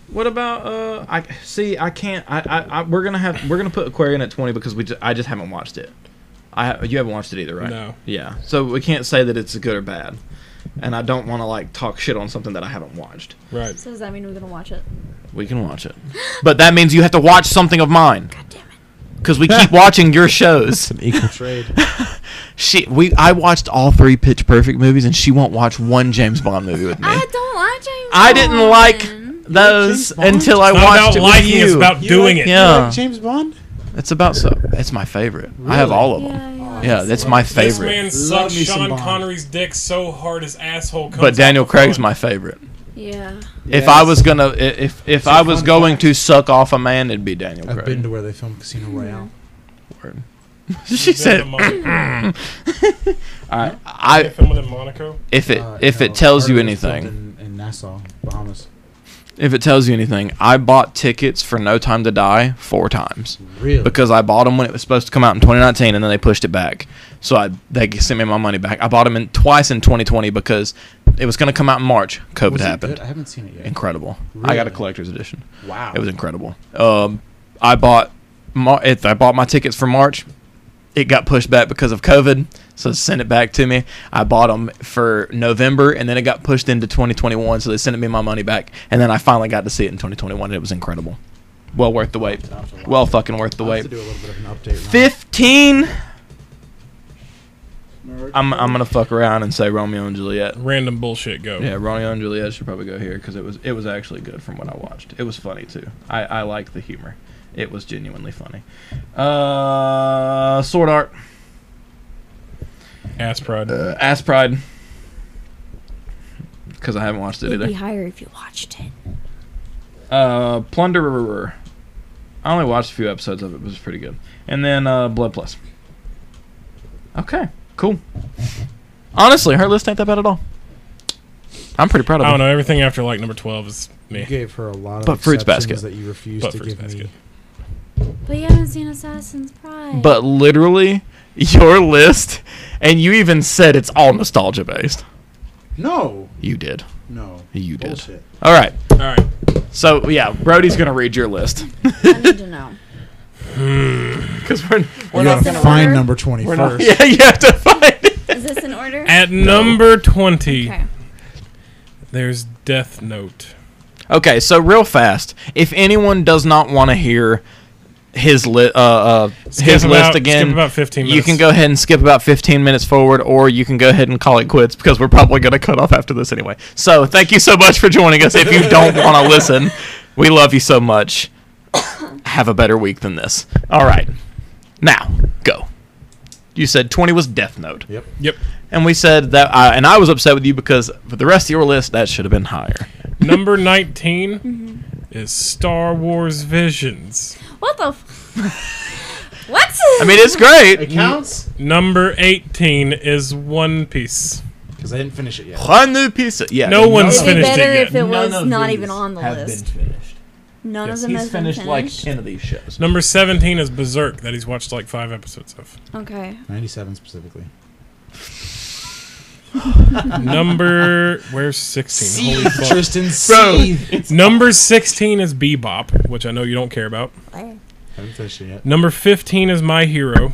What about uh? I see. I can't. I, I, I we're gonna have we're gonna put Aquarian at twenty because we ju- I just haven't watched it. I you haven't watched it either, right? No. Yeah. So we can't say that it's good or bad, and I don't want to like talk shit on something that I haven't watched. Right. So does that mean we're gonna watch it? We can watch it. But that means you have to watch something of mine. Because we [LAUGHS] keep watching your shows. [LAUGHS] Equal trade. She, we, I watched all three Pitch Perfect movies, and she won't watch one James Bond movie with me. I don't like James. I didn't Bond. like those James Bond? until I Not watched about it liking, with you. it's about doing it. Yeah. James Bond? It's about so. It's my favorite. I have Really? all of them. Yeah, yeah. Yeah, that's my This favorite. man Love sucked me some Sean Bond. Connery's dick so hard his asshole comes But Daniel out the front. Craig's my favorite. Yeah. If I Yes. was gonna, i- if if I was fun going fact. to suck off a man, it'd be Daniel I've [LAUGHS] been Craig. to where they filmed Casino Mm-hmm. Royale. Word. she Is that said, the Monaco? They "I filmed it in Monaco. if it Uh, if no, it tells you part of was filmed anything, In, in Nassau, Bahamas. if it tells you anything, I bought tickets for No Time to Die four times Really? because I bought them when it was supposed to come out in 2019, and then they pushed it back. So I they sent me my money back. I bought them in twice in 2020 because it was gonna come out in March. COVID Was it happened. good? I haven't seen it yet. Incredible. I got a Really? collector's edition. wow. It was incredible. Um, I bought Mar- if I bought my tickets for March. It got pushed back because of COVID, so sent it back to me. I bought them for November, and then it got pushed into 2021, so they sent me my money back. And then I finally got to see it in 2021, and it was incredible. Well worth the wait. I'll have to watch Well it. fucking worth the I'll wait. have to do a little bit of an update. Ryan. 15. I'm, I'm gonna fuck around and say Romeo and Juliet. Random bullshit. Go. Yeah, Romeo and Juliet should probably go here because it was it was actually good from what I watched. It was funny too. I I like the humor. It was genuinely funny. Uh, Sword Art, Ass pride. uh, Ass Pride, because I haven't watched it It'd be either. higher if you watched it. Uh, Plunderer. I only watched a few episodes of it, but it was pretty good. And then uh, Blood Plus. Okay, cool. Honestly, her list ain't that bad at all. I'm pretty proud I of don't it. know. Everything after like number twelve is You me. gave her a lot of But Fruits exceptions Basket. that you refused But to Fruits give Basket. me. But you haven't seen Assassin's Pride. but literally your list and you even said it's all nostalgia based No, you did no. You did. Bullshit. all right All right. so yeah brody's gonna read your [LAUGHS] list [LAUGHS] I need to know. because we're, You we're not gotta gonna find order. number twenty we're not [LAUGHS] first. yeah you have to find it Is this in order? At number twenty, okay. there's Death Note. okay so real fast if anyone does not want to hear his li- uh, uh Skip his about- list again skip about 15 you can minutes. go ahead and skip about 15 minutes forward or you can go ahead and call it quits because we're probably going to cut off after this anyway so thank you so much for joining us if [LAUGHS] you don't want to listen we love you so much [COUGHS] have a better week than this all right now go you said 20 was death note Yep. Yep. and we said that I, and i was upset with you because for the rest of your list that should have been higher Number 19 is Star Wars Visions. What the? F- [LAUGHS] what? i mean it's great It counts Number 18 is One Piece. because I didn't finish it yet. one new piece of, yeah No one's It'd be finished it better yet. if it was not even on the list. finished. None Yes, of them has been finished. of these shows Number 17 is Berserk that he's watched like five episodes of. okay. Ninety-seven specifically. Number where's 16? Holy fuck. Tristan Bro. C. Number 16 is Bebop, which I know you don't care about. Why? haven't finished it yet. Number 15 is My Hero.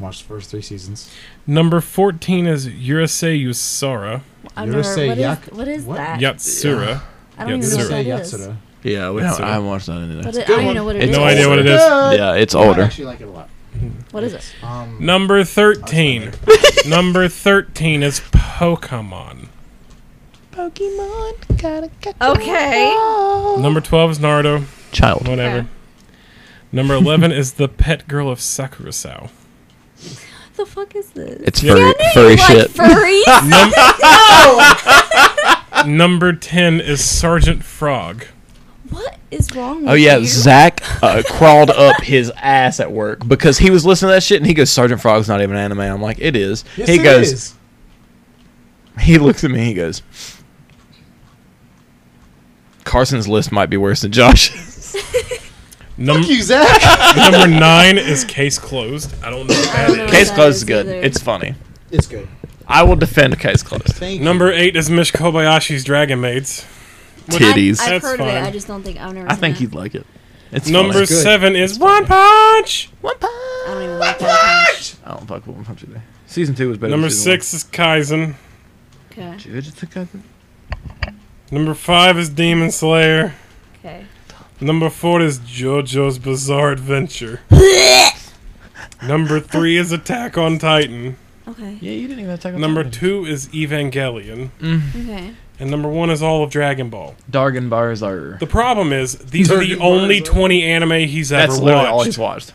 Watched the first three seasons. Number 14 is Yurusei Yusara. I've You're never, saying what, yak- is, what is what? that? Yatsura. I don't Yatsura. even know what that Yurusei is. Yatsura. Yeah, we Yeah, don't, so- I haven't watched that either. But it, good I don't one. know what it is. It's No idea what it is. Yeah, it's older. I actually like it a lot. What is it? Um, Number 13. Number 13 is Pokemon. Pokemon gotta catch Okay. Number 12 is Naruto. Child. Whatever. Okay. Number 11 is the pet girl of Sakurasao. What [GASPS] the fuck is this? It's Yeah. furry, I knew you furry liked shit. [LAUGHS] Furries? Number 10 is Sergeant Frog. what is wrong with Oh yeah, you? Zach uh, crawled up his ass at work because he was listening to that shit and he goes, "Sergeant Frog's not even anime." I'm like, "It is." yes, he it goes, is. he looks at me, he goes, "Carson's list might be worse than Josh's." Num- Fuck [LAUGHS] you, Zach. number 9 is Case Closed. I don't know what I don't know that what is. Case that closed is is good. either. It's funny. it's good. I will defend Case closed. Thank Number 8 is Mish Kobayashi's Dragon Maids. Titties. I, I, have That's heard of it. fine. I just don't think I've never. seen think it. you'd like it. It's Number funny. good. 7 is One Punch! One I punch. don't even like that. I don't fuck with one punch either. Season two was better. Number than season 6 is Kaizen. Okay. Dude, it's a cousin. Number 5 is Demon Slayer. Okay. Number 4 is JoJo's Bizarre Adventure. [LAUGHS] Number 3 is Attack on Titan. Okay. One. Yeah, you didn't even attack on Number Titan. two is Evangelion, Okay. and number one is all of Dragon Ball. Dargon bars are. The problem is these are the Dragon Ball only is a- twenty anime he's That's ever literally watched. all he's watched,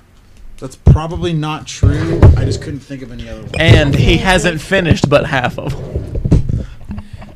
That's probably not true. I just couldn't think of any other one. and he hasn't finished but half of them.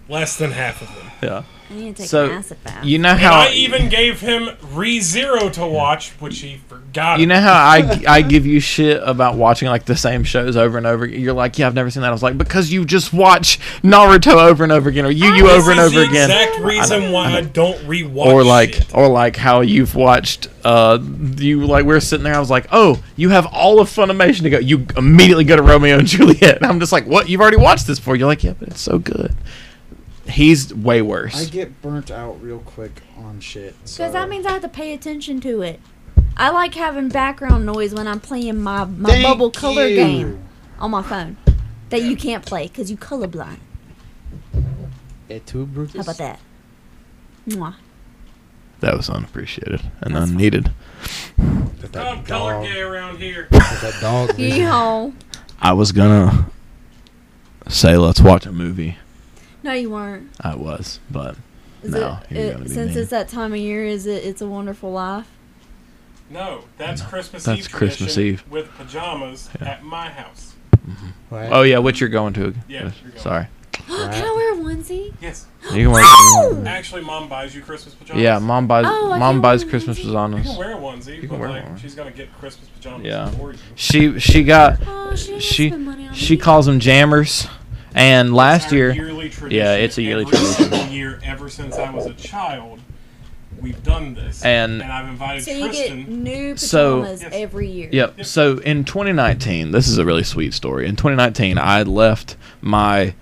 Less than half of them. Yeah. I need to take So, an acid bath. You know And how I even gave him ReZero to watch, which he forgot. You know how I, I give you shit about watching like the same shows over and over. again? You're like, yeah, I've never seen that. I was like, because you just watch Naruto over and over again, or Yu Yu This over and is over the again, exact reason why I, don't rewatch. or like shit. or like how you've watched. Uh, you like we are sitting there. I was like, oh, you have all of Funimation to go. You immediately go to Romeo and [LAUGHS] Juliet. And I'm just like, what? You've already watched this before. You're like, yeah, but it's so good. He's way I worse. get burnt out real quick on shit. So. Because that means I have to pay attention to it. I like having background noise when I'm playing my, my Thank bubble color you. game on my phone that you can't play because you colorblind. Et tu, Brutus? How about that? Mwah. that was unappreciated and That's fine. unneeded. That, I'm that color dog. gay around here. That, that dog. vision. [LAUGHS] Yeehaw. I was gonna say let's watch a movie. No, you weren't. I was, but Is No, it, you're it- gonna be since mean. it's that time of year, is it It's a Wonderful [GASPS] Life? No, that's Christmas that's Eve. Christmas tradition Eve. with pajamas at my house. Right? oh yeah, which you're going to? Yeah, you're going. Sorry, Can I wear a onesie? Yes, you can wear. whatever [LAUGHS] you want. actually, mom buys you Christmas pajamas. Yeah, mom buys Oh, I mom can't buys wear Christmas onesie. You pajamas. can wear a onesie, You can but wear like one. she's gonna get Christmas pajamas Yeah. for you. She she got Oh, she didn't she spend money on she me. calls them jammers, and It's last our year yearly tradition. Yeah, it's a yearly every tradition. single year ever since I was a child. We've done this, And- I've invited So you get Tristan. new pajamas So- Yes. every year. Yep. So in 2019, this is a really sweet story. In 2019, I left my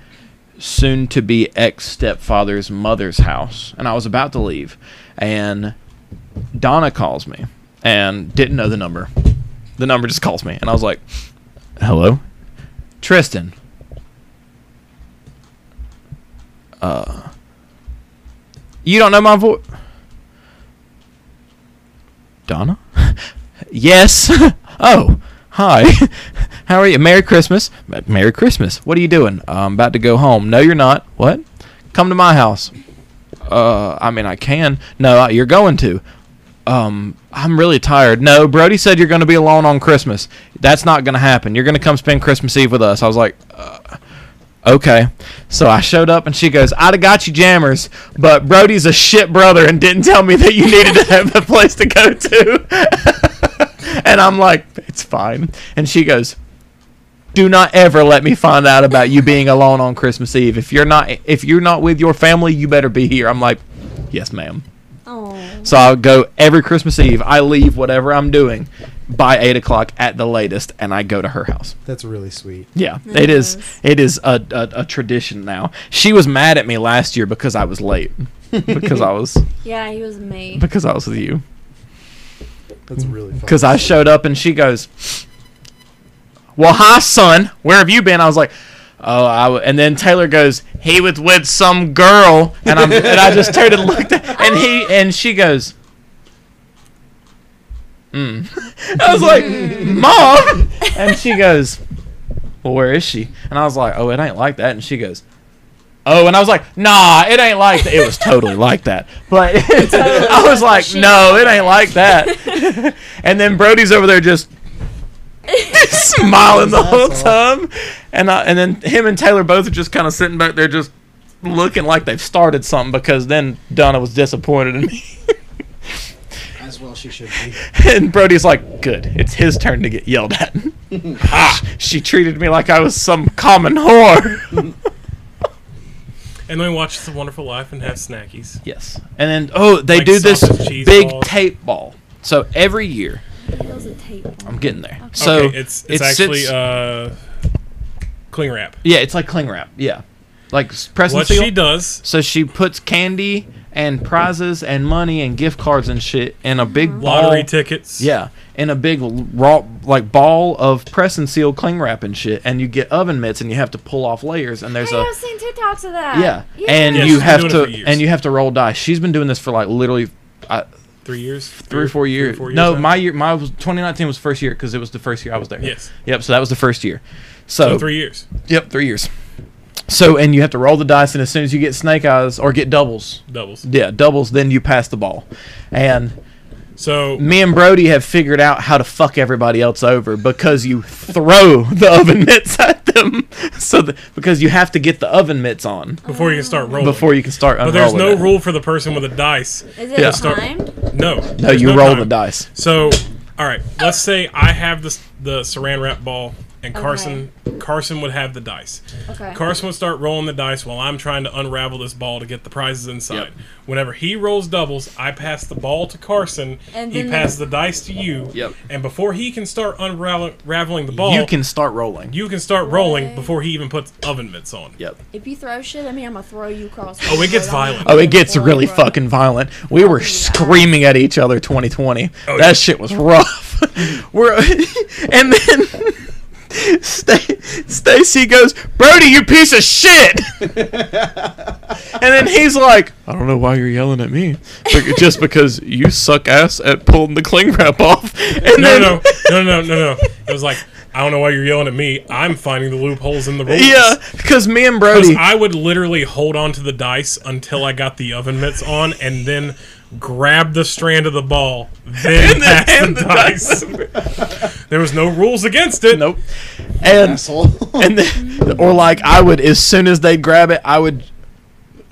soon to be ex stepfather's mother's house and I was about to leave. And Donna calls me and didn't know the number. The number just calls me. And I was like, hello? Tristan. Uh, Uh, you don't know my voice? Donna? Yes. [LAUGHS] oh, hi. [LAUGHS] How are you? Merry Christmas. M- Merry Christmas. What are you doing? Uh, I'm about to go home. No, you're not. What? Come to my house. Uh, I mean, I can. No, you're going to. Um, I'm really tired. No, Brody said you're going to be alone on Christmas. That's not going to happen. You're going to come spend Christmas Eve with us. I was like, uh, okay. So I showed up and she goes, I'd have got you jammers, but Brody's a shit brother and didn't tell me that you needed to have a place to [LAUGHS] go to. [LAUGHS] and I'm like, it's fine. And she goes, do not ever let me find out about you being alone on Christmas Eve. If you're not if you're not with your family, you better be here. I'm like, yes, ma'am. Oh. So I go every Christmas Eve. I leave whatever I'm doing by eight o'clock at the latest, and I go to her house. That's really sweet. Yeah, That it is. is. It is a, a, a tradition now. She was mad at me last year because I was late, because I was Yeah, he was me. because I was with you. That's really. fucking Because I sweet. showed up and she goes, "Well, hi, son. Where have you been?" I was like, "Oh," I w-. and then Taylor goes, "He was with some girl," and I am and I just turned and looked, at, and he and she goes, "Mm." [LAUGHS] I was like, "Mom," and she goes, "Well, where is she?" And I was like, "Oh, it ain't like that," and she goes. Oh, and I was like, nah, it ain't like that. It was totally like that. But [LAUGHS] I was like, She- no, it ain't like that. and then Brody's over there just smiling the whole That's time. And I, and then him and Taylor both are just kind of sitting back there just looking like they've started something because then Donna was disappointed in me. [LAUGHS] As well, she should [LAUGHS] be. and Brody's like, good, it's his turn to get yelled [LAUGHS] at. ah, she treated me like I was some common whore. And then we watch The Wonderful Life and have snackies. [LAUGHS] Yes. And then oh, they Like do this sausage, cheese big balls. tape ball. So every year, Feels a tape. I'm getting there. So okay, it's it it's actually sits- uh, cling wrap. yeah, it's like cling wrap. Yeah, like s- press and What seal. she does, so she puts candy and prizes and money and gift cards and shit in a big lottery ball. tickets. yeah, in a big l- raw like ball of press and seal cling wrap and shit, and you get oven mitts and you have to pull off layers and there's Hey, a I've seen TikToks of that. yeah, and Yeah, she's you been have doing it to for years. and you have to roll dice. She's been doing this for like literally I, three years, three or four years. no, my year, my was 2019 was the first year because it was the first year I was there. Yes. Yep. So that was the first year. So, no, Oh, three years. Yep, three years. So and you have to roll the dice, and as soon as you get snake eyes or get doubles, doubles. yeah, doubles, then you pass the ball. And So me and Brody have figured out how to fuck everybody else over because you throw the oven [LAUGHS] mitts at them. So the, because you have to get the oven mitts on before you can start rolling, before you can start. but there's no unrolling it. rule for the person with a dice. Is it Yeah. timed? No, No, there's Oh, you roll time. the dice. So, all right, let's say I have this the Saran wrap ball, and Carson Carson would have the dice. Okay. Carson would start rolling the dice while I'm trying to unravel this ball to get the prizes inside. Whenever he rolls doubles, I pass the ball to Carson. And he then passes the dice to you. Yep. And before he can start unraveling unraveling the ball, You can start rolling. you can start rolling before he even puts oven mitts on. yep. If you throw shit at me, I'm gonna throw you across. the Oh, it gets road. I'm violent. Oh, it gets Bro, really bro. fucking violent. We were screaming at each other 2020. that Oh, yeah. shit was rough. [LAUGHS] we're and then [LAUGHS] Sta- Stacy goes, "Brody, you piece of shit." [LAUGHS] and then he's like, "I don't know why you're yelling at me. Bec- [LAUGHS] Just because you suck ass at pulling the cling wrap off." [LAUGHS] And No, then no, no, no, no, no. It was like, I don't know why you're yelling at me. I'm finding the loopholes in the [LAUGHS] rules. yeah, cuz me and Because Brody I would literally hold on to the dice until I got the oven mitts on, and then grab the strand of the ball, [LAUGHS] And then then pass the, hand the dice dice. [LAUGHS] there was no rules against it. Nope. And [LAUGHS] Asshole. [LAUGHS] and then, or like I would, as soon as they grab it, I would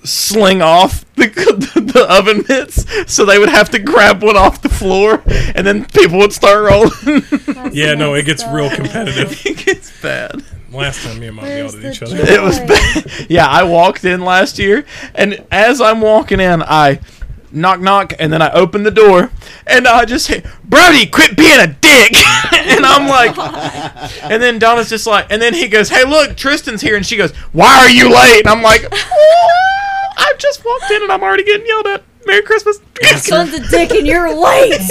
sling off the, [LAUGHS] the oven mitts, so they would have to grab one off the floor, and then people would start rolling. [LAUGHS] That's Yeah, no, it gets messed real [LAUGHS] up. competitive. it gets bad. Last time me and mom Where's yelled at each the other. joy? [LAUGHS] It was bad. Yeah, I walked in last year, and as I'm walking in, I knock knock, and then I open the door, and I just hit Brody, quit being a dick, [LAUGHS] and I'm like, and then Donna's just like, and then he goes, hey look, Tristan's here, and she goes, why are you late? And I'm like, I just walked in and I'm already getting yelled at. Merry Christmas. Son's a dick and you're late.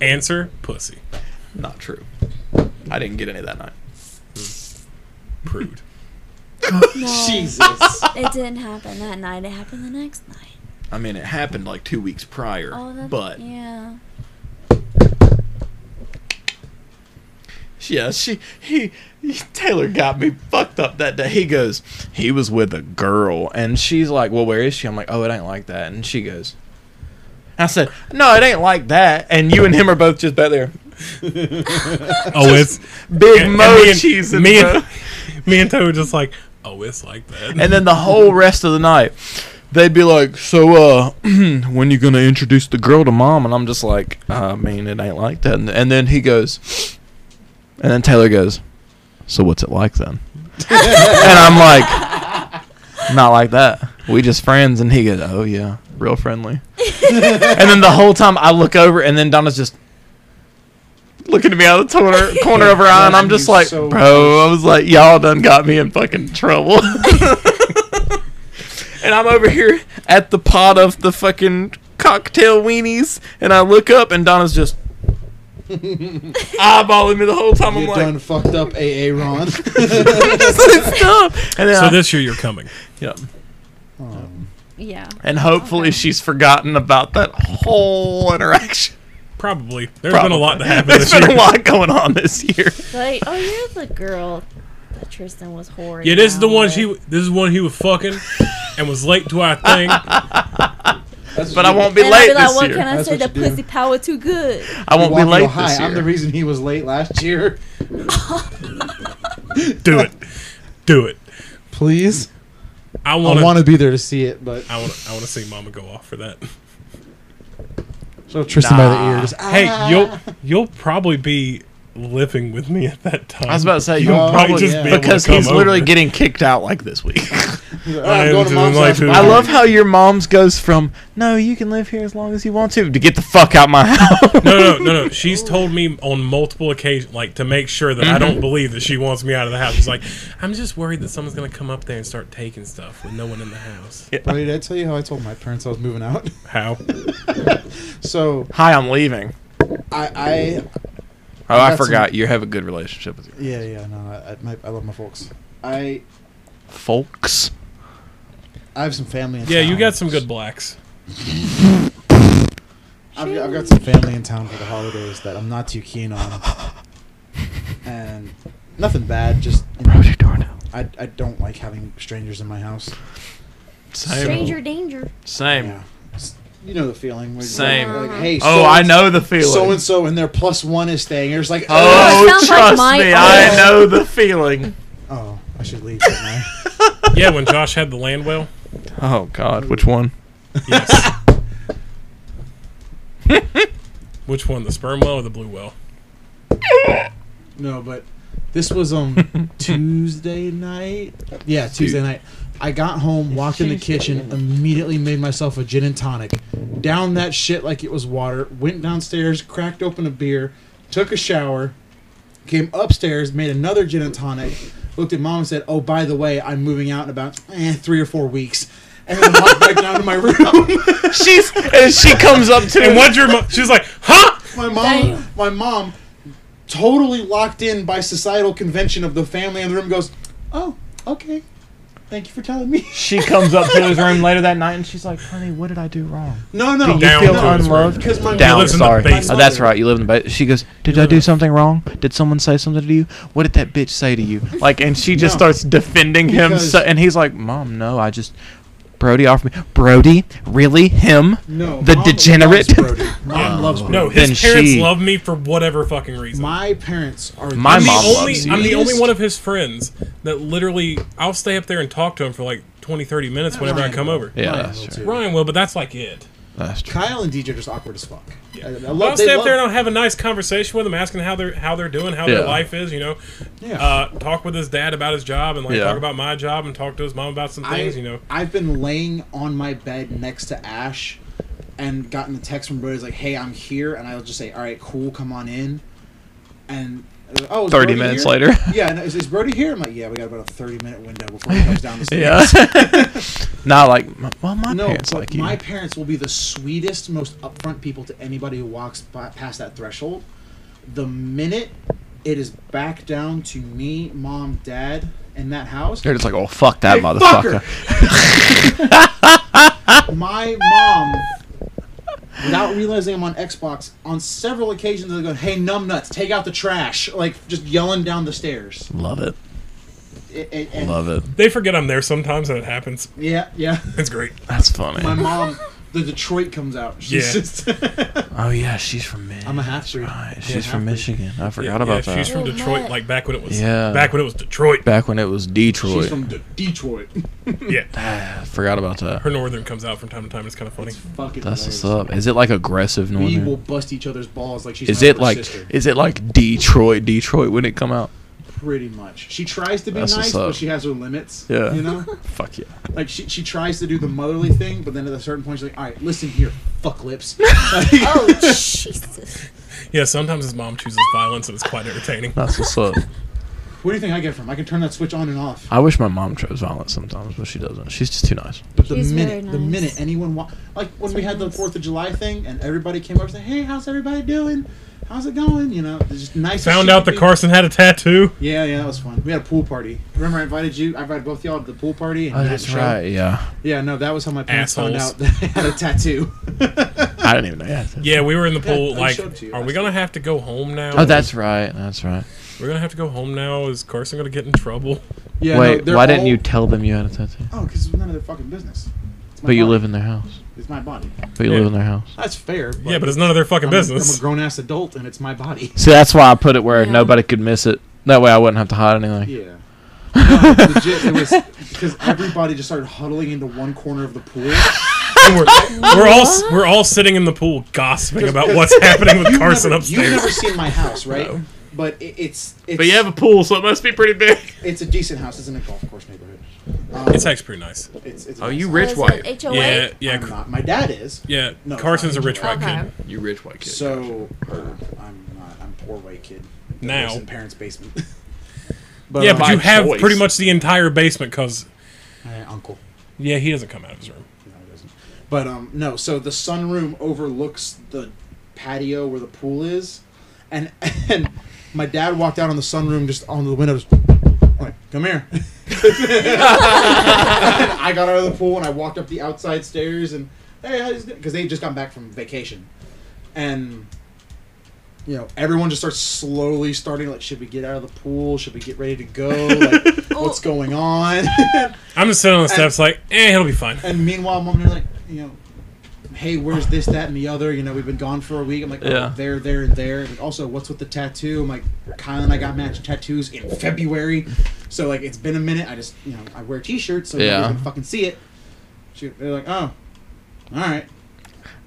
Answer pussy. [LAUGHS] Not true. I didn't get any that night. [LAUGHS] Prude. [LAUGHS] no, Jesus. it didn't happen that night. It happened the next night. I mean, it happened like two weeks prior, Oh, that's but yeah. Yeah, she he, he Taylor got me fucked up that day. He goes, he was with a girl, and she's like, "Well, where is she?" I'm like, "Oh, it ain't like that." And she goes, I said, "No, it ain't like that." And you and him are both just back there, Oh, it's big and- and mo me and- cheese, and, me me and- [LAUGHS] me and Toe were just like, oh, it's like [LAUGHS] [LAUGHS] that. and then the whole rest of the night, they'd be like, "So, uh, [CLEARS THROAT] when you gonna introduce the girl to mom?" And I'm just like, "I mean, it ain't like that." And, and then he goes, and then Taylor goes, "So what's it like then?" and I'm like, "Not like that. We just friends." And he goes, "Oh yeah, real friendly." and then the whole time I look over, and then Donna's just. Looking at me out of the corner, corner of her eye, and I'm just like, So bro. I was like, y'all done got me in fucking trouble. and I'm over here at the [LAUGHS] pot of the fucking cocktail weenies, and I look up, and Donna's just eyeballing me the whole time. You I'm [LAUGHS] done like, fucked up AA Ron. stop. And then So I- this year you're coming. yeah. Um, Yeah. And hopefully she's forgotten about that whole interaction. Probably. There's There's been a lot that happened There's this been year. a lot going on this [LAUGHS] year. Like, oh, you're the girl that Tristan was whoring. Yeah, this is the around one with. she. This is one he was fucking, and was late to [LAUGHS] our thing. [LAUGHS] that's But what I you- won't be and I'd late be like, this what year. can I That's say? what The you do. pussy power too good. I won't be Walk, yo, late hi, this I'm the year. reason he was late last year. Do it. Do it. Please, I I want want to be there to see it, but to. I want. I want to see Mama go off for that. so Tristan by the ear. Just, ah. Hey, you'll you'll probably be living with me at that time. I was about to say, you'll you'll Oh, probably probably just yeah. be able because to come he's literally over. getting kicked out like this week. "Ah, I I'm am going to doing mom's like house. who- Bye." I [LAUGHS] love how your mom's goes from no, you can live here as long as you want to to get the fuck out my [LAUGHS] house. No, [LAUGHS] no, no, no. She's told me on multiple occasions, like to make sure that I Mm-hmm. don't believe that she wants me out of the house. She's like, I'm just worried that someone's gonna come up there and start taking stuff with no one in the house. Buddy, did I tell you how I told my parents I was moving out? [LAUGHS] How? So Hi, I'm leaving. I, I Oh, I That's- forgot. You have a good relationship with your yeah, yeah, no, I, I, my, I love my folks. I, folks. I have some family. In Yeah, you town. got some good blacks. I've, got- I've got some family in town for the holidays that I'm not too keen [LAUGHS] on, and nothing bad. Just you know, your doornail. I, I don't like having strangers in my house. Same. [LAUGHS] Stranger danger. Same. Yeah. S- You know the feeling. where you're Same. Like, like, hey, Oh, so I and- know the feeling. So and so, and their plus one is staying. You're just like, oh, It sounds like trust my me, I own. know the feeling. oh, I should leave. shouldn't I? Yeah, when Josh had the land well. Oh God, which one? Yes. Which one, the sperm well or the blue well? no, but this was um Tuesday night. Yeah, Tuesday night. I got home, walked in the kitchen, immediately made myself a gin and tonic. Down that shit like it was water. Went downstairs, cracked open a beer, took a shower, came upstairs, made another gin and tonic. Looked at mom and said, "Oh, by the way, I'm moving out in about eh, three or four weeks." And then walked back down to my room. [LAUGHS] She's and she comes up to And me. what's your mom? She's like, huh? my mom Damn. my mom totally locked in by societal convention of the family in the room goes oh okay thank you for telling me [LAUGHS] She comes up to his room later that night and she's like, "Honey, what did I do wrong? no no You Down feel to his room. unloved." because my down. mom lives in the sorry, basement. oh, that's right. You live in the basement. She goes, "Did I do something wrong? Did someone say something to you? What did that bitch say to you?" Like, and she just No. starts defending him. Because- So, and he's like, "Mom, no, I just." Brody offered me. Brody, really? Him? no The mom degenerate. loves [LAUGHS] Brody. [LAUGHS] mom loves Brody. No, his Um, Then parents she- love me for whatever fucking reason. my parents are My I'm the mom only, loves you. I'm the only one of his friends that literally, I'll stay up there and talk to him for like 20, 30 minutes whenever I Ryan come will. over. Yeah, Ryan that's will true. too. Ryan will, but that's like it. That's true. Kyle and DJ are just awkward as fuck I- I love- But I'll they stay up love- there and I'll have a nice conversation with him, asking how they're how they're doing, how Yeah. their life is. You know, yeah. uh, talk with his dad about his job and like Yeah. talk about my job and talk to his mom about some things. I, you know, I've been laying on my bed next to Ash and gotten a text from Brody's like, hey, I'm here. And I'll just say, all right, cool, come on in. And, uh, oh, 30 is Brody minutes here? later. [LAUGHS] Yeah, and is, is Brody here? I'm like, yeah, we got about a 30 minute window before he [LAUGHS] comes down the stairs. Yeah. Not like, m- well, my No, parents but like you. my parents will be the sweetest, most upfront people to anybody who walks by, past that threshold. The minute it is back down to me, mom, dad, in that house, They're just like, oh, fuck that Hey, motherfucker. [LAUGHS] my mom, without realizing I'm on Xbox, on several occasions they're going, "Hey, numbnuts, take out the trash!" Like just yelling down the stairs. Love it. It, it, and Love it. they forget I'm there sometimes, and it happens. [LAUGHS] Yeah, yeah. It's great. That's funny. My mom, the Detroit comes out. She's Yeah. just [LAUGHS] Oh, yeah, she's from Michigan. I'm a half breed. Right, Yeah, she's from half-breed. Michigan. I Yeah, forgot yeah, about that. She's from Oh, Detroit, Matt. like back when it was Yeah. back when it was Detroit. [LAUGHS] Back when it was Detroit. She's from De- Detroit. Yeah, I [SIGHS] forgot about that. her northern comes out from time to time. It's kind of funny. It's fucking. That's what's hilarious. up. Is it like aggressive We northern? will bust each other's balls like she's is my it older like sister. is it like Detroit, Detroit when it come out? pretty much. She tries to be That's what's nice, but up. she has her limits. Yeah. [LAUGHS] you know. Fuck yeah. Like she, she tries to do the motherly thing, but then at a certain point she's like, "All right, listen here, fuck [LAUGHS] lips." Oh Jesus. Yeah, sometimes his mom chooses violence, and it's quite entertaining. That's what's up. What do you think I get from? I can turn that switch on and off. I wish my mom chose violence sometimes, but she doesn't. She's just too nice. But the She's minute, very the nice. minute anyone wa- like when we had the Fourth of July thing, and everybody came over and said, "Hey, how's everybody doing?" how's it going? You know, it's just nice. as Found shit out that to be- Carson had a tattoo. Yeah, yeah, that was fun. We had a pool party. Remember, I invited you. I invited both y'all to the pool party. Oh, And you had a show? Yeah, Yeah, no, that was how my parents Assholes. found out [LAUGHS] that I had a tattoo. I didn't even know. Yeah, Yeah, we were in the pool. I like, showed it to you are we last gonna have to go home now? Oh, that's right. That's right. we're gonna have to go home now. Is Carson gonna get in trouble? yeah, no, Wait, they're why didn't all- you tell them you had a tattoo? Oh, because it's none of their fucking business. It's my But you body. live in their house. It's my body. But you Yeah. live in their house. That's fair. But yeah, but it's none of their fucking I'm, business. I'm a grown ass adult, and it's my body. See, that's why I put it where Yeah. nobody could miss it. That way, I wouldn't have to hide anything. Yeah. [LAUGHS] No, legit, it was [LAUGHS] because everybody just started huddling into one corner of [LAUGHS] the pool. we're, [LAUGHS] we're all s- we're all sitting in the pool gossiping about what's happening with Carson Never- You've never upstairs. seen my house, right? But it, it's it's a pool, so it must be pretty big. [LAUGHS] it's a decent house. It's in a golf course neighborhood. Um, It's actually pretty nice. It's, it's a Oh, nice you house. rich What is white. it, HOA? Yeah, yeah, I'm not. My dad is. yeah. No, it's Carson's a not rich white Okay. kid. You rich white kid. So uh, I'm not. I'm poor white kid. that Now. lives in [LAUGHS] parents' basement. but, yeah, um, but you by have choice. pretty much the entire basement because my uncle. yeah, he doesn't come out of his room. No, it doesn't. But um, no. So the sunroom overlooks the patio where the pool is, and [LAUGHS] and my dad walked out on the sunroom just on the windows. Like, come here. [LAUGHS] And I got out of the pool and I walked up the outside stairs and hey, how's because they just got back from vacation, and you know everyone just starts slowly starting like, should we get out of the pool? Should we get ready to go? Like, what's going on? [LAUGHS] I'm just sitting on the steps like, eh, he'll be fine. And meanwhile, mom and are like, you know, hey, where's this, that, and the other? You know, we've been gone for a week. I'm like, oh, Yeah. there, there, and there. And also, what's with the tattoo? I'm like, Kyle and I got matched tattoos in February, so like it's been a minute. I just, you know, I wear t-shirts, so Yeah. you can fucking see it. She, they're like, oh, all right.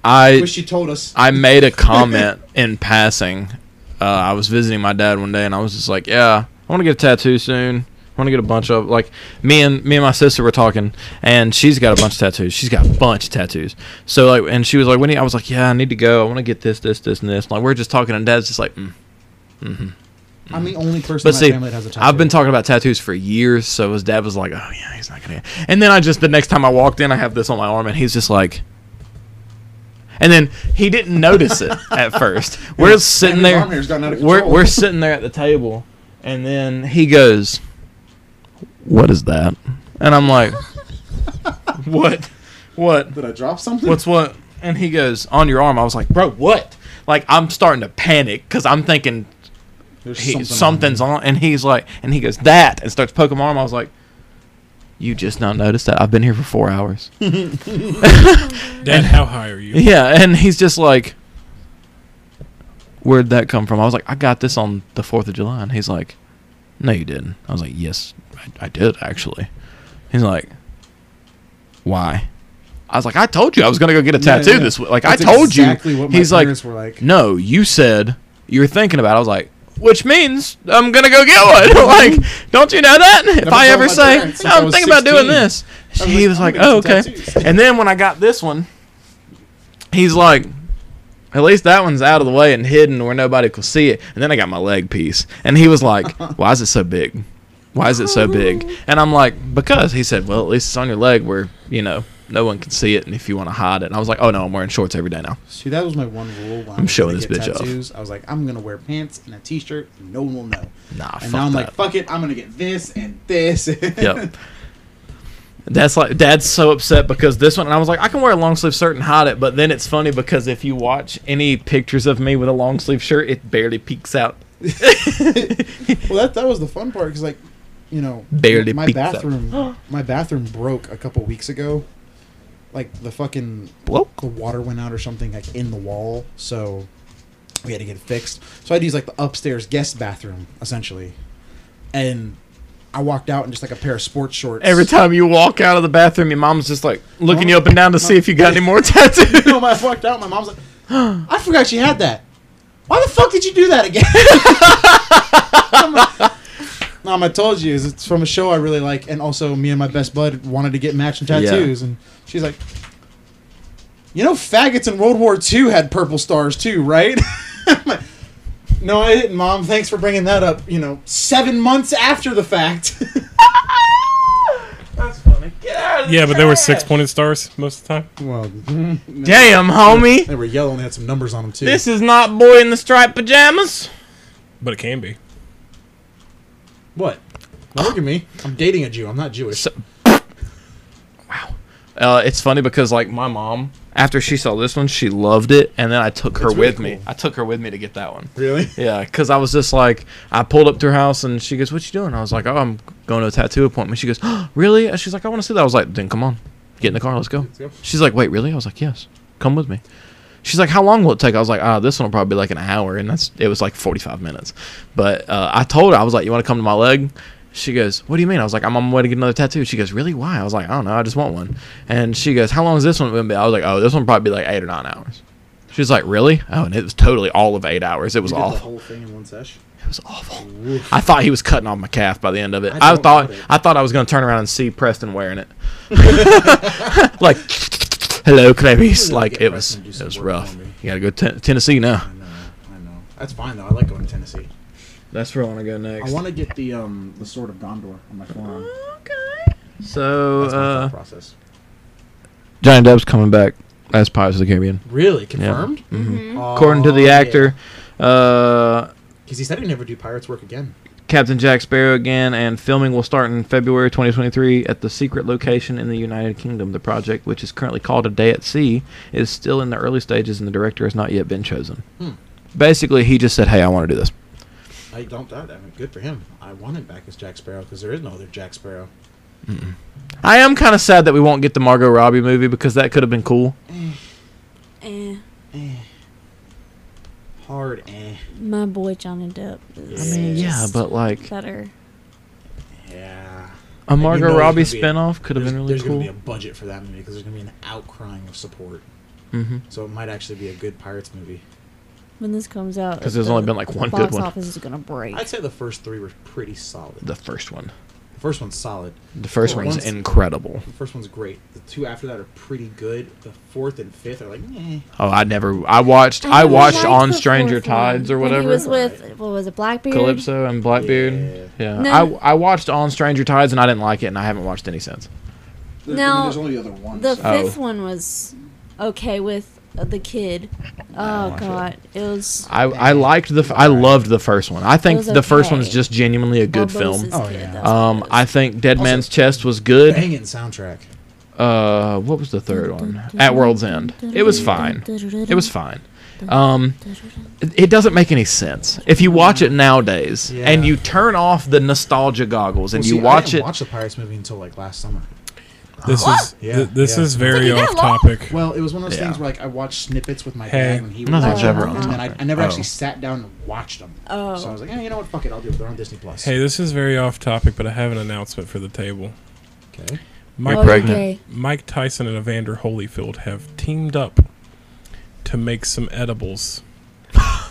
I Wish you told us. I made a comment in passing. Uh, I was visiting my dad one day, and I was just like, "Yeah, I want to get a tattoo soon. I want to get a bunch of like me and me and my sister were talking, and she's got a bunch of tattoos. She's got a bunch of tattoos. So like, and she was like, "When?" do you-" I was like, "Yeah, I need to go. I want to get this, this, this, and this." Like we're just talking, and dad's just like, mm. I'm the only person "But in my see, family that has a tattoo. I've been talking about tattoos for years." So his dad was like, "Oh yeah, he's not gonna." get-" And then I just the next time I walked in, I have this on my arm, and he's just like. And then he didn't notice [LAUGHS] it at first. We're sitting his there. arm hair's gotten out of We're, control. we're sitting there at the table, and then he goes, "What is that?" And I'm [LAUGHS] like, "What? What? Did I drop something? What's what?" And he goes, "On your arm." I was like, "Bro, what?" Like I'm starting to panic because I'm thinking There's he, something on something's on, and he's like, and he goes that, and starts poking my arm. I was like, "You just not noticed that? I've been here for four [LAUGHS] hours." Dad, how high are you? Yeah, and he's just like, "Where'd that come from?" I was like, "I got this on the Fourth of July," and he's like, "No, you didn't." I was like, "Yes, I, I did actually." He's like, "Why?" I was like, "I told you I was gonna go get a Yeah, tattoo yeah. this week. Like That's I told exactly you." what my he's like, parents were like. "No, you said you were thinking about." it." I was like. Which means I'm gonna go get one. [LAUGHS] like, don't you know that? If Never I told ever my say parents since I I'm was thinking about doing 16. this, I he was I'm like, gonna "Oh, get okay." some tattoos." And then when I got this one, he's like, at least that one's out of the way and hidden where nobody could see it. And then I got my leg piece. And he was [LAUGHS] like, why is it so big? Why is it so big? And I'm like, because he said, well, at least it's on your leg where, you know, no one can see it. And if you want to hide it. And I was like, oh, no, I'm wearing shorts every day now. See, that was my one rule. When I'm showing this bitch off. tattoos. I was like, I'm gonna wear pants and a t-shirt. And no one will know. Nah, and fuck now I'm that. like, fuck it. I'm gonna get this and this. [LAUGHS] yep. That's like dad's so upset because this one and I was like I can wear a long sleeve shirt and hide it, but then it's funny because if you watch any pictures of me with a long sleeve shirt, it barely peeks out. well, that that was the fun part because like, you know, Barely my peeks out. bathroom, my bathroom broke a couple weeks ago. Like the fucking Bloke. the water went out or something like in the wall, so we had to get it fixed. So I had to use like the upstairs guest bathroom essentially, and I walked out in just like a pair of sports shorts. Every time you walk out of the bathroom, your mom's just like looking you up and down to see if you got any more [LAUGHS] tattoos. No, when I walked out, my mom's like, I forgot she had that. Why the fuck did you do that again? [LAUGHS] I'm like, Mom, I told you, it's from a show I really like, and also me and my best bud wanted to get matching tattoos, and she's like, you know, faggots in World War II had purple stars too, right? [LAUGHS] I'm like, no, I didn't, Mom. Thanks for bringing that up. You [LAUGHS] know, seven months after the fact. That's funny. Get out stars. Yeah, but they were six pointed stars most of the time. Well, Damn, homie. they were yellow and they had some numbers on them too. This is not boy in the striped pajamas. But it can be. what? Now look at me. I'm dating a Jew. I'm not Jewish. So- Uh, it's funny because like my mom, after she saw this one, she loved it, and then I took her That's really with me. cool. I took her with me to get that one. Really? [LAUGHS] Yeah, because I was just like, I pulled up to her house and she goes, "What you doing?" I was like, "Oh, I'm going to a tattoo appointment." She goes, oh, "Really?" And she's like, "I want to see that." I was like, "Then come on, get in the car, let's go." go. She's like, "Wait, really?" I was like, "Yes, come with me." She's like, "How long will it take?" I was like, "Ah, this one will probably be like an hour," and that's it was like 45 minutes. But uh, I told her I was like, "You want to come to my leg?" She goes, "What do you mean?" I was like, "I'm on my way to get another tattoo." She goes, "Really? Why?" I was like, "I don't know. I just want one." And she goes, "How long is this one going to be?" I was like, "Oh, this one will probably be like eight or nine hours." She's like, "Really?" Oh, and it was totally all of eight hours. It was You did awful. the whole thing in one sesh. It was awful. Oof. I thought he was cutting off my calf by the end of it. I I, don't thought doubt it. I thought I was going to turn around and see Preston wearing [LAUGHS] it. like, hello, Clarice. Really Like get it was Preston to do it some was work rough. for me. You got to go to Tennessee now. I know. I know. That's fine though. I like going to Tennessee. That's where I want to go I next. want to get the um the sword of Gondor on my forearm. So That's my thought uh, process. Johnny Depp's coming back as Pirates of the Caribbean, Mm-hmm. Really confirmed? according to Oh, the yeah. actor. Uh, Because he said he'd never do pirates work again. Captain Jack Sparrow again, and filming will start in February 2023 at the secret location in the United Kingdom. The project, which is currently called A Day at Sea, is still in the early stages, and the director has not yet been chosen. Hmm. Basically, he just said, "Hey, I want to do this." I don't doubt that. I mean, good for him. I want him back as Jack Sparrow because there is no other Jack Sparrow. I am kind of sad that we won't get the Margot Robbie movie because that could have been cool. Eh, Hard eh. my boy Johnny Depp. Is I mean, yeah, just but like better. Yeah. a you Margot know there's Robbie gonna be a- spinoff could have there's been really there's cool. going to be a budget for that movie because there's going to be an outcrying of support. mm-hmm. So it might actually be a good pirates movie. When this comes out, 'Cause there's the only been, like, one good box one. office is gonna break. I'd say the first three were pretty solid. The first one. The first one's solid. The first Well, one's once- incredible. The first one's great. The two after that are pretty good. The fourth and fifth are like, eh. Oh, I never. I watched. I, really watched liked on the Stranger fourth one. Tides or When whatever. He was with what was it, Blackbeard? Calypso and Blackbeard. Yeah. No. I, I watched On Stranger Tides and I didn't like it and I haven't watched any since. mean, Now, there's there's only the other one. The Oh. fifth one was okay with uh, the kid. Oh god, it was I, I liked the f- I loved the first one. I think was the first okay. one's just genuinely a good film. Barbosa's Oh, kid, yeah. that's what Um, it I was. think Dead Also- Man's Chest was good. Banging soundtrack. Uh, what was the third one? At World's End. It was fine. It was fine. Um, it- it doesn't make any sense if you watch it nowadays and Mm. Yeah. you turn off the nostalgia goggles and Well, you see, I watch didn't it. watch the pirates movie until like last summer. This is Yeah, th- this yeah. is very It's like off that long? topic. Well, it was one of those Yeah. things where like I watched snippets with my Hey. dad, and he Nothing's watching ever them, on and then I, topic. I never Oh. actually sat down and watched them. Oh. So I was like, eh, you know what? Fuck it, I'll do it. They're on Disney Plus. Hey, this is very off topic, but I have an announcement for the table. Okay. Mike, pregnant. Okay. Mike Tyson and Evander Holyfield have teamed up to make some edibles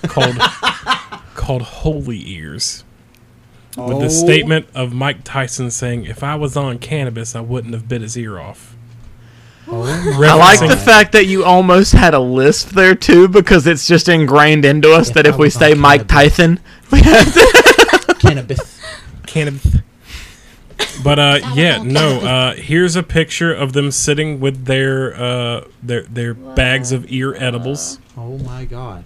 called called Holy Ears. With Oh. the statement of Mike Tyson saying, "If I was on cannabis, I wouldn't have bit his ear off." Oh, I [LAUGHS] like the Referencing- fact that you almost had a list there too, because it's just ingrained into us that I if we was on say Mike cannabis. Tyson, [LAUGHS] we have to. Cannabis. cannabis. But uh, yeah, no. Uh, here's a picture of them sitting with their uh, their their bags of ear edibles. Oh my god,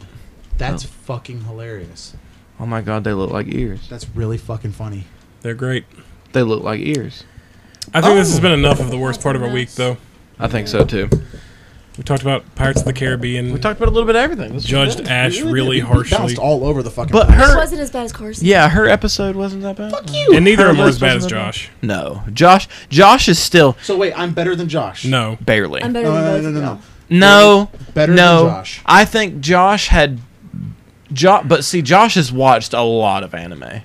that's fucking hilarious. Oh my god, they look like ears. That's really fucking funny. They're great. They look like ears. I think this has been enough of the worst part of our week, though. I think so too. We talked about Pirates of the Caribbean. We talked about a little bit of everything. This was judged good. Ash did. really We harshly, Bounced all over the fucking. But place. It her, wasn't as bad as Carson. yeah, her episode wasn't that bad. Fuck you. and neither of them were as bad as Josh. No, Josh. Josh is still So wait, I'm better than Josh. No, barely. I'm better No, than no, both no, no, of no. y'all. No, Better than no. Josh. I think Josh had, jo- but see, Josh has watched a lot of anime,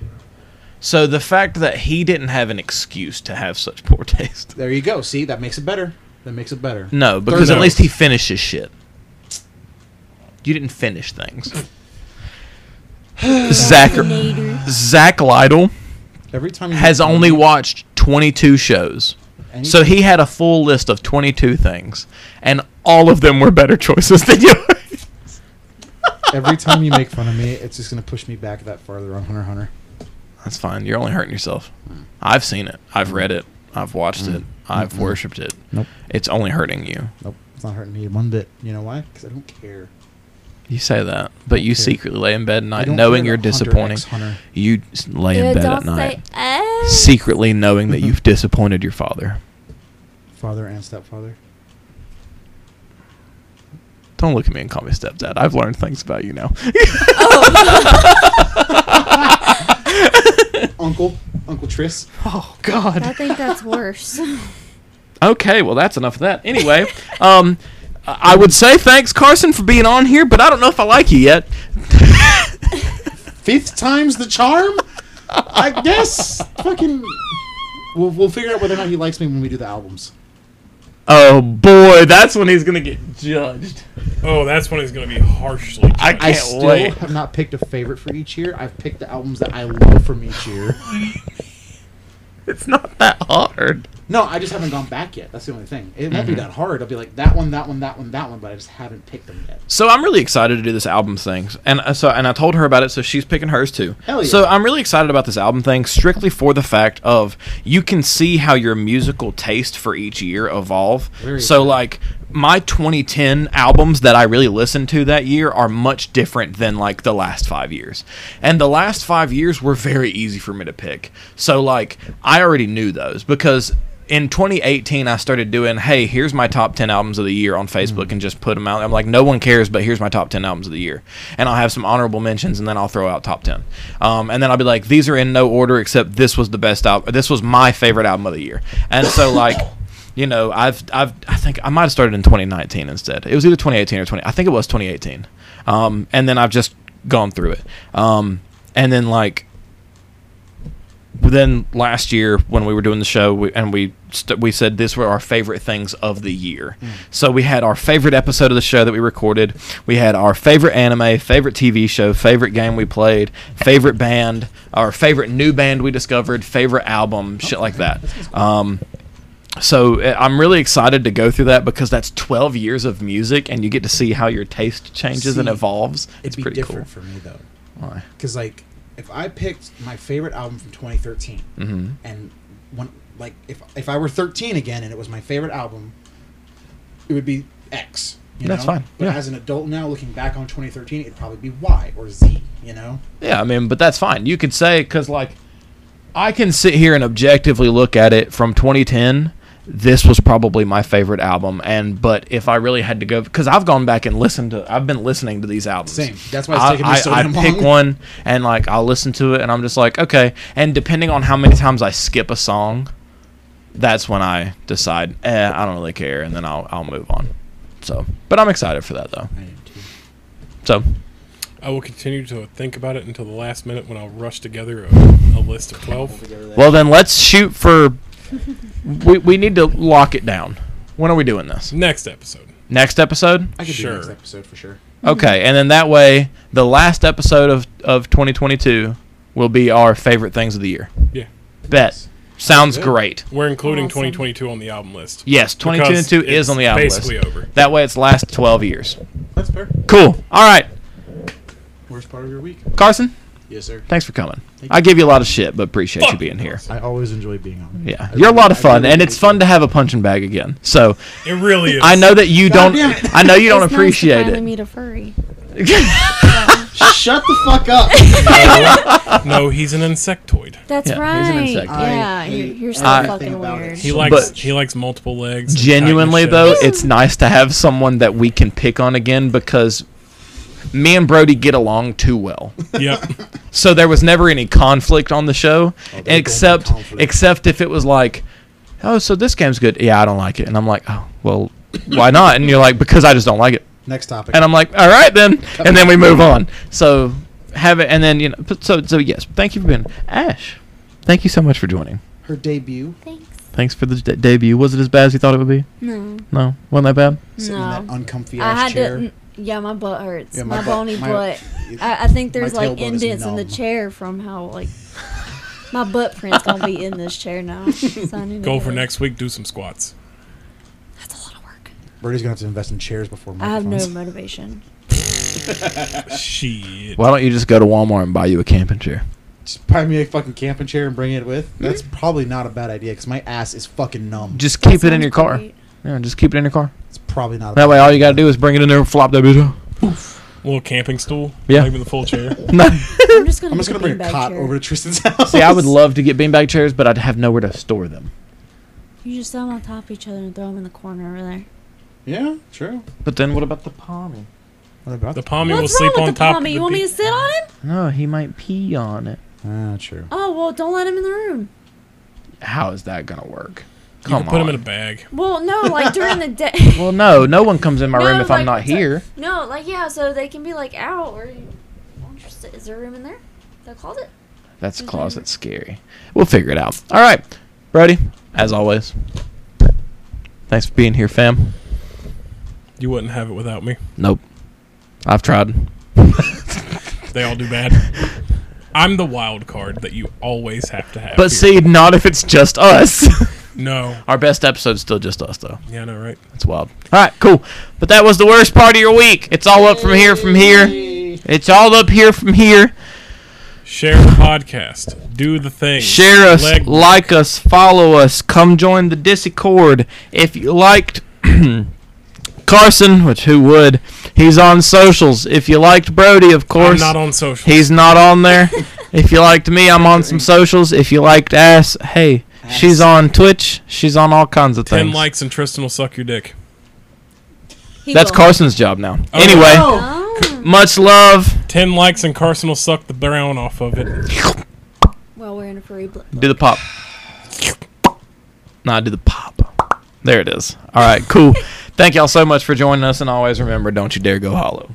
so the fact that he didn't have an excuse to have such poor [LAUGHS] taste. There you go. See, that makes it better. That makes it better. No, because Third at note. least he finishes shit. You didn't finish [SIGHS] things. Zach Nader. Zach Lytle every time he has only watched 22 shows. So he had a full list of 22 things, and all of them were better [LAUGHS] choices than yours. every time you make fun of me, it's just gonna push me back that farther on Hunter x Hunter. That's fine. You're only hurting yourself. I've seen it. I've read it. I've watched it. Mm-hmm. I've worshipped it. Nope. It's only hurting you. Nope. It's not hurting me one bit. You know why? Because I don't care. You say that, but you care. secretly lay in bed at I night don't knowing care you're about Hunter disappointing. X Hunter. You s- lay in Dude, bed at don't night, say, "Ah." secretly knowing Mm-hmm. that you've disappointed your father. Father and stepfather. Don't look at me and call me stepdad. I've learned things about you now. [LAUGHS] Uncle. Uncle Tris. Oh God. I think [LAUGHS] that's worse. Okay, well that's enough of that. Anyway, [LAUGHS] um, I I would say thanks Carson for being on here, but I don't know if I like you yet. Fifth time's the charm? I guess. Fucking. We'll, we'll figure out whether or not he likes me when we do the albums. Oh boy, that's when he's gonna get judged. Oh, that's when he's going to be harshly. I judged. can't I still wait. [LAUGHS] have not picked a favorite for each year. I've picked the albums that I love from each year. It's not that hard. No, I just haven't gone back yet. That's the only thing. It won't be that hard. I'll be like that one, that one, that one, that one, but I just haven't picked them yet. So I'm really excited to do this album thing, and uh, so and I told her about it, so she's picking hers too. Hell yeah. So I'm really excited about this album thing, strictly for the fact of you can see how your musical taste for each year evolve. Very so true. like my 2010 albums that I really listened to that year are much different than like the last five years, and the last five years were very easy for me to pick. So like I already knew those because. In 2018, I started doing, hey, here's my top 10 albums of the year on Facebook and just put them out. I'm like, no one cares, but here's my top 10 albums of the year. And I'll have some honorable mentions and then I'll throw out top 10. Um, and then I'll be like, these are in no order except this was the best album. This was my favorite album of the year. And so, like, you know, I've I've I think I might have started in 2019 instead. It was either 2018 or 20. I think it was 2018. Um, and then I've just gone through it. Um, and then like then last year when we were doing the show we, and we st- we said this were our favorite things of the year. Hmm. So we had our favorite episode of the show that we recorded. We had our favorite anime, favorite TV show, favorite game we played, favorite band, our favorite new band we discovered, favorite album, shit like that. Um, so uh, I'm really excited to go through that because that's 12 years of music and you get to see how your taste changes and See, evolves. It'd It's be pretty cool. different for me though, Why? because like if I picked my favorite album from 2013, Mhm. and when like if if I were 13 again and it was my favorite album, it would be X. You That's know? fine, But yeah. as an adult now, looking back on 2013, it'd probably be Y or Z. You know. Yeah, I mean, but that's fine. You could say because like I can sit here and objectively look at it from 2010. This was probably my favorite album, and but if I really had to go, because I've gone back and listened to, I've been listening to these albums. Same. That's why it's taken me so I, damn I pick long. one and like I'll listen to it, and I'm just like, okay. And depending on how many times I skip a song, that's when I decide, eh, I don't really care, and then I'll I'll move on. So, but I'm excited for that though. I am too. So I will continue to think about it until the last minute when I'll rush together a, a list of 12. Well, then let's shoot for. we, we need to lock it down. When are we doing this? Next episode. Next episode? I could Sure. do next episode for sure. Okay, and then that way, the last episode of, of 2022 will be our favorite things of the year. Yeah. Bet. Sounds Good. great. We're including Awesome. 2022 on the album list. Yes, Because 2022 it's is on the album basically list. over. That way, it's last 12 years. That's fair. Cool. All right, Worst part of your week. Carson, Yes, sir. thanks for coming. Thank I give you a lot of shit, but appreciate you being here. I always enjoy being on. Yeah, you're a lot of fun, and it's fun to have a punching bag again. So It really is. I know that you don't. God damn it. I know you don't It's nice to appreciate finally it. meet a furry. [LAUGHS] [LAUGHS] Shut the fuck up. No, he's an insectoid. That's Yeah, he's an right. insect. I Yeah, hate you're, you're so everything fucking about it. weird. He likes But- he likes multiple legs. and genuinely tight and though shit. it's nice to have someone that we can pick on again because me and brody get along too well Yep. so there was never any conflict on the show there's gonna Oh, be except conflict. except if it was like oh so this game's good yeah i don't like it and i'm like oh well why not and you're like because i just don't like it Next topic. and i'm like all right then and then we move on so have it and then you know but so so yes thank you for being ash thank you so much for joining Her debut. Thanks. thanks for the d- debut was it as bad as you thought it would be No. no wasn't that bad Sitting in No. that uncomfy I ass had chair. to. n- Yeah, my butt hurts. Yeah, my my, butt- bony my- [LAUGHS] butt. I, I think there's my like tailbone is indents in the numb. chair from how like my butt print's gonna be in this [LAUGHS] chair now. So I need to Go get for it. next week. Do some squats. That's a lot of work. Birdie's gonna have to invest in chairs before I have microphones. no motivation. Shit. Why don't you just go to Walmart and buy you a camping chair? Just buy me a fucking camping chair and bring it with. Hmm? That's probably not a bad idea because my ass is fucking numb. Just keep it in your Sounds car. great. Yeah, just keep it in your car. It's probably not. A That way, all you gotta do is bring it in there and flop that bitch. little camping stool. Yeah. Not even the full chair. I'm just gonna. I'm just gonna get bring a beanbag cot chair. over to Tristan's house. See, I [LAUGHS] would love to get beanbag chairs, but I'd have nowhere to store them. You just throw them on top of each other and throw them in the corner over there. [LAUGHS] Yeah, true. But then, what about the palmy? What about The palmy will What's wrong sleep with on the top. palmy? Of the You want me bee- to sit on him? No, he might pee on it. Ah, true. Oh well, don't let him in the room. How is that gonna work? You Come can put on. him in a bag. [LAUGHS] Well, no, like during the day. [LAUGHS] well, no, no one comes in my No, room if I'm like, not it's a- here. no, like yeah, so they can be like out or. you- I'm interested- Is there a room in there? The closet. That's Mhm. closet scary. We'll figure it out. All right, Brody. As always, thanks for being here, fam. You wouldn't have it without me. Nope, I've tried. They all do bad. I'm the wild card that you always have to have. But see, here. not if it's just us. [LAUGHS] no, Our best episode's still just us, though. yeah, no, right. It's wild. All right, cool. But that was the worst part of your week. It's all up from here, from here. It's all up here, from here. Share the podcast. Do the thing. Share us, Leg- like us, follow us. Come join the Discord. If you liked [CLEARS THROAT] Carson, which who would, he's on socials. If you liked Brody, of I'm course, not on social. he's not on [LAUGHS] there. if you liked me, I'm on some socials. If you liked Ass, hey, she's on Twitch. She's on all kinds of Ten things. likes and Tristan will suck your dick. He That's will. Carson's job now. Oh, anyway, [LAUGHS] Oh. much love. Ten likes and Carson will suck the brown off of it. Well, we're in a free. Bl- Do the pop. Nah, do the pop. There it is. All right, cool. Thank y'all so much for joining us, and always remember, don't you dare go hollow.